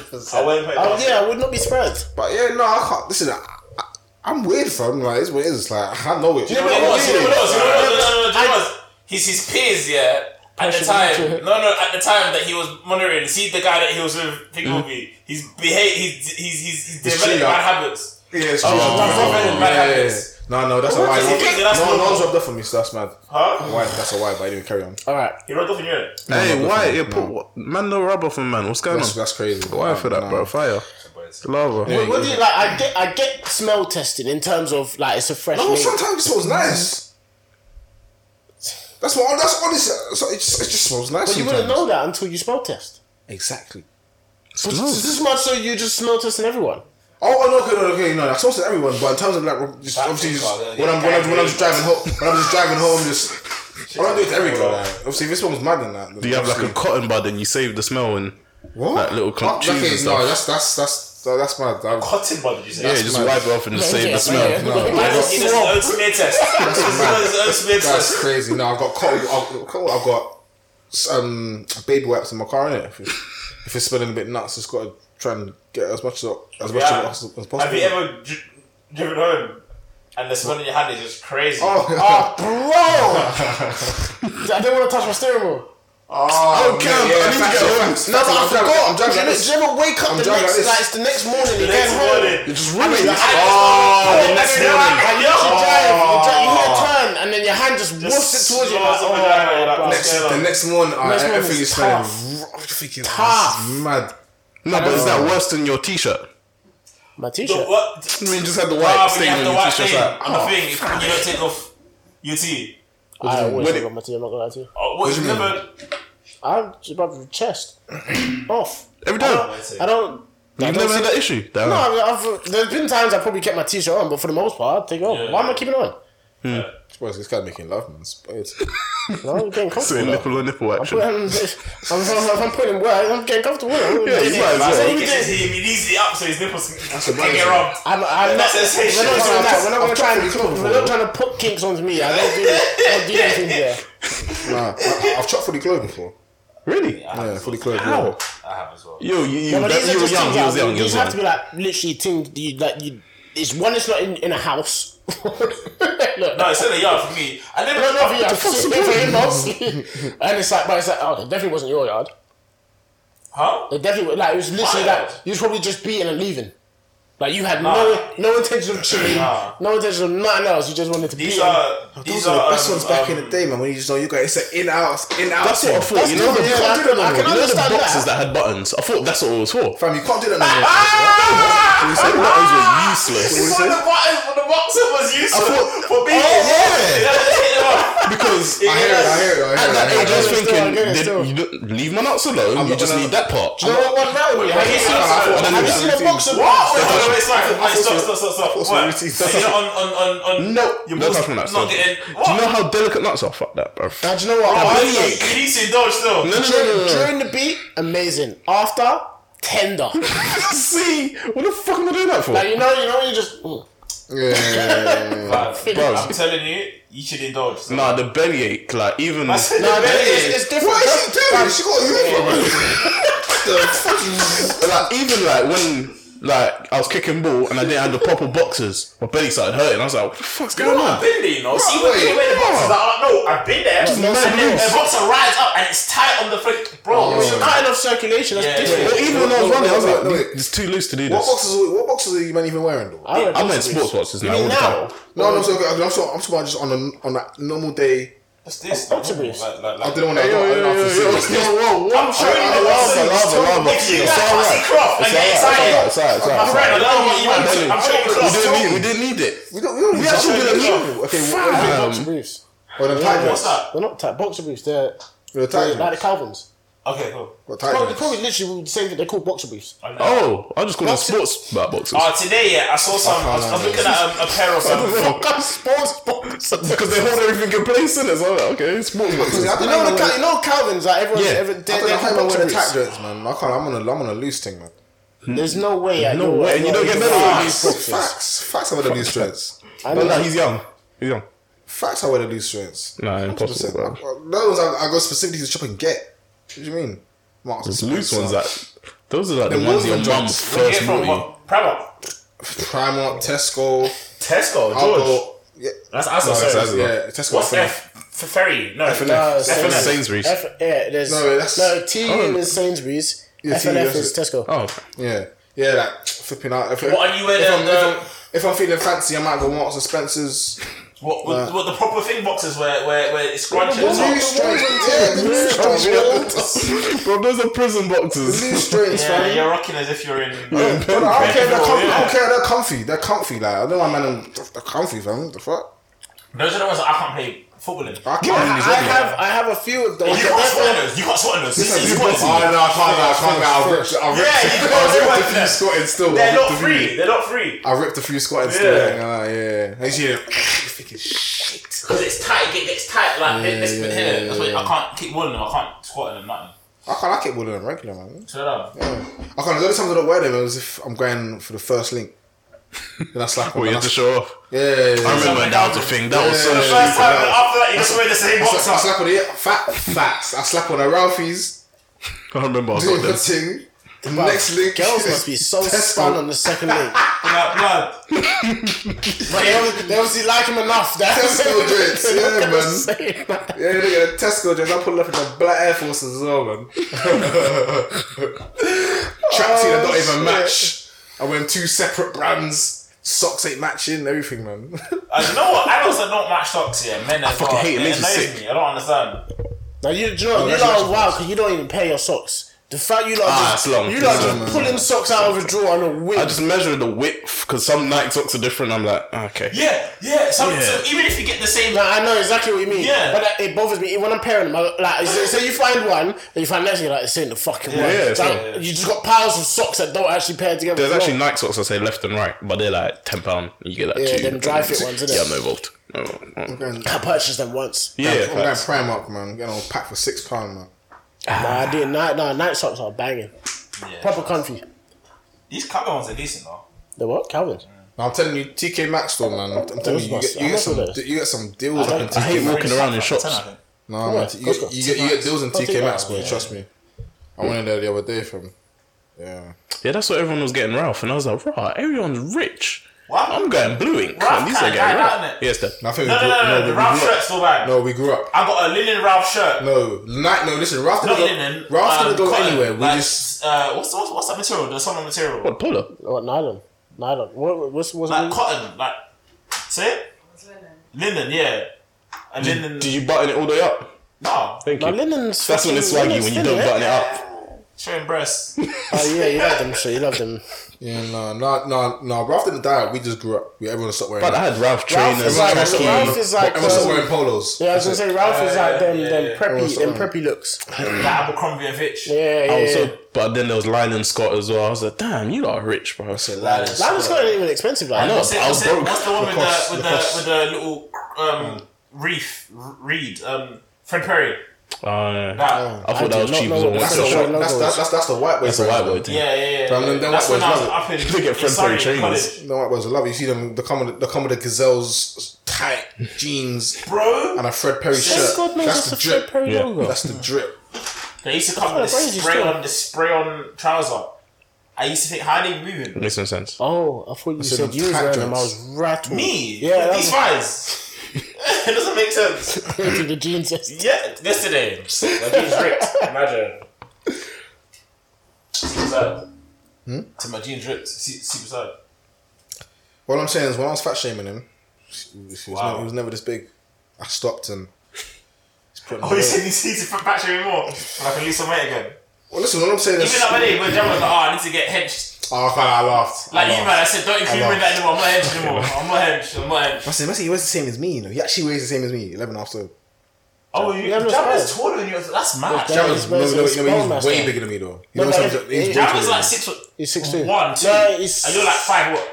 hundred I percent. wouldn't put it Oh past yeah, him. I would not be surprised. But yeah, no, I can't. Listen, I, I, I'm weird, fam. Like it's what it is. Like I know it. You know what it was? You know what it was? You know what it was? No, no, no, no, do you know what it was? He's his peers, yeah. At the Pressure time, manager. no, no, at the time that he was monitoring, see the guy that he was with, think of me. He's behave, he's he's he's, he's developing chill Mm. out. bad habits. Yeah, it's Oh, true. that's Yeah, not bad, yeah, bad yeah, habits. yeah. No, no, that's a why. does he think that that's No, no normal? one's rubbed off on me, so that's mad. Huh? Why? That's a why. But anyway, carry on. All right. He rubbed off in your head. Hey, no, why? definitely Yeah, put, what, man, no rub off on man. What's going That's on? that's crazy. Why for that, No. bro? Fire, lava. What, what do you like? I get, I get smell testing in terms of like it's a fresh. No, meat. sometimes it smells nice. That's what. That's honestly. So it, just, it just smells nice. But you wouldn't know that until you smell test. exactly. But Smells. this is much so you just smell testing everyone. Oh, no, okay, no, okay, no, that's also everyone. But in terms of like, just That obviously, thing, just, Carl, yeah, when I'm when I'm when I'm just yeah. driving home, when I'm just driving home, just I don't do it to every girl. Like, obviously, if this one's mad than that, then Do you have like a obviously- cotton bud and you save the smell and what? like, little clump Oh, cheese okay, and stuff? No, that's that's that's that- that's mad. That- Cotton bud, did you say? yeah, That's you just mad. wipe it off and just Yeah, save yeah, the smell? yeah. No, He does that's, he does his own smear test. He does his own smear that's test. crazy. No, I've got cold. I've, cold, I've got um baby wipes in my car. Innit? If it's, if it's smelling a bit nuts, it's got to try and get as much as as much Yeah. as, as possible. Have you ever dri- driven home and the smell in your hand is just crazy? Oh, Bro, I didn't want to touch my steering wheel. oh Okay, I'm- I need to facts, get yeah, home. facts, No, facts. but I I'm driving- forgot. I'm driving like this. Do you ever wake up I'm the driving like next, this. like, it's the next morning? The you're next going home. morning. You just I ruined mean, it. like, I- Oh, the next Like, morning. Oh. you actually drive, you drive, you hit a turn, and then your hand Just just, whoops it towards you. slows like, up oh, and down, you're like, bruh. next- Next, the next morning, I Next morning everything is is smelling. tough. I'm thinking, Tough. that's mad. No, but is that worse than your t-shirt? My The t-shirt. what? I mean, you just had the Well, white but stain you on have to watch your thing. t-shirt. so- I'm a thing. If you don't take off your tee, I always When take it- off my t-shirt. I'm not gonna lie to you. oh, what, do you you mean? never. I'm just about the chest off. Every I time. don't. I don't I don't You've never see- had that issue. Damn. No, I've, I've, there's been times I probably kept my t-shirt on, but for the most part, I take it off. Yeah. Why am I keeping it on? Boys, this guy making love, man. It's weird. No, I'm getting So comfortable. now. nipple on nipple I'm action. putting, I'm, I'm, I'm putting in work. I'm getting comfortable. I'm Yeah, you getting- might as So well. he, gets his, he he needs it up so his nipples can a can get bonus, man. rubbed. I'm, I'm not. That's a We're sensation. not doing that. We're not I've gonna try tried and. to cover We're not trying to put kinks onto me. I don't do. I don't do anything there. nah, I, I've chopped fully clothed before. Really? Yeah, fully clothed. How? I have as well. Yo, you, you, No, but that- these are you were just young. things You was that- young. You was These have to be young. like literally things that you like. You, it's one. It's not in, in a house. Look, No, it's in the yard for me. I never. No, no, for you. Huh? It's for in-laws. and it's like, but it's like, oh, it definitely wasn't your yard. Huh? It definitely like it was literally My like yard. you was probably just beating and leaving. Like you had Nah. no no intention of chilling, Nah. no intention of nothing else. You just wanted to These beat. and- are these Those are are the best um, ones back in um, the day, man. When you just know you got it's an in out, in out. That's what I thought. That's You know the different, yeah, I boxes- can- I can you know the understand boxes that. that had buttons. I thought that's what it was for. Fam, you can't do that no more. Them buttons were useless. It's Ah! one of the buttons What is the boxer was useful thought- for being. Oh, yeah. Because I hear it, I hear it, I hear it. I hear I it. was Still, I thinking, get it, did- still. you don't- leave my nuts alone. not you just gonna- need that part. Do you know what one round with you? But he Have said- I thought- you I seen thought- a boxer? What? Oh, Wait, wait, wait, stop, wait, stop, stop, stop, stop. What's What? the routine? So you're on, on, on, on. No, you're no most- touch on Not that stuff. getting. Do you know What? how delicate nuts are? Fuck that, bro. Now, do you know what? That After- belly ache. You need to indulge still. No, no, no, no, during, no, no. during the beat, amazing. After, tender. See, what the fuck am I doing that for? like you know, you know, you just. mm. Yeah. Bro, I'm telling you, you should indulge. still. nah, the belly ache, like even I said Nah, the belly it's, ache. it's different. What is she doing? She got you for man. like even like when like I was kicking ball and I didn't have the proper boxers, my belly started hurting. I was like, what the fuck's going No, I've on? been there, you know. See, when wait. you wear the boxers that are no, I've been there. And mad then moves. the boxer rides up and it's tight on the frick, bro. Oh, It's not enough circulation. That's Yeah, different. yeah, Or even when I was Wait, running, I was wait, like, wait, wait. it's too loose to do What this. boxes? What boxes are you man even wearing though? I wear I'm in boxers. sports boxes You now all mean the now? time. No, no, so okay, I'm talking. I'm talking about just on a on a normal day. What's this? Boxer briefs. Like, like, I like, didn't want to. I don't know if I'm it's showing you the Lava, boxer. lava, lava. If you It's got Foxy alright. Croft and It's get alright. It's excited. alright. It's alright. I'm It's right, I don't alright. know what you want to do. I'm showing We Croft. didn't need. We didn't need it. We don't. We don't. We actually didn't need it. Okay. What Boxer briefs. Or the tight What's dress. that? They're not tight. Boxer briefs. Or They're, the they're tight like the dress. Calvins. Okay, cool. Or Probably, tight dress. probably literally the same thing. They're called boxer briefs. Oh, I just call them Boxes. Ah, sports bat boxes. Oh, today, yeah, I saw some. I was, I was looking at um, a pair of some. Fuck up sports box. Because they hold everything in place, innit? So I'm like, okay, it's more See, I You don't know, even the, Cal- you know Calvin's like everyone's Yeah. every, I they're, I they're don't even wear the contemporaries. tack dreads, man. I can't. I'm on a. I'm on a loose thing, man. There's no way. I No know way, I and you know don't it. get better with these Facts. Facts. Facts. I wear the loose dreads. I No, know. no, he's young. He's young. Facts. I wear the loose dreads. Nah, impossible, bro. Those I, I go specifically to shop and get. What do you mean? Marks Those and loose ones Spencer. that. Those are like the, The ones your Wolverine mum's joints. Where you first get from? movie. What? Primark, Primark, Tesco, Tesco, George. Aldo. Yeah, That's Asda. that's sorry. Asda. yeah, Tesco. What's I think. F? F- Ferry? No, F&F. No, F and F. Sainsbury's. F, yeah, there's No, no, that's- T Oh. is Sainsbury's. Yeah, F T and F is is Tesco. Oh, okay. Yeah, yeah, like flipping out. If, What are you wearing, If I'm, uh, if, I'm, if I'm feeling fancy, I might go Marks and Spencers. What, what, what the proper thing boxes where where, where it's scrunches Loose up? joints, yeah, the loose joints, yeah. Bro, those are prison boxes. Loose joints, Yeah, fam. you're rocking as if you're in. But I don't care. They're comfy. I Yeah. don't care. They're comfy. They're comfy. Like I don't want man. them- They're comfy, fam. The fuck. Those are the ones that I can't play football in. You I can't. I, really I like it. have I have a few of those. can't sweat in those. You can't sweat in those. This is what- Oh, no, I can't. I can't. I ripped. I ripped. Yeah, you I can't do ripped it. a few squatting still. I They're ripped not a few. free. They're not free. I ripped a few squatting still. Yeah. Yeah, yeah. yeah. And she did- Fucking shit. Because it's tight. It gets tight like Yeah, this yeah, bit yeah, here. That's why yeah. I can't keep one. I can't squat in them, nothing. I can't like it more than regular man. Shut up. I can't. The only times I don't wear them is if I'm going for the first link. Then I slap them. Well, you and I- had to show off. Yeah, yeah, yeah. I remember when that was a thing. That was so Yeah. First stupid. time after that, you just wear the same I slap, I boxer. slap on the fat facts. I slap on a Ralphie's. I remember I Do got your them. thing. The next link. Girls must be so Tesco. spun on the second link. Blood, blood. But they obviously, they obviously like him enough. That's Tesco joints, They're not yeah, gonna man. say that. Yeah, they got Tesco dress. I pull up in the black Air Forces as well, man. Tracksuit that don't Oh, even match. I wear two separate brands. Socks ain't matching. Everything, man. Uh, you know what? Adults that don't match socks here, men as fucking well. hate it, makes you annoys sick. me. I don't understand. Now you, do you know, you that's lot actually are wild because you don't even pair your socks. The fact you lot Ah, just, it's long. you lot It's just long, pulling socks out of a drawer on a whim. I just measured the width because some Nike socks are different. I'm like, "Ah, okay. Yeah, yeah. So, Yeah. so even if you get the same, Like, I know exactly what you mean. Yeah. But like, it bothers me when I'm pairing them. I, like, so, so you find one, and you find next, you're like, it's in the fucking one. yeah, It's it's like, not- You just got piles of socks that don't actually pair together. There's for actually long. Nike socks I say left and right, but they're like ten pound. You get like Yeah, two. them dry fit ones, innit? Yeah, I'm involved. No, no. I'm I purchased them once. Yeah, going facts. Primark, man. I'm getting on pack for six pound, man. Nah, I did night. Nah, night socks are banging. Yeah. Proper comfy. these Calvin ones are decent though. The what? Calvin's. No, I'm telling you, TK Maxx though, man. I'm telling Those you, you get, must- you I'm get not some, with it. you get some deals up in don't- I hate TK Maxx. walking around in shops. No, man, Yeah, you, Costco. get, you, get, you get deals in Oh, TK TK Maxx, Maxx, boy. Trust me. I went in there the other day, fam. Yeah. yeah, that's what everyone was getting Ralph, and I was like, rah, everyone's rich. What? I'm going blue ink. Ralph Come on, these are can't die, getting Ralph. innit? Yes, that. No, I think No, we no, grew- no, no. the we Ralph grew up. shirt's still right. No, we grew up. I got a linen Ralph shirt. No, night. No, listen. Ralph Not didn't linen. go. Ralph um, didn't go cotton, anywhere. We like, just uh, what's, what's what's that material? The summer material. What polo? What Oh, nylon? Nylon. What? What's? What's? Like what's cotton, like say it? Linen, yeah. And linen. Did you button it all the way up? no, Thank now you. linen's. That's when it's fucking- swaggy linen's when you thin, don't innit? button it up. showing breasts. Oh yeah, you love them. Shit, you love them. yeah, no, no, no, no. Ralph didn't die. We just grew up. We everyone stopped wearing. But I had Ralph trainers, is like- tracky. Ralph is like, everyone stopped um, wearing polos. Yeah, I was gonna say Ralph is like them, yeah, them yeah. preppy, them sorry. preppy looks. Oh, like Abercrombie and Fitch. Yeah, yeah. I yeah. was so, but then there was Lyman Scott as well. I was like, damn, you lot are rich, bro. I said, Like, Lyman's not even expensive. Like, know. What's, it, I was what's, it, broke. what's the one with Lacoste, the with Lacoste. the with the little um, reef r- reed? Um, Fred Perry. uh, That. I thought I that did was not cheap know as what well. that's, that the was. That's a shop. white, that's, that's, that's, that's the white boys. That's a white boy thing. Yeah, yeah, yeah. From yeah. them- them That's white when I boys was love up in, They get in Fred Surrey Perry trainers. College. The white boys love. it. You see them. They come with they come with the gazelles, tight jeans, Bro, and a Fred Perry Thank shirt. God knows That's that's the a Fred drip. Perry Yeah. logo. That's the drip. they used to come with That's the crazy spray still. on the spray on trouser. I used to think how they moving. makes no sense. Oh, I thought you said said them you was tight wearing them. I joints. was rattled. Me, Yeah, yeah, that these guys. it doesn't make sense. to the jeans. yes. Yeah, yesterday. My jeans ripped. Imagine. Super sad. Hmm? So my jeans ripped. Su- Super sad. What I'm saying is, when I was fat shaming him, he was, Wow. never, he was never this big. I stopped and. just put him Oh, you away. said you need to fat back anymore, and I can lose some weight again. Well, listen. What I'm saying is, Even that day when Jam was like, "Oh, I need to get hedged." oh, I, can't, I laughed. Like I you, man, laughed. I said, "Don't include me in laugh. that anymore. I'm not hedged anymore. I'm not hedged. I'm not hedged." I said, Messi, he weighs the same as me. You know, he actually weighs the same as me. Eleven after. Oh, you, Yeah, I'm Jam not is surprised. taller than you. That's mad. Yeah, Jam Jam is is- no, no, no, he's no, he's Spellmaster. way bigger than me though. You No, know, but sometimes if- he's way Jam bigger is than like me. six foot He's 16. one, two, No, he's- and you're like five what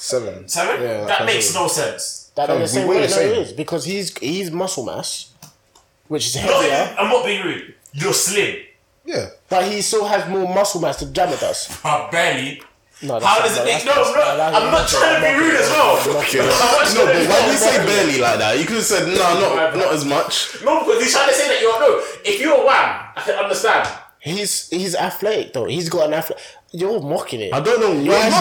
seven. seven. Yeah, that five, makes seven. no sense. That they're Fam, the we same weigh weight. the No, it same. is because he's he's muscle mass, which is No, heavier, I'm not being rude. You're slim. Yeah. but he still has more muscle mass to jam with us. I barely. No, How does it make? No, no. I'm not trying to be rude as well. I'm not No, but why do trying you to say be rude. barely like that? You could have said no, not not as much. No, because he's trying to say that you're no. If you're wham, I can understand. He's he's athletic though. He's got an athletic. You're mocking it. I don't know why he's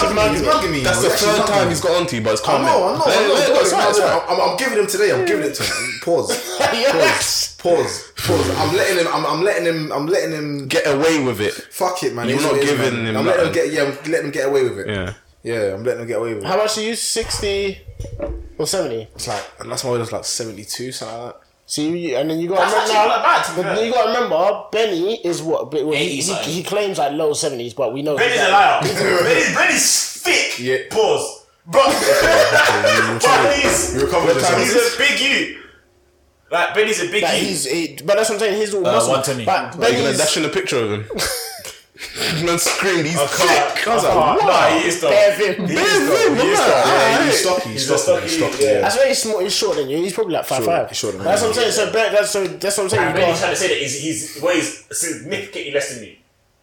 he's mugging you, he's doing it. He's mugging you. mugging you. He's mugging me. That's the He's actually third mugging time me. he's got onto you, but I it's calm. know, I know, I Let- know. let it go, it's fine, it's fine. I'm, I'm, I'm giving him today. I'm giving it to him. Pause. Yes. Pause. Pause. I'm letting him. I'm, I'm letting him. I'm letting him. Get away with it. Fuck it, man. You're It's not what it is, giving man. him I'm letting him nothing. get. Yeah, I'm letting him get away with it. Yeah. Yeah, I'm letting him get away with it. How much are you? Sixty or seventy? It's like and that's my weight was like 72, something like that. So you- you and then you got That's actually not remember. that bad. To be But you fair. got to remember, Benny is what but- well, he, 80 he, something. he claims like low seventies, but we know he's Benny's a like- liar. Benny's, Benny's thick. Yeah. Pause. Bro, bro, he's, You recovered yourself. he's a big you. Like Benny's a big Like you. he's, he, but that's what I'm saying. He's Uh, all muscle. 120. But Are you gonna Benny's dash in a picture of him? Man screamed, he's I can't- thick. I was I like, can't. wow. No, he is though. Benny. Bare thing, look at Ah, that. Yeah, he's Alright. stocky. He's He's a stocky. stocky, He's stocky. yeah. Yeah. That's why he's small. He's shorter than you. He's probably like five five. he's shorter than that's me. what I'm saying. So Ben, that's so that's what I'm saying. And Benny's You got, trying to say that he's, he's weighs significantly less than you.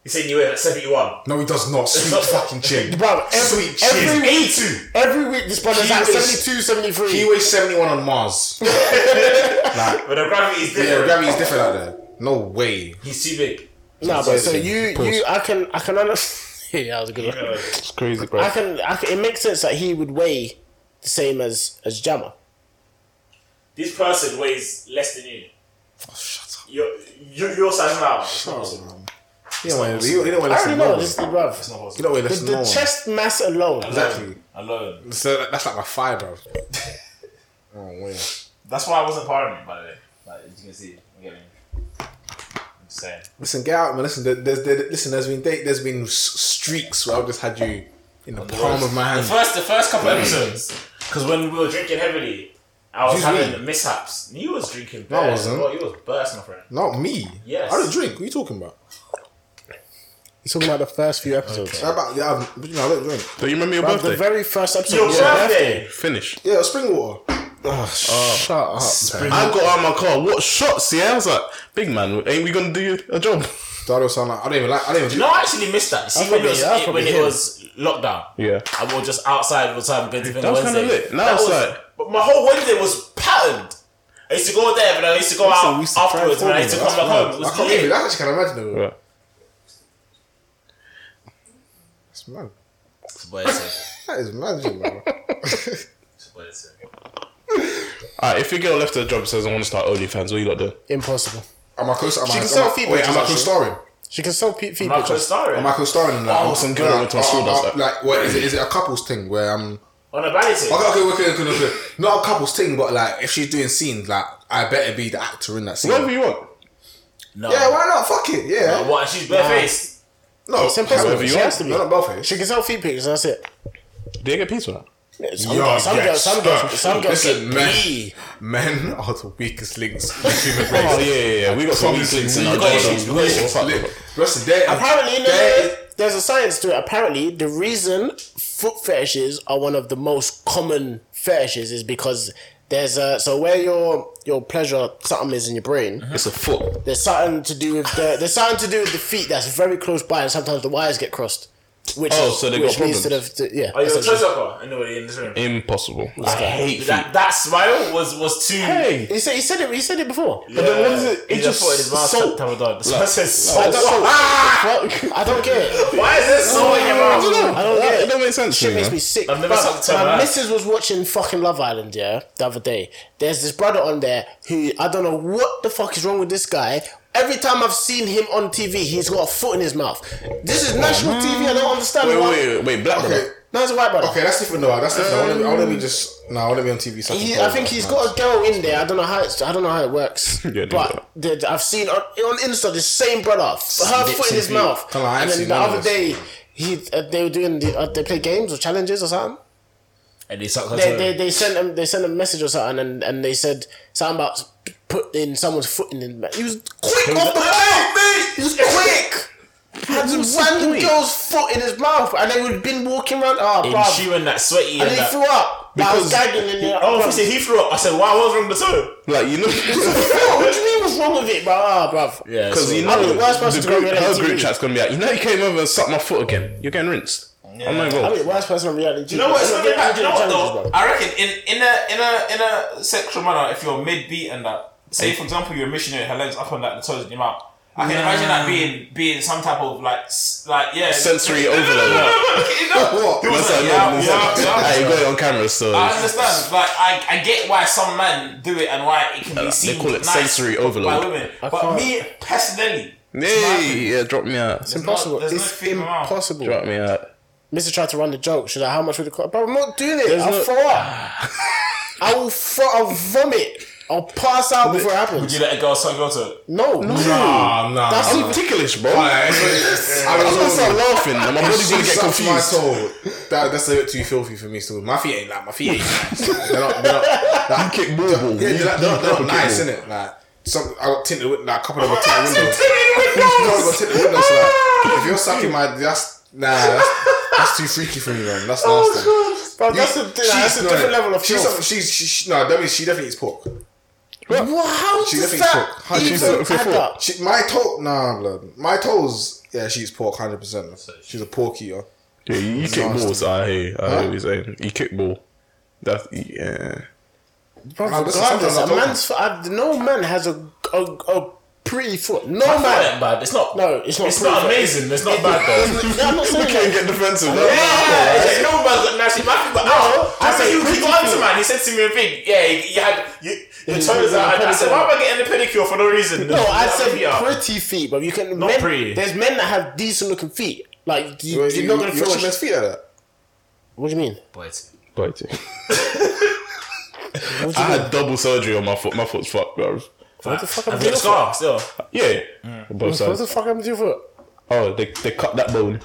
He's saying you weigh like 71. No, he does not. Sweet fucking chin. bro, every, Sweet every, chin. every, He's 82. week this brother's He at was- 72, 73. He weighs 71 on Mars. But the gravity is Yeah, different. gravity's different out there. No way. He's too big. nah, but so Pause. you you I can I can understand. yeah, that was a good. One. It's crazy, I bro. can, I can. It makes sense that he would weigh the same as as Jammer. This person weighs less than you. shut up. You're, you're, you're size now. You don't weigh- you- you don't weigh I less already than know normal. this is the bruv. You don't weigh The, less than the normal. chest mass alone. Exactly. Alone. So that- that's like my thigh, bro. Oh, wait. That's why I wasn't partying, by the way. Like, as you can see. I'm getting. I'm just saying. Listen, get out, man. Listen, there- there's there, listen. There's been day- there's been s- streaks where I've just had you in the palm of my The hand. first, the first couple episodes, because when we were drinking heavily, I was Who's having we? mishaps. You was drinking. No, I beer, wasn't. bro. You was burst, my friend. Not me. Yes. I don't drink. What are you talking about? He's talking about the first few episodes. How about yeah, I've- but you know, I don't drink. Do you remember your Bruv, the birthday? very first episode. Your was your birthday. Finish. Yeah, spring water. Oh, shut up. man. I got out of my car. What shots? Yeah, I was like, big man, ain't we gonna do a job? That don't sound like I don't even like. I don't even. You know, I actually missed that. You See, when, probably- it was, that's it, probably when it him. was lockdown, Yeah. I was just outside all the time going to things That on was kinda Wednesday. lit. Now That it's was- like- but my whole Wednesday was patterned. I used to go there, but I used to go Listen, out we used to try afterwards, and and I used to form come back them. home. It That's was wild. I can't even. lit. I actually can imagine it. Right. That's mad. That's what I said. That is magic, bro. That's what I said. Alright, if your girl left her job and says I want to start OnlyFans, what you got to do? Impossible. Am I close? Am She I, can am sell I, feet Wait, pictures, am I actually. co-starring? She can sell feet, feet I'm not pictures. co-starring. Am I co-starring in that? Oh, some girl went to my school uh, does uh, that. Like, what is it? Is it a couples thing where I'm? On a ballet team. Okay, okay, okay, okay, okay. Not a couples thing, but like if she's doing scenes, like I better be the actor in that scene. Whatever you want. No. Yeah, why not? Fuck it. Yeah. What? and She's barefaced. No, It's impossible. However you She want. has to be. No, not both. She can sell feet pictures. That's it. Do you get peace for that? Some girls, some girls, some girls, some girls. Listen, get men, pee. men are the weakest links in the human race. Oh yeah, yeah, yeah. We got some weak links in our got job. issues, we got issues. Look, Listen, there- Apparently, no, um, there no, is- no, there's a science to it. Apparently, the reason foot fetishes are one of the most common fetishes is because there's a so where your your pleasure something is in your brain. Uh-huh. It's a foot. There's something to do with the there's something to do with the feet that's very close by, and sometimes the wires get crossed. Which Oh, is, so they got which leads to the to, yeah. Are you Oh, a essentially. close-upper? Anybody in this room? Impossible. I hate feet. That, that smile was was too. Hey, he said he said it he said it before. Yeah. then what is it? It He's just a foot in his mouth, salt. Tamadon. This man says I salt. don't, know. I don't get it. Why is there salt in your I don't mouth? know. I don't get it it. don't make sense. Shit you makes know? me sick. I've never Bruh, sucked a turn My like that. missus was watching fucking Love Island, yeah, the other day. There's this brother on there who I don't know what the fuck is wrong with this guy. Every time I've seen him on TV, he's got a foot in his mouth. This is national TV. I don't understand Wait, why. wait, wait, wait, black Okay, brother. No, it's a white brother. okay, that's different though. That's different. I want to be, I wanna be just. No, I want to be on TV. sucking He, cold, I think he's man. got a girl in there. I don't know how it's, I don't know how it works. do but the, I've seen on, on Insta the same brother, f- her Lips foot in and his feet. mouth, Come on, I've and then seen the none of other this. day he uh, they were doing the, uh, they play games or challenges or something. And he sucked her They, they, they sent him they sent him a message or something and, and they said something about putting someone's foot in his mouth. He was quick off the bat. He was quick. Had some random girl's foot in his mouth, and they would have been walking around. Oh, And bruv. she went that sweaty and, and he that. threw up. But I was Because, gagging ah, in there. Oh, if he said he threw up. I said, why was wrong with the toe? like, you know, Yo, what do you mean? What's wrong with it, bro? Ah, bruv. Yeah, because you I'm know, the worst person the to go group, on reality her group TV. chat's gonna be like, you know, you came over and sucked my foot again. You're getting rinsed. I'm not I'm involved. the worst person on reality. You know what? It's not really bad. You know what though? bro. I reckon in in a in a in a sexual manner, if you're mid beat and that, say for example you're a missionary, her legs up on that, the toes in your mouth. I can imagine that being being some type of like s- like yeah Sensory No, no, no, no, no, no, overload. you know? What? He was That's like, how I yeah, know. yeah, yeah. Hey, you got it on camera, so I understand. Like I, I get why some men do it and why it can be seen. they call it nice sensory overload. by women. I But can't. me personally, Hey, yeah, drop me out. It's impossible. there's no it's female. impossible. Drop me out. Mister tried to run the joke. Should I? How much would it cost? Bro, I'm not doing it. There's I'll no- throw up. I will. Throw, I'll vomit. I'll pass out before Would it happens. you let a girl suck your toe? No, Nah, nah. That's nah. even- I'm ticklish, bro. Alright, it's- Uh, I I'm gonna was start laughing, and my body's She gonna get sucks my confused. soul. That, that's a bit too filthy for me still. My feet ain't like my feet ain't nice. they're not. They're not. Like, You kick ball, ball. Yeah, they're, not- they're not- You- you they're not proper kick nice, ball. innit? Like some, I got tinted with like a couple of them got tinted windows. No, I windows. got tinted windows. so, Like, if you're sucking my, that's nah. That's, that's too freaky for me, man. That's nasty. bro, You- that's a, that's a no, different no. level of She's, filth. some- she's she, she, no, that means she definitely eats pork. Well, how She does definitely that took- how she even took- add for- up? She, my toe, nah, blood. My toes, yeah, she eats pork hundred percent. She's a pork eater. Yeah, you, you kick Nasty. balls. I hear. you. I hear Huh? what you're saying. You kick ball. That's yeah. Bro, Nah, this is regardless, a something I don't- man's foot. I- No man has a a, a pretty foot. No It's not man. that bad. It's not. No, it's not. It's pretty not foot. amazing. It's not bad though. No, I'm not saying that. get defensive. Yeah, it's like, no man's got nasty mouth, but no. I I said said you pretty keep on to feet. man. He said to me a thing. Yeah, you, you had you, your he's toes out. getting a I said, pedicure. why am I getting a pedicure for no reason? No, I Like, said feet up. pretty feet, but you can. Not men, pretty. There's men that have decent looking feet. Like you, Wait, you're you- not gonna you feel. wash your man's feet like that. What do you mean? I had double surgery on my foot. My foot's fucked, bro. What the fuck am I've I got doing? a scar still. Yeah, both What sides. the fuck am I doing for? Oh, they, they cut that bone.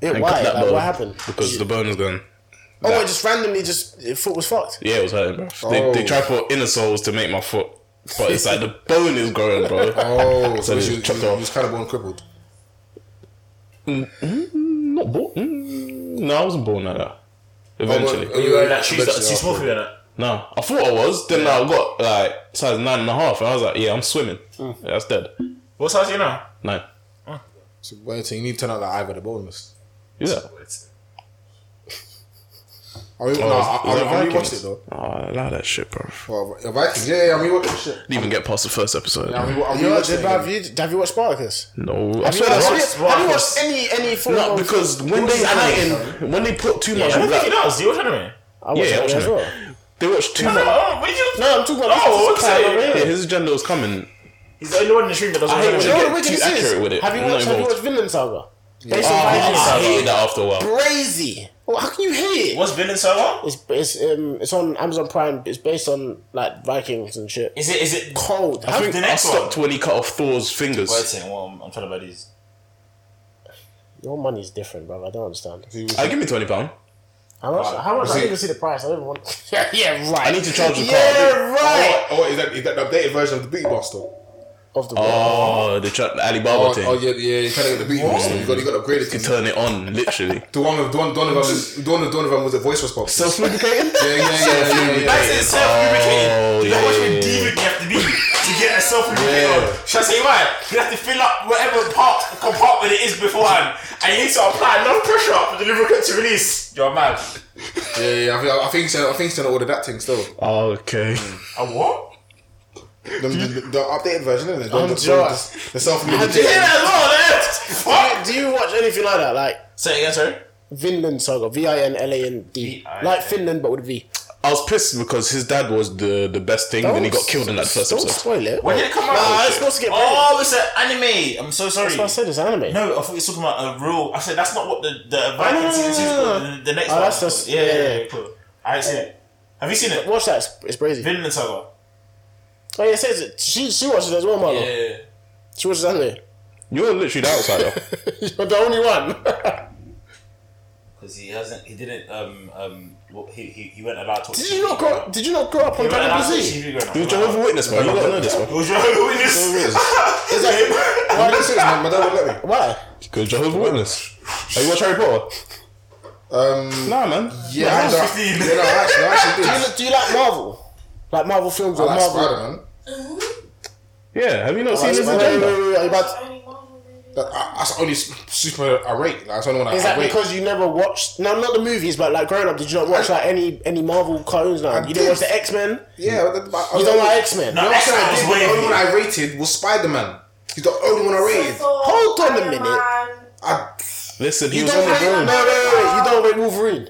Yeah, They why? cut that Like, bone what happened? Because the bone is gone. Oh, I just randomly just your foot was fucked. Yeah, it was hurting, bro. They, they Oh. try for inner soles to make my foot, but it's like the bone is growing, bro. Oh, So so they she, chopped she- off. she was kind of born crippled. Not born. Mm, no, I wasn't born like that. Eventually, Oh, but- You wearing that shoes Eventually, that's too small for you, that. no, I thought I was. Then I got like size nine and a half, and I was like, yeah, I'm swimming. Mm. Yeah, that's dead. What size are you now? Nine. So, wait, so you need to turn out like Ivor the bonus. Yeah. I mean, no, I, I, I, rewatched it though. Oh, I like that shit, bro. Well, the Vikings, yeah, yeah, I rewatched the shit. Didn't even get past the first episode. I mean, I You know, rewatched it. did, have, again. you, have you watched Spartacus? No, I Have you swear watched, it? that's not. have you Spartacus. watched any any form No, of? because when they hiding, when they put too much I don't think he black, does. Do you watch anime? I watched yeah, that I one as watched well. they watch too No, much. oh, what you- No, I'm talking about. Oh, this- what's this it? guy over here. Yeah, his agenda was coming. He's the only one in the stream that doesn't I watch hate You know anime. what get the wickedness too is? accurate with it. Have you I'm not watched? Have you involved. watched Vinland Saga? They Vinland survived. Oh, I hated that after a while. Crazy. Well, how can you hate it? What's Villain Server? It's it's um it's on Amazon Prime. It's based on like Vikings and shit. It's Is it? Is it? cold. I How- think the I next stopped when he cut off Thor's Wait a fingers. second. Well, I'm, I'm trying to buy these. Your money's different, bro. I don't understand. I give me twenty pound. How much? how much? I see- didn't even see the price. I don't even want. yeah, yeah, right. I need to charge the Yeah, card. right. Oh, oh, is that is that the updated version of the Beatbox though? Of the Oh, the tra- Alibaba Oh, thing. oh yeah, yeah, you're trying to get the Beatbox though. You got you got upgraded to Turn it on, literally. the one with Don Donovan. was- Don Donovan was a voice response. lubricating. yeah, yeah, yeah, yeah, yeah. That's it, self Oh, lubricating. You know how much yeah. of a demon you have to be to get a self lubricating Yeah. on. Should I say why? You have to fill up whatever part compartment it is beforehand, and you need to apply enough pressure for the lubricant to release. You're mad. Yeah, yeah, I think I think so. I think so. Order that thing still. Okay. A what? The, the, the updated version, isn't it? The, I'm the, jealous. the, the self Yeah, medicated. that's all left. Fuck. Do you watch anything like that? Like Say it again, sorry. Vinland Saga, V I N L A N D, V-I-N. like Finland but with a V. I was pissed because his dad was the the best thing. Then he got killed in that 1st Don't episode. spoil it. When did it come out? Nah, it's supposed to get. rated. Oh, it's an anime. I'm so sorry. That's why I said it's anime. No, I thought you were talking about a real. I said that's not what the the no, no, Viking season two is no, no. called. The, the next Oh, one. that's is just- called. yeah, yeah, yeah, yeah, cool. I haven't seen it. Have you seen it? Watch that. It's, it's crazy. Vinland Saga. oh yeah, it says it. She she watches it as well, Marlo. Yeah. She watches anime. You're literally the outsider. You're the only one. because he hasn't, he didn't, um, um, what- he, he, he went allowed to. Did you not grow? Did you not grow up on He went allowed to Dragon Ball watch Z? TV growing up. You're Jehovah's Witness, man. You gotta know this one. He was Jehovah's Witness. Is that, I'm not serious, man. My dad would let me. why? Because Jehovah's Witness. Have you watched Harry Potter? Um, Nah, man. yeah, I don't- 15. yeah, no, I actually, I actually Do did. you, do you like Marvel? Like Marvel films I or like Marvel? Spider Man. Yeah, have you not seen Wait, his wait, wait, agenda? wait, wait, are you about- That's the only s- superhero I rate. Like, that's the only one I, Is that I rate. because you never watched? No, not the movies, but like growing up, did you not watch like any any Marvel cartoons? Now you didn't did. watch the X Men. yeah, but the- but- You don't like X Men. No, I'm saying I X-Men did. was but The only wavy. one I rated was Spider Man. He's the only one I rated. Hold on a minute. I, Listen, he You was don't on rate, the no, no, room. no, no, you don't rate Wolverine.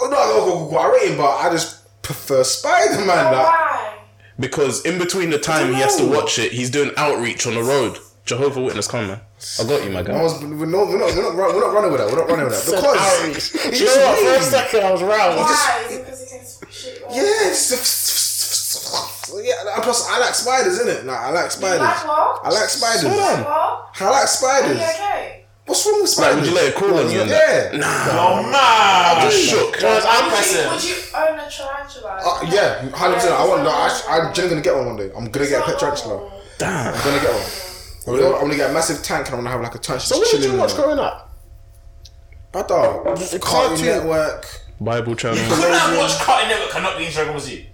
oh no, I don't know who I rated, but I just prefer Spider Oh, Man. Like, Why? Because in between the time he has to watch it, he's doing outreach on the road. Jehovah Witness, come on, man. I got you, my I guy. was, we're, not, we're, not, we're, not, run- we're not running with that. We're not running with that because Outrage. he's you know what? For a wavy. second, I was roused. Why? Is it because he can speak shit? Like, Yeah, it's just- yeah. and Plus, I like spiders, innit? Like, I like spiders. like what? I like spiders. Shut Well, I like are you spiders. okay? What's wrong with Like, spiders? would you let it crawl on you and that? yeah. Oh man! Shook. Guys, I'm Would you, pressing. would you own a tarantula? Uh, yeah, hundred percent. I want. No, I, I'm genuinely gonna get one one day. I'm gonna get a pet tarantula. Damn. I'm gonna get one. I'm gonna, I'm gonna get a massive tank and I'm gonna have like a tarantula. So what chilling did you in watch there. growing up? Bad dog. Cartoon The cartoon. Network. Bible channel. Couldn't have watched Cartoon Network and not be in Dragon Ball Z.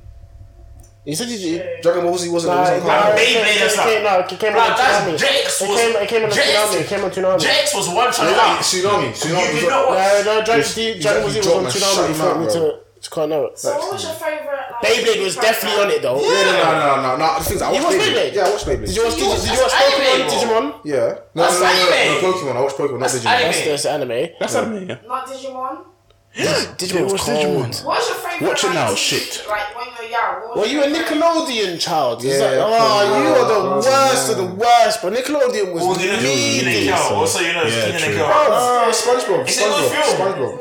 You said you did. Dragon Ball Z wasn't. Nah, wasn't nah, cartoon. it came- Beyblade and it stuff. came- no, it came Bro, on a that's tsunami. It Jake's was- came, it came on a Jake's- tsunami. It came on a tsunami. JX was one channel Yeah, out. tsunami. Tsunami. You was did not like- watch. No, no, Dragon, Z, You- Dragon you Ball Z was dropped on my tsunami shut before mouth, me bro. to to kind of. So what was your favourite? Like, Beyblade was definitely on it though. Yeah, no, no, no, no. The things I You watched. watched Beyblade. Beyblade? Yeah, I watched Beyblade. Did you watch? Did you, did you watch Anime, Pokemon? Digimon? Yeah. No, That's no, no, no, anime. no, Pokemon. I watched Pokemon, not That's Digimon. That's that's anime. That's anime, yeah. Not Digimon. Digimon was Digimon. What was your favourite? Watch it like, now, TV, shit. Like when you were young. What was Were your you a favourite- Nickelodeon child? It's like, Yeah, oh, you are the yeah. worst of the worst. But Nickelodeon was Well, you know, Keenan and leading. Kel. Also, you know, Yeah, Keenan and true. Kel. Uh, SpongeBob. It's a good SpongeBob. film.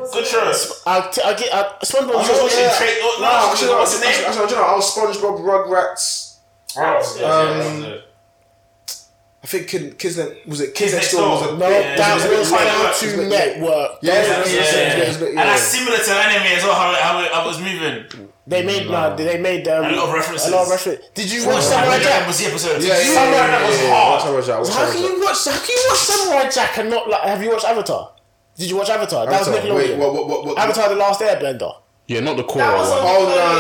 SpongeBob. Good show. I'll t- I'll get I, SpongeBob. just was- watching yeah. Tra- oh, No, no, actually, no, what's his actually, name? actually, actually, no, I was SpongeBob, Rugrats. Um, I think Kid, Kids Next was it Kids Kids Next Next Door was Door. a No, Yeah, that was it was a bit like- Cartoon it was a bit- Network. Yeah, That yeah, was- yeah, yeah, yeah. and that's similar to anime as well. How, it- how it- how it was moving. They made nah, they made um, A lot of references. A lot of references. Did you watch Samurai Samurai Jack Jack? was the episode. Yeah, yeah, yeah, Samurai Jack was yeah, yeah, hard. Samurai Jack, what's How Samurai can Jack? you watch? How can you watch Samurai Jack and not like? Have you watched Avatar? Did you watch Avatar? That was Avatar, Wait, Nickelodeon. what, what, what, what? Avatar: The Last Airbender. Yeah, not the core. That was one. on Oh, no, no, no, no,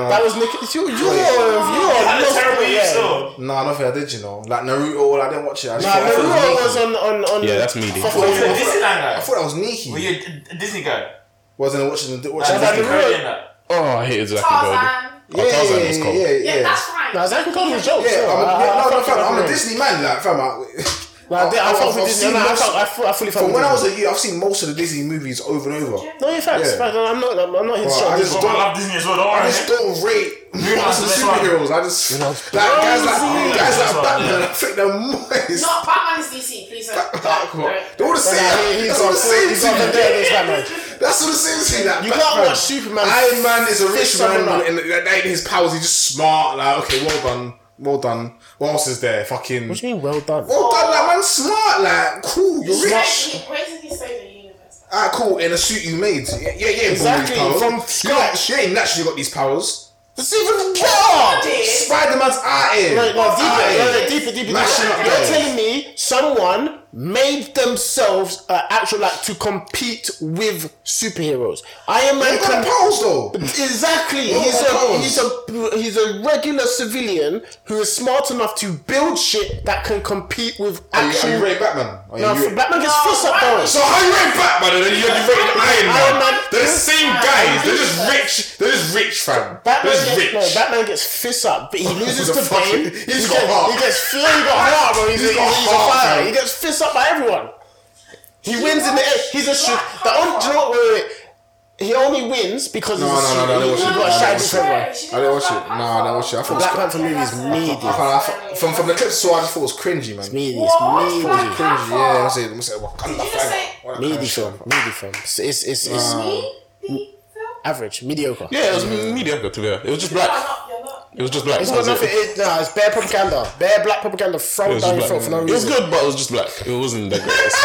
no, no. That was Nick. You, you are, Wait. you It are had a lost terrible player. use though. Nah, I don't think I did, you know. Like Naruto, I didn't watch it. I just Nah, thought- I thought it Naruto was was Nikki. on on on. Yeah, that's meaty. Fuck Wait, off. Were you a Disneyland guy? I thought that was Were Nikki. you a a Disney guy? Wasn't watching the watching Like, that Disney the the real- Caribbean, that. Oh, I hated Zack and Cody. Tarzan. Yeah, Oh, Tarzan was yeah, cold. yeah, Yeah, yeah. that's fine. Nah, Zack and Cody was jokes. Yeah, yo. I'm a, I- I- yeah, no, I no, fucking fam, I'm a agree. Disney man, like fam. I, Nah, I did- I fucked with I've Disney. seen Nah, I most- fucked- I fu- I fully fucked From with when I was Disney. a youth, I've seen most of the Disney movies over and over. No, in fact, Yeah. I'm not. I'm I'm not his Bro, show. I just Oh, don't- I love Disney as well. Don't I worry. just don't rate Moonlight's most of the the best superheroes. I just like guys like Moonlight's guys the best like one, Batman. yeah. I think they're moist. No, Batman is DC. Please don't. Like, what? They're all the same. Nah, he's That's all got the same he's got the to me. dead Batman. That's all the same to me. Like, You can't Batman. watch Superman. Iron Man is a rich Fist man, someone up. and that ain't his powers. He's just smart. Like, okay, well done, well done. What else is there? Fucking. What do you mean? Well done. Well done, like man's smart. Like, cool. You're rich. Wait, wait till he saves the universe. Ah, cool. In a suit you made. Yeah, yeah, yeah. Exactly, born with these from powers. scratch. You ain't- You ain't naturally got these powers. It's even worse. Did- Spider Man's out here. No, no, deeper, Out no, here. no, deeper, deeper, Mashing deeper. up You're guys. telling me someone made themselves uh, actual like to compete with superheroes. Iron Man They got can powers though. exactly. What He's about a powers? he's a he's a regular civilian who is smart enough to build shit that can compete with Are you, actual. are you rating Batman? Are No, you, for Batman gets No, fist up Batman- though. so how you rate Batman and then you you rate Iron Man? Iron Man- They're the same guys. They're just rich. They're just rich, fam. Batman They're just gets, rich. no, Batman gets fist up, but he loses The to fuck? Bane. He's he got gets, heart. He gets fist, he got heart, bro. He's, He's a, got he's heart, a fighter. man. He gets fist up by everyone. He wins in the end. He's a shit. The only, do you know what, wait, wait, wait. He only wins because No, he's a no, no, shit. no, no, He- no, he no, got no, a no, shag no, different one. She I didn't watch Black it. Nah, I didn't watch it. I thought it was Black Panther movie is I media. found- I found- From from the clips, so I just thought it was cringy, man. Media. What? It's Black media. Panther? Cringy, yeah. I'm saying, I'm saying, what kind Did of you just fag? say- What kind of Media shit? film. Media film. It's, it's, it's, it's Me? average, mediocre. Yeah, it was mediocre to be fair. It was just You're black. not. You're not. It was just black. It's got That was nothing. It, it. nah, it's bare propaganda. Bare black propaganda It thrown down was just your black. throat for no It was reason. good, but it was just black. It wasn't that great. It was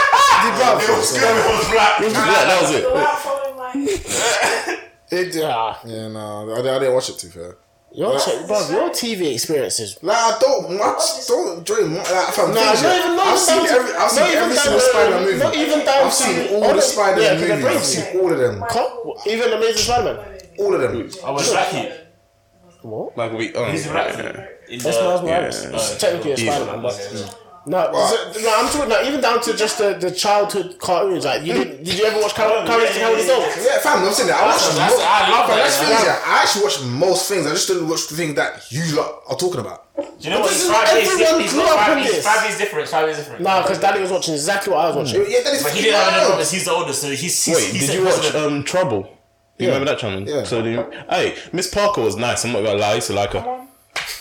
It was It was black. just black. That was it. You're not following my. It, ah. Yeah, no, I, I didn't watch it. To be fair, Your, t- bruv, your TV experiences. Like I don't watch, don't enjoy more. Like if I'm No, thinking- not even- I've not even seen down to- every, I've not seen even every down single to- Spider-Man movie. not even I've down to- seen all all the the- yeah, Spider-Man to the movies. I've brains. seen all of them. Co- even Amazing Spider-Man. All of them. I was Rocky. What? Like we. Oh, He's Rocky. In That's Miles the, Oh, Morales. yeah. It's technically a Yeah. Spider-Man, but no, so- no, I'm talking. No, even down to just the, the childhood cartoons. Like, you did, did you ever watch Cow- Courage the Cowardly Dog? Yeah, fam, I'm saying that. I watch That's- most, that's- I love fam, that, That's man. things, yeah. I actually watch most things. I just don't watch the things that you lot are talking about. do you know what? This He's is- five years everyone different. He's grew not up five in years- this. five years different. It's Five years different. Nah, because Daddy was watching exactly what I was watching. Yeah, that is. But he didn't have any brothers. He's the oldest, so he's. he's Wait, he's did the you watch president. um Trouble? Do you remember that channel? Yeah. So do you, hey, Miss Parker was nice. I'm not gonna lie, I used to like her.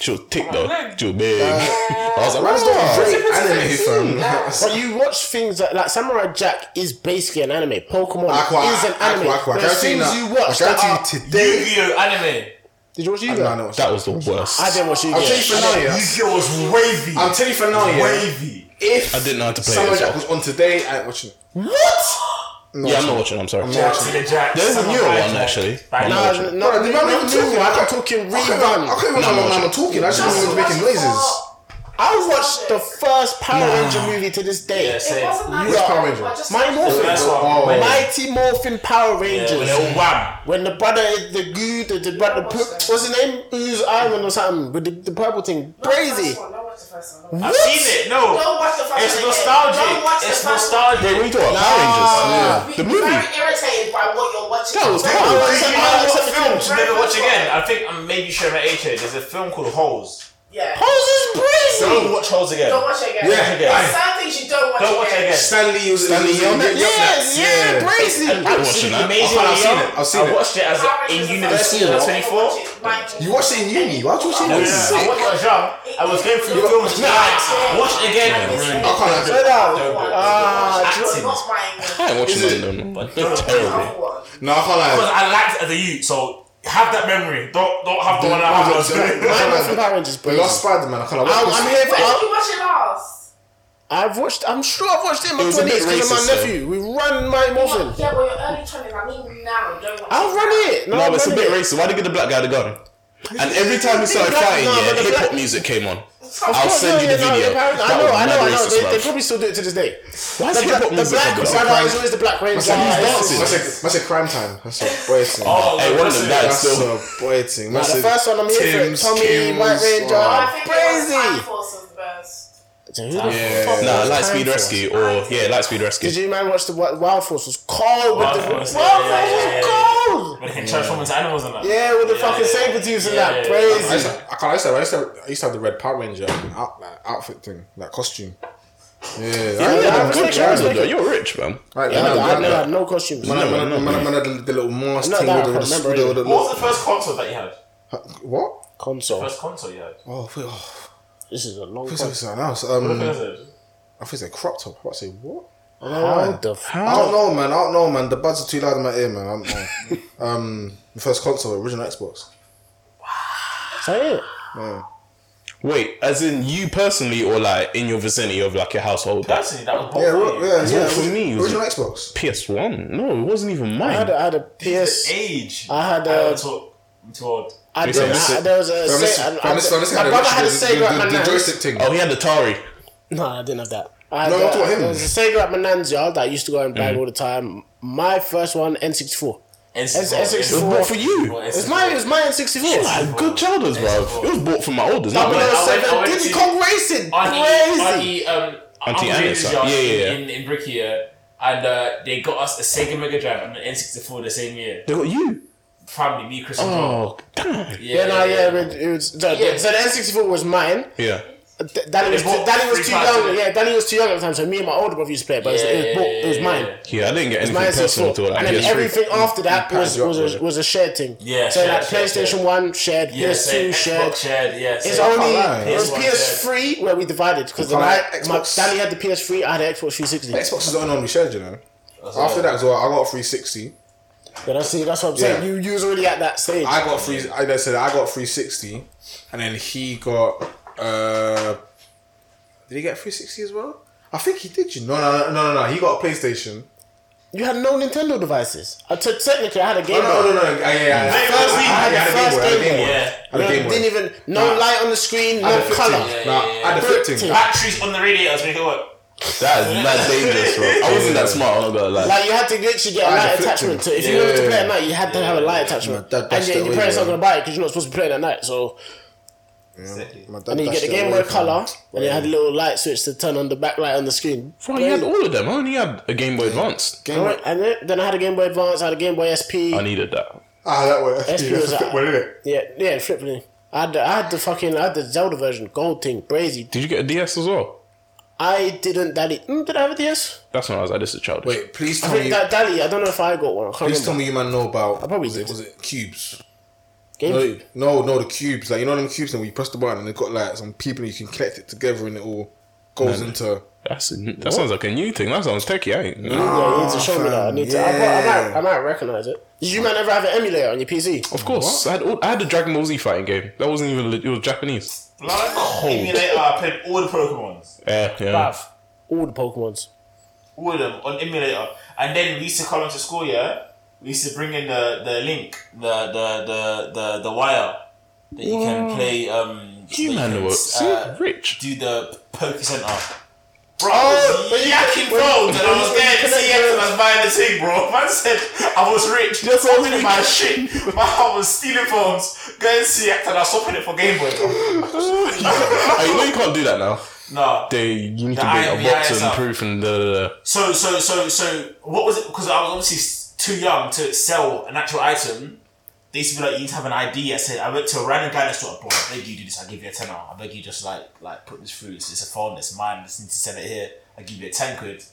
She was thick though. She was big. I was like, Man's what's not that? great anime, fam. But you watch things that, like Samurai Jack is basically an anime. Pokemon Aqua, is an Aqua, anime. Aqua. I There are guarantee you things that. you I watch that are- guarantee you today. Yu-Gi-Oh anime. Did you watch No, no, Yu-Gi-Oh? it's- That was the worst. I I, didn't watch Yu-Gi-Oh. I'll tell you for now, yeah. Yu-Gi-Oh was wavy. I'll tell you for now, yeah. wavy. If I didn't know how to play it, Samurai so- Jack was on today, I ain't watching it. yeah, I'm not watching. I'm sorry. Jack to the Jack. There's a Samurai newer one Jack. actually. Back I'm in not Nah, watching no, it. no, Bro, the man I'm was talking. talking. I'm talking I can't even- I rerun. can't even remember when I'm talking. I just remember making noises. I watched the first Power Ranger movie to this day. Yeah, same. Which Power Ranger? My Morphin. That's what Oh. when- Mighty Morphin Power Rangers. when they all wham. when the brother, is the goo, the, the brother, the, what's his name? Ooze Iron or something with the, the purple thing. Crazy. I've seen it. No, Don't watch the it's first one again. Don't watch nostalgic. It's the first nostalgic. Wait, what one. are you talking Nah. about? Power Rangers. You'd The be movie. Very irritated by what you're watching. That was Very horrible. irritated You by know what what you're film watching. should Never watch again. I think I'm maybe showing my age here. There's a film called Holes. Yeah. Holes is crazy. Don't watch Holes again. Don't watch it again. Yeah, There's yeah. Some things you don't watch Don't watch it again. again. Stanley was Stanley Yelnats. Yes, yeah, crazy. I watched it. now. Amazing. I've seen video. it. I've seen it. I watched it as a, Power Rangers in is university. amazing. at 24. Watch it. Mighty. You watched it in uni. Why would you watch it in Yeah. uni? I watched it as young. I was going through films. No. Nah, watch it again. I can't have Shut it. up. Ah, Acting. Acting. Not mine. I ain't watching them. though. They're terrible. No, I can't have Because I liked it as a youth, so have that memory. Don't don't have the one I have. as a- it. Mighty Morphin Power Rangers. The Crazy. last Spider-Man, I can't I'm, have I'm it. here When for. did i you watch it last? I've watched. I'm sure I've watched it in my It was a twenties bit because of my racist, nephew. We run Mighty Morphin. Yeah, well, your early 20s. I mean, now. Don't watch I'll run it. No, No, I'll but it's a run bit it. racist. Why did they give the black guy the gun? And every time he started Black- fighting, no, but yeah, the hip hop black- music came on. Of I'll course, send you yeah, the yeah, no, video. apparently- I That know, was I know, mad I know. racist, They, they bruv. probably still do it to this day. Why is The, hip black, hop the music black on the brother is always the black ranger. That's Nah, it. That's a, that's a crime time. That's a boy thing. Oh, Hey, one of them died that's still. a boy thing. That's The a- first one I'm here for. Tim's, Tommy, Kim's, White Ranger. oh. I think it was Time Crazy. Force was the best. Yeah. Nah, Time Lightspeed Force. Rescue or yeah, Lightspeed Rescue. Did you man watch the Wi- Wild Force? Was cold with Wild the Force, Wild Force yeah, yeah, yeah, was yeah. cold. When they can transform into animals and that. Yeah, with the fucking yeah, saber tooths and yeah, that, yeah, I used crazy. to- I can't. I used to. I used to. I used to have the red Power Ranger out, like, outfit thing, like costume. Yeah, I yeah, had I them. was Good like, childhood, I was though. You're rich, man. Right, Yeah, then I I- had- I then I- had no costume. Man, I- No, man, I- no, man, I- man, I had the, the little mask Not thing that with the, I with the, remember with the, with the, What was the first console that you had? what? Console. First console you had? Oh, wait, oh, This is a long I think console. it's something else. Mm. Um, What was it? I think it's a crop top. I say what? Oh. How the f- I don't know, man. I don't know, man. The buds are too loud in my ear, man. I don't know. um, the first console, original Xbox. Is that it? Wait, as in you personally, or like in your vicinity of like your household? That Actually, that was both. Yeah, of ro- you. yeah, yeah. Well, for me, it was- original Xbox. PS One? No, it wasn't even I had mine. a, I had a PS. Age. I had, uh, I'm too- I'm too old. I did. Listen, listen. I, there was a. Fam, this- Sega- fam, this- fam, this my guy that brother had a literally- the- Sega at the- my The nan's. joystick thing. Oh, he had the Atari. No, I didn't have that. I had No, no, I'm talking about him. There was a Sega at my nan's yard that I used to go and bag Mm-hmm. all the time. My first one, N64. N64. N64. It was bought for you. N64. It's my, it's my N64. I had good childhoods, bro. It was bought for my oldest. not mine. I went- I 007 went Diddy to- Kong Racing. Auntie, Crazy. Auntie, um, Auntie Auntie Anna's Anna's son. yard Yeah, yeah, yeah. in, in, in Brickier, and uh, they got us a Sega Mega Drive and an N64 the same year. They got you. Family, me, Chris, and Joe. Oh, damn. Yeah, no, yeah, but it was, so, Yeah. so the N64 was mine. Yeah. D- Danny was, bought too, Danny three was too parts of young. it. Yeah, Danny was too young at the time, so me and my older brother used to play it, but it, was, it, was, bought, it was mine. Yeah, I didn't get Mine anything personal 64. to And like then PS3. everything after that was, patted you up was, with a, it. was a shared thing. Yeah, so shared, like shared, PlayStation 1 shared, Yeah, PS2 same. shared. Xbox shared, yeah. It's same. only lie. it was PS1 PS3 where we divided because You then I, can't have my, Xbox. Danny had the PS3, I had the Xbox 360. Xbox is the only one we shared, you know. After that as well, I got a 360. But that's, see, that's what I'm saying. Yeah. You, you was already at that stage. I got three. I they said I got three sixty, and then he got. uh Did he get three sixty as well? I think he did. You know, no, no, no, no, no. He got a PlayStation, You had no Nintendo devices. I took technically I had a Oh, Game No, Boy. no, no, no. Yeah, yeah, yeah. Maybe I- it was I me. had a Game Boy, I had a Game Boy. Yeah. I had a Game Boy. Didn't even no light on the screen, I had no a 15. color. Nah, I had a 15. Thirteen. Batteries on the radiators make it work. That is mad dangerous, bro. I wasn't that smart. I'm not gonna lie. Like you had to literally get a had a light flip attachment to to. it. If you wanted to Yeah. play at night, you had to have a light attachment. dad and dashed your, it your away, parents yeah. aren't gonna buy it because you're not supposed to be playing at night. So My dad and then you get dashed the it Game away Boy from Color, me. and you had a little light switch to turn on the backlight on the screen. Bro, you had all of them. I only had a Game Boy Advance. Game Boy. Alright, And then, then I had a Game Boy Advance, I had a Game Boy SP. I needed that. Ah, that way. SP That's was a out. flip one, innit? Yeah, yeah, flip me. I had, the, I had the fucking I had the Zelda version, gold thing, brazy. Did you get a DS as well? I didn't dally. Mm, did I have a DS? That's when I was like, this is childish. Wait, please I tell think me. that dally. I don't know if I got one. I can't Please tell remember. me you man know about. I probably was it did. was it cubes? Game No, no, no, the cubes. Like you know them cubes, and we press the button, and it got like some people you can collect it together, and it all goes into. That's a, that sounds like a new thing. That sounds techie, ain't it? Yeah, you need to show me that. I need to. I, yeah. might, I, might, I might recognize it. Did you man ever have an emulator on your PC? Of course, I had, all, I had a Dragon Ball Z fighting game. That wasn't even lit- it was Japanese. Blood oh. emulator. I played uh, all the Pokemons, Yeah, yeah. Bruv, all the Pokemons. all of them on emulator, and then we used to come into school. Yeah, we used to bring in the, the link, the the the the, the wire that you can play. Um, You that man can, know what? uh, See, rich. do the poker center. Bro, I was yakking road and I was there to see everyone was buying the thing, bro. Man said I was rich. That's all in my shit. My I was stealing phones, going to see actor and I was swapping it for Game Boy, bro. Oh, you know you can't do that now. Nah. They you need to The bring a I- box yeah, and yeah, proof and da da da. So, so, so, so, what was it? Because I was obviously s- too young to sell an actual item. They used to be like, you need to have an ID. I said, I went to a random guy in the store, bro, I beg you do this, I'll give you a tenner. I beg you just like, like, put this through, it's, it's a phone, it's mine, I just need to send it here. I give you a 10 quid.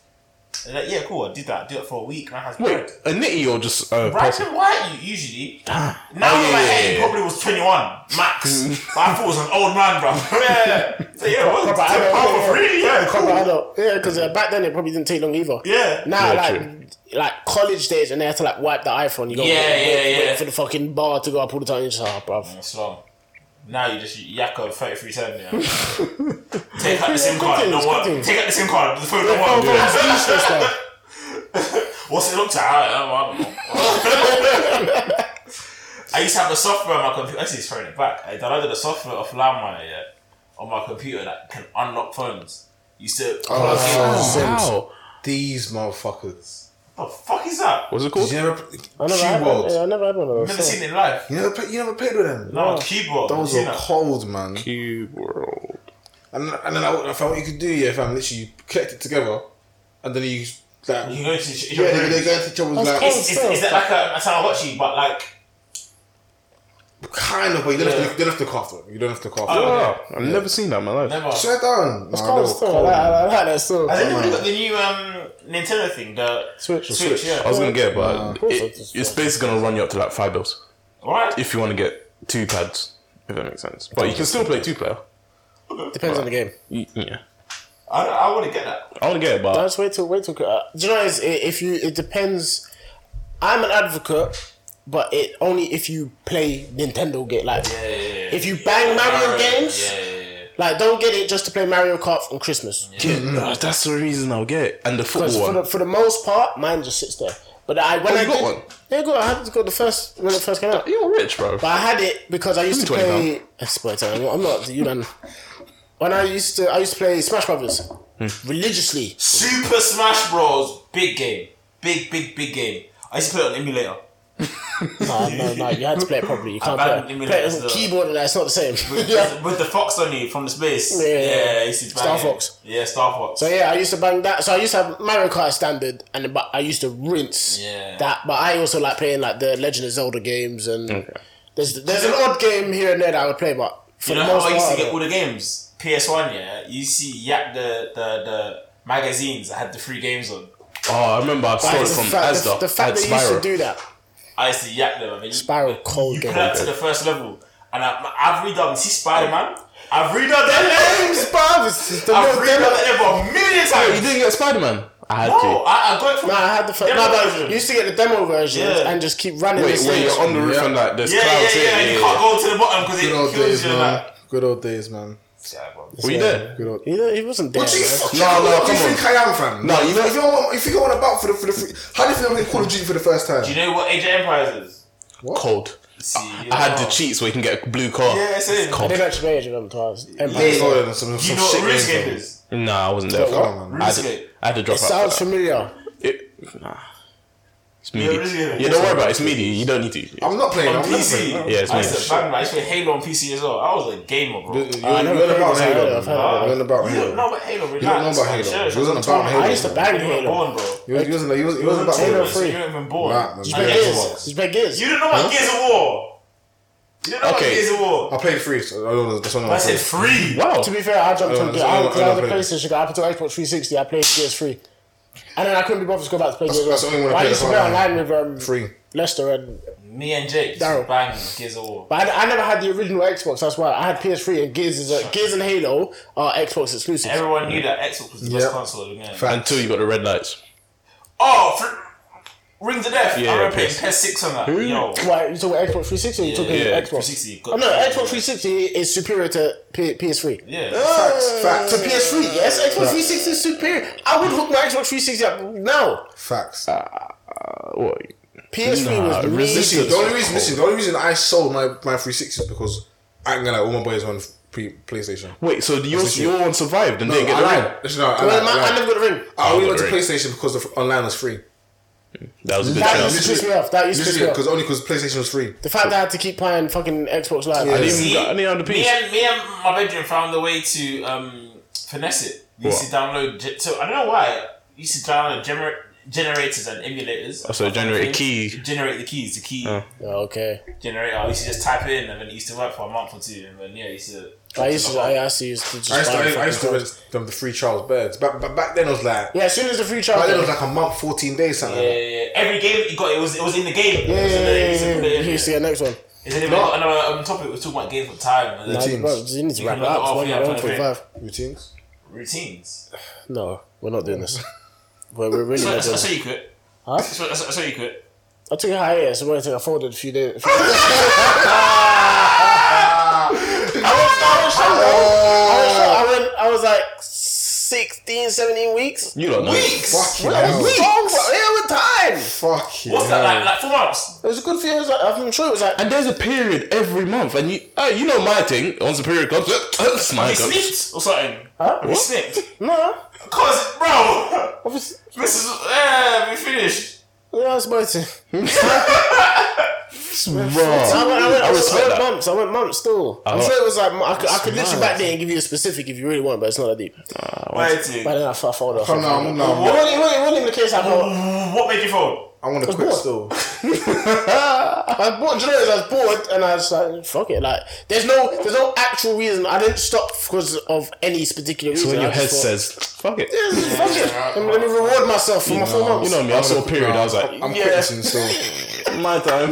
And they're like, yeah, cool, I did that, I did it for a week, man has Wait, a nitty or just uh, a person? Brandon White you usually. Now yeah, I'm like, yeah, hey, yeah. probably was 21 max. but I thought it was an old man, bro. yeah, yeah. So yeah, well, Proper adult, power yeah, for free, yeah, Proper cool. adult. Yeah, because uh, back then it probably didn't take long either. Yeah. Now, Yeah, like, true. like college days, and they had to like wipe the iPhone. You got Yeah, wait, wait, yeah, wait yeah. for the fucking bar to go up all the time. You're just like, oh, bruv. It's long. Now you just yak up 33 cent, yeah. Take out the SIM card, it Continue, don't work. continue. Take out the SIM card, the phone don't work. It's useless, like. What's it look like? I don't know. I don't know. I used to have a software on my computer. Actually, it's throwing it back. I downloaded a software off LimeWire yeah, on my computer that can unlock phones. Used to plug Oh, Wow. These motherfuckers. in. What the fuck is that? What's Did it called? you never? I never, had Cube one. yeah, World. I never had one of Never those. seen it in life. You never, play, you never played with them. No, keyboard. Those you were know. cold, man. Cube World. And and then I, I found what you could do. Yeah, fam. Literally, you collect it together, and then you like. You go to each yeah, other's they, they rooms. go into each other's That's like cold. Is, is, is that like a, a Tamagotchi, but like kind of, but you don't, have Yeah. to, you don't have to cough them. You don't have to cough Oh, them. Wow. Ah, I've never seen that in my life. never? Shut down. Nah, they Cold were still. I cold, like, man. I like that still. Has anybody got the new um, Nintendo thing? The Oh, Switch. Switch, Switch. I yeah. was gonna get, it, Nah. but course it, it's- it's basically gonna run you up to like five bills Right? if you want to get two pads, if that makes sense. But you can still play two player. Depends on the game. Y- Yeah, I, I want to get that. I want to get it, I but just wait till wait till. Uh, do you know it's, it, if you? It depends. I'm an advocate, but it only if you play Nintendo game. Like if you bang Mario games, like don't get it just to play Mario Kart on Christmas. No, that's the reason I'll get it. And the 'Cause football for one. the for the most part, mine just sits there. But I when Oh, you I got did, one? yeah, got I had got the first when it first came out. You're rich, bro. But I had it because I used to Give me 20 play. Exploit, I'm not- I'm not you man. When I used to, I used to play Smash Brothers Hmm. religiously. Super Smash Bros. Big game. Big, big, big game. I used to play it on emulator. No, Uh, no, no, you had to play it properly. You can't I play, banned it- play emulators, it with a though. keyboard and that. It's not the same. With, Yeah. with the fox on you from the space. Yeah, Yeah, yeah, yeah. I used to bang Star it. Fox. Yeah, Star Fox. So yeah, I used to bang that. So I used to have Mario Kart standard, and but I used to rinse Yeah. that. But I also like playing like the Legend of Zelda games, and there's there's an odd game here and there that I would play, but for you know the how most I used to part, get all the games? PS1, yeah? You see, yak the, the, the magazines I had the free games on. Oh, I remember I like, saw it the from fact, Asda. the, the fact at that you used to Spyro. do that I used to yak them. I mean, you- Spiral Cold game. Get up to the first level. And I, I've redone, see Spider Man? I've redone their names! I've redone their name a million You times! didn't get Spider Man. I had Oh, No, I, I got it from. No, I had the first. Demo No, but version. you used to get the demo version Yeah. and just keep running. to. the Wait, wait, stage. you're on the roof Yeah. and like there's yeah, yeah, clouds yeah, here. and you can't go to the bottom because Good old it kills days, you. and man. Like, Good old days, man. Were you there? Good old- He, he wasn't there. What do you man. fucking No, no, what do you come on. think I am, fam? No, you know- if you want, if you want about for the for the, free, how do you think I'm gonna Call of Duty for the first time? Do you know what AJ Empires is? Cold. See, I had the cheats where you can get a blue car. Yeah, it's it. I Cold. did actually play Age of Empires. Empire. Let's go then, some, You some know what shit games, RuneScape fam. is? Nah, I wasn't there. Come on, man. I had to, RuneScape. I had to drop out. for Sounds that. familiar. It, nah. It's Yeah, meaty. RuneScape. Yeah, don't worry about it. It's meaty. You don't need to. I'm not playing. On I'm not PC. playing. Yeah, it's I me. used to bang, like, I used to play Halo on PC as well. I was a gamer, bro. You're, You you're, I never you're played about this, I heard Halo. it, I've heard it. You're not about don't know Halo. about Halo, relax. don't know about man. Halo. Serious, It wasn't I'm about talking- Halo. I used to bang You weren't Halo. born, bro. He wasn't. He wasn't. He wasn't about Halo Halo. free. You weren't even born. Nah, man. And You Play Yeah, Gears. Xbox. He's play Gears. You didn't know about Gears of War. You didn't know about Okay. Gears of War. I played three. So I don't know. That's one of my I said favorites. free. Wow. To be fair, I jumped Uh, on so Gears. I I- I because I had the don't play PlayStation. I had to Xbox 360. I played PS3. And then I couldn't be bothered to go back to play Gears. that's the only one I I played, used to play that's all I online with um, Three. Leicester and Me and Jake Daryl. just bang Gears of War. But I, I never had the original Xbox. That's why I had PS3 and Gears is a, Gears and Halo are Xbox exclusives. Everyone knew that Xbox was the best Yeah. console of the game. Fact. Until you got the red lights. Oh, fr- Ring to Death. Yeah, I remember playing piss. PES 6 on that. Yo. Why you talking about Xbox 360? Or you talking yeah, Xbox? 360, Oh, no, Xbox 360 is superior to P- PS3. Yeah. Facts. Facts. To PS3, yes, Xbox 360 is superior. I would hook my Xbox 360 up now. Facts. What? PS3 Nah, was resist- needed. Listen, the only reason, listen, the only reason I sold my my 360 is because I ain't gonna lie, all my boys on pre- PlayStation. Wait, so your, this your one survived and No, didn't get I the lied. red? Listen, no, I Well, lied. man, I I lied. never got a ring. I only went to Got the ring. PlayStation because the f- online was free. That was a good That shout. used to piss me off. That used to piss me Literally, off. because only because PlayStation was free. The fact that I had to keep playing fucking Xbox Live. Yeah. I didn't- I didn't even got any other me piece. and me and my bedroom found a way to um, finesse it. We used to download. ge- So I don't know why. We used to download gener- generators and emulators. so generate a key. Generate the keys. The key Oh, okay. generator. I used to oh, just type it in, and then it used to work for a month or two, and then yeah, it used to. I used to, I used to use to just I used to, buy I, I used to fucking- rent them the free trials birds. Back, back, back then it was like, Yeah, as soon as the free back trial. then it came- was like a month, 14 days, something Yeah, like yeah, yeah. Every game you got, it was it was in the game. Yeah, It was in the- it was yeah, in the- yeah. Here's the next one. Is it even got another um, topic? We're talking about games for time. and Routines. Bro, you need to You wrap can it knock up. it off, It's yeah, one forty-five. that. Routines? Routines. No, we're not doing this. We're, we're really So, not that's, doing that's this. how you quit. Huh? That's, that's, that's how you quit. I took a hiatus. I went to a folded a few days. I, went, I was like 16, 17 weeks. You lot know. Fucking I was hell. long, bro. Yeah, with time. Fucking What's hell. that like? Like four months. It was a good few years. Like, I'm sure it was like. And there's a period every month, and you uh, you know my thing. Once the period comes, it's my You God. sniffed or something. Huh? You sniffed. No. Cause, bro, Obviously. this is yeah, we finished. Yeah, I was about to. I Raw. went, I went, I respect went that. months. I went months still. I'm Uh-huh. sure it was like. I could, I could literally back there and give you a specific if you really want, but it's not that deep. Wait, But then I, f- I folded off. Oh, no, I'm- no, I'm- It wasn't, it wasn't- it wasn't even the case. I folded what made you fold? I want to quit still. I was bored. Do you know, I was bored, and I was like, "Fuck it!" Like, there's no, there's no actual reason. I didn't stop because of any particular reason. So when your I head just says, "Fuck it," thought, "Yeah, "Fuck it," let me, let me reward myself for my four months. you know me. I saw a period. I was like, "Mm, I'm yeah. quitting soon still. "My time."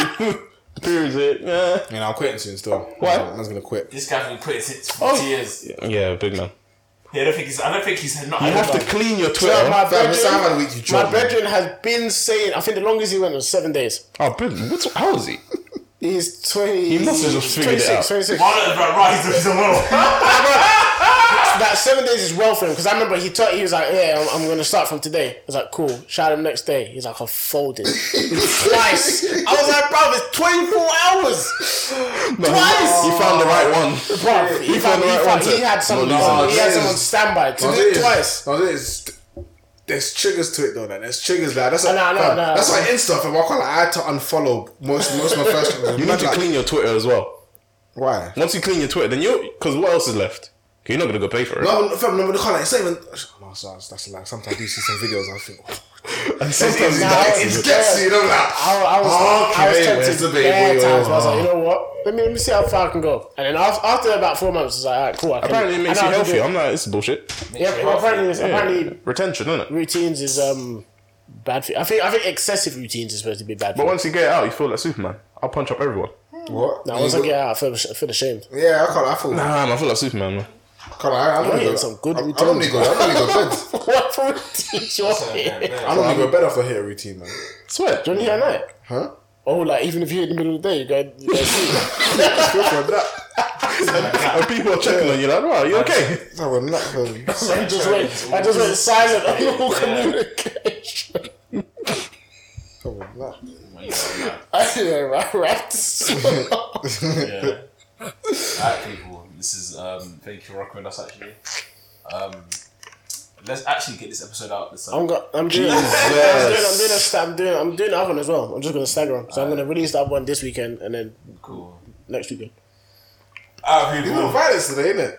Period's it. Yeah. You know, I'm quitting soon still. Why? Man's gonna quit. This guy's been quitting since Oh. two years. Yeah. yeah, big man. I don't think he's. I don't think he's not. You have to clean your So Twitter. my Fam, this time of the bedroom, week you my job. bedroom has been saying. I think the longest he went was seven days. Oh, big. man, What's how is he? He's twenty. He must have just figured it out. 26. Marlon about right he's the world. That seven days is well for him because I remember he taught. He was like, "Yeah, I'm, I'm gonna start from today." I was like, "Cool." Shout him next day. He's like, "I folded twice." I was like, "Bro, it's 24 hours." Twice! You found the right one. Bro, he, found, found the he, right found, one he to- had someone. not losing. he had Oh, someone Jesus. standby to No, do there it is- twice. no, there is- There's triggers to it though. Like, there's triggers. Like that's why. Nah, nah, fam, nah. that's why Insta. Fam, I can't. Like, I had to unfollow most most of my first. You need to like, clean your Twitter as well. Why? Once you clean your Twitter, then you because what else is left? 'Cause You're not gonna go pay for it. No, no, fam, no, but they can't. Like, it's not even. oh, No, sorry, that's, that's a lie. Sometimes I do see some videos. I think. Oh, And sometimes nah, it's, it's it gets good. you, you know, like. I, I Oh, was, I was Okay, tempted where's the baby? bare Wait, times, wait, but I was like, you wait. know what? Let me let me see how far I can go. And then after, after about four months, it's like, alright, cool. I can, Apparently, it makes I you know I can do healthy. it. I'm like, this is bullshit. Yeah, well, apparently, it's- Yeah. apparently, Retention, isn't it? routines is um bad for. I think I think excessive routines is supposed to be bad for. But you. once you get it out, you feel like Superman. I'll punch up everyone. What? Now, once I get out, I feel, I feel ashamed. Yeah, I can't. I feel. Nah, man, I feel like Superman, man. Come on, I, I'm gonna You're go. eating some good I'm, I'm gonna routines, go. I'm gonna go bed. what routines you want? I'm gonna go bed after I hit a routine, man. Swear. Only at night. Huh? Oh, like even if you're in the middle of the day, you go. You go sleep. Good for that. and people are checking on you like, wow, you okay? I will not go. I just went, I just went silent on all communication. I will not. I yeah, right. so- Yeah. Alright, people. This is um, thank you for rocking with us. Actually, um, let's actually get this episode out this time. I'm go- I'm doing, I'm doing, I'm doing, I'm doing, a sta- I'm doing, I'm doing that one as well. I'm just gonna stagger them. So I'm gonna release that one this weekend and then Cool. next weekend. Alright, You've been people. violence today, innit?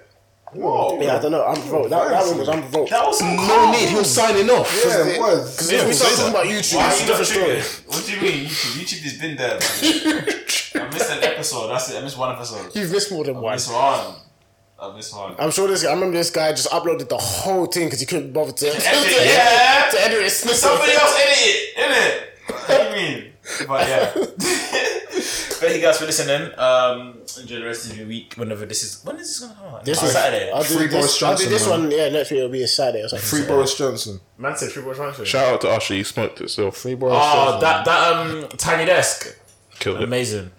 Whoa. Yeah, I don't know. I'm provoked. That, that one was I'm provoked. That was so No calm. need, he was signing off. Yeah, it was. Because if we start talking about YouTube, Why it's are a you not different story. triggered? What do you mean YouTube? YouTube has been there. Man. I missed an episode. That's it. I missed one episode. You've missed more than I one. missed one. I missed one. I'm sure this. I remember this guy just uploaded the whole thing because he couldn't bother to, to, edit- yeah. to edit it. Somebody else edit it, innit? What do you mean? But yeah. Thank you guys for listening. Um, enjoy the rest of your week. Whenever this is, when is this gonna come out? This On was Saturday. I'll do Free Boris this, I'll do Johnson, this man. one. Yeah, next week it'll be a Saturday or something. Free Boris Johnson. Man said triple transfer. Shout out to Usher, you smoked it, so Free Boris Oh, Johnson. that that um tiny desk, killed it. amazing.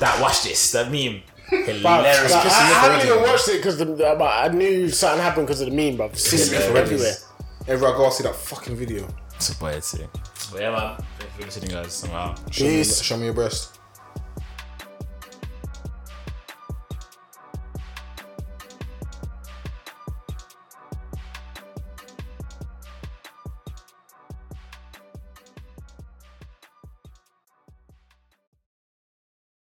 That watch this, that meme, Bruv, hilarious. like, I, I haven't already, even man. watched it because I knew something happened because of the meme, bruv. Seen it everywhere. Everyone go see that fucking video. It's a boy, it's a- But yeah, man. Thank you for listening, guys. I'm out. Show me- Peace. Show me your breast.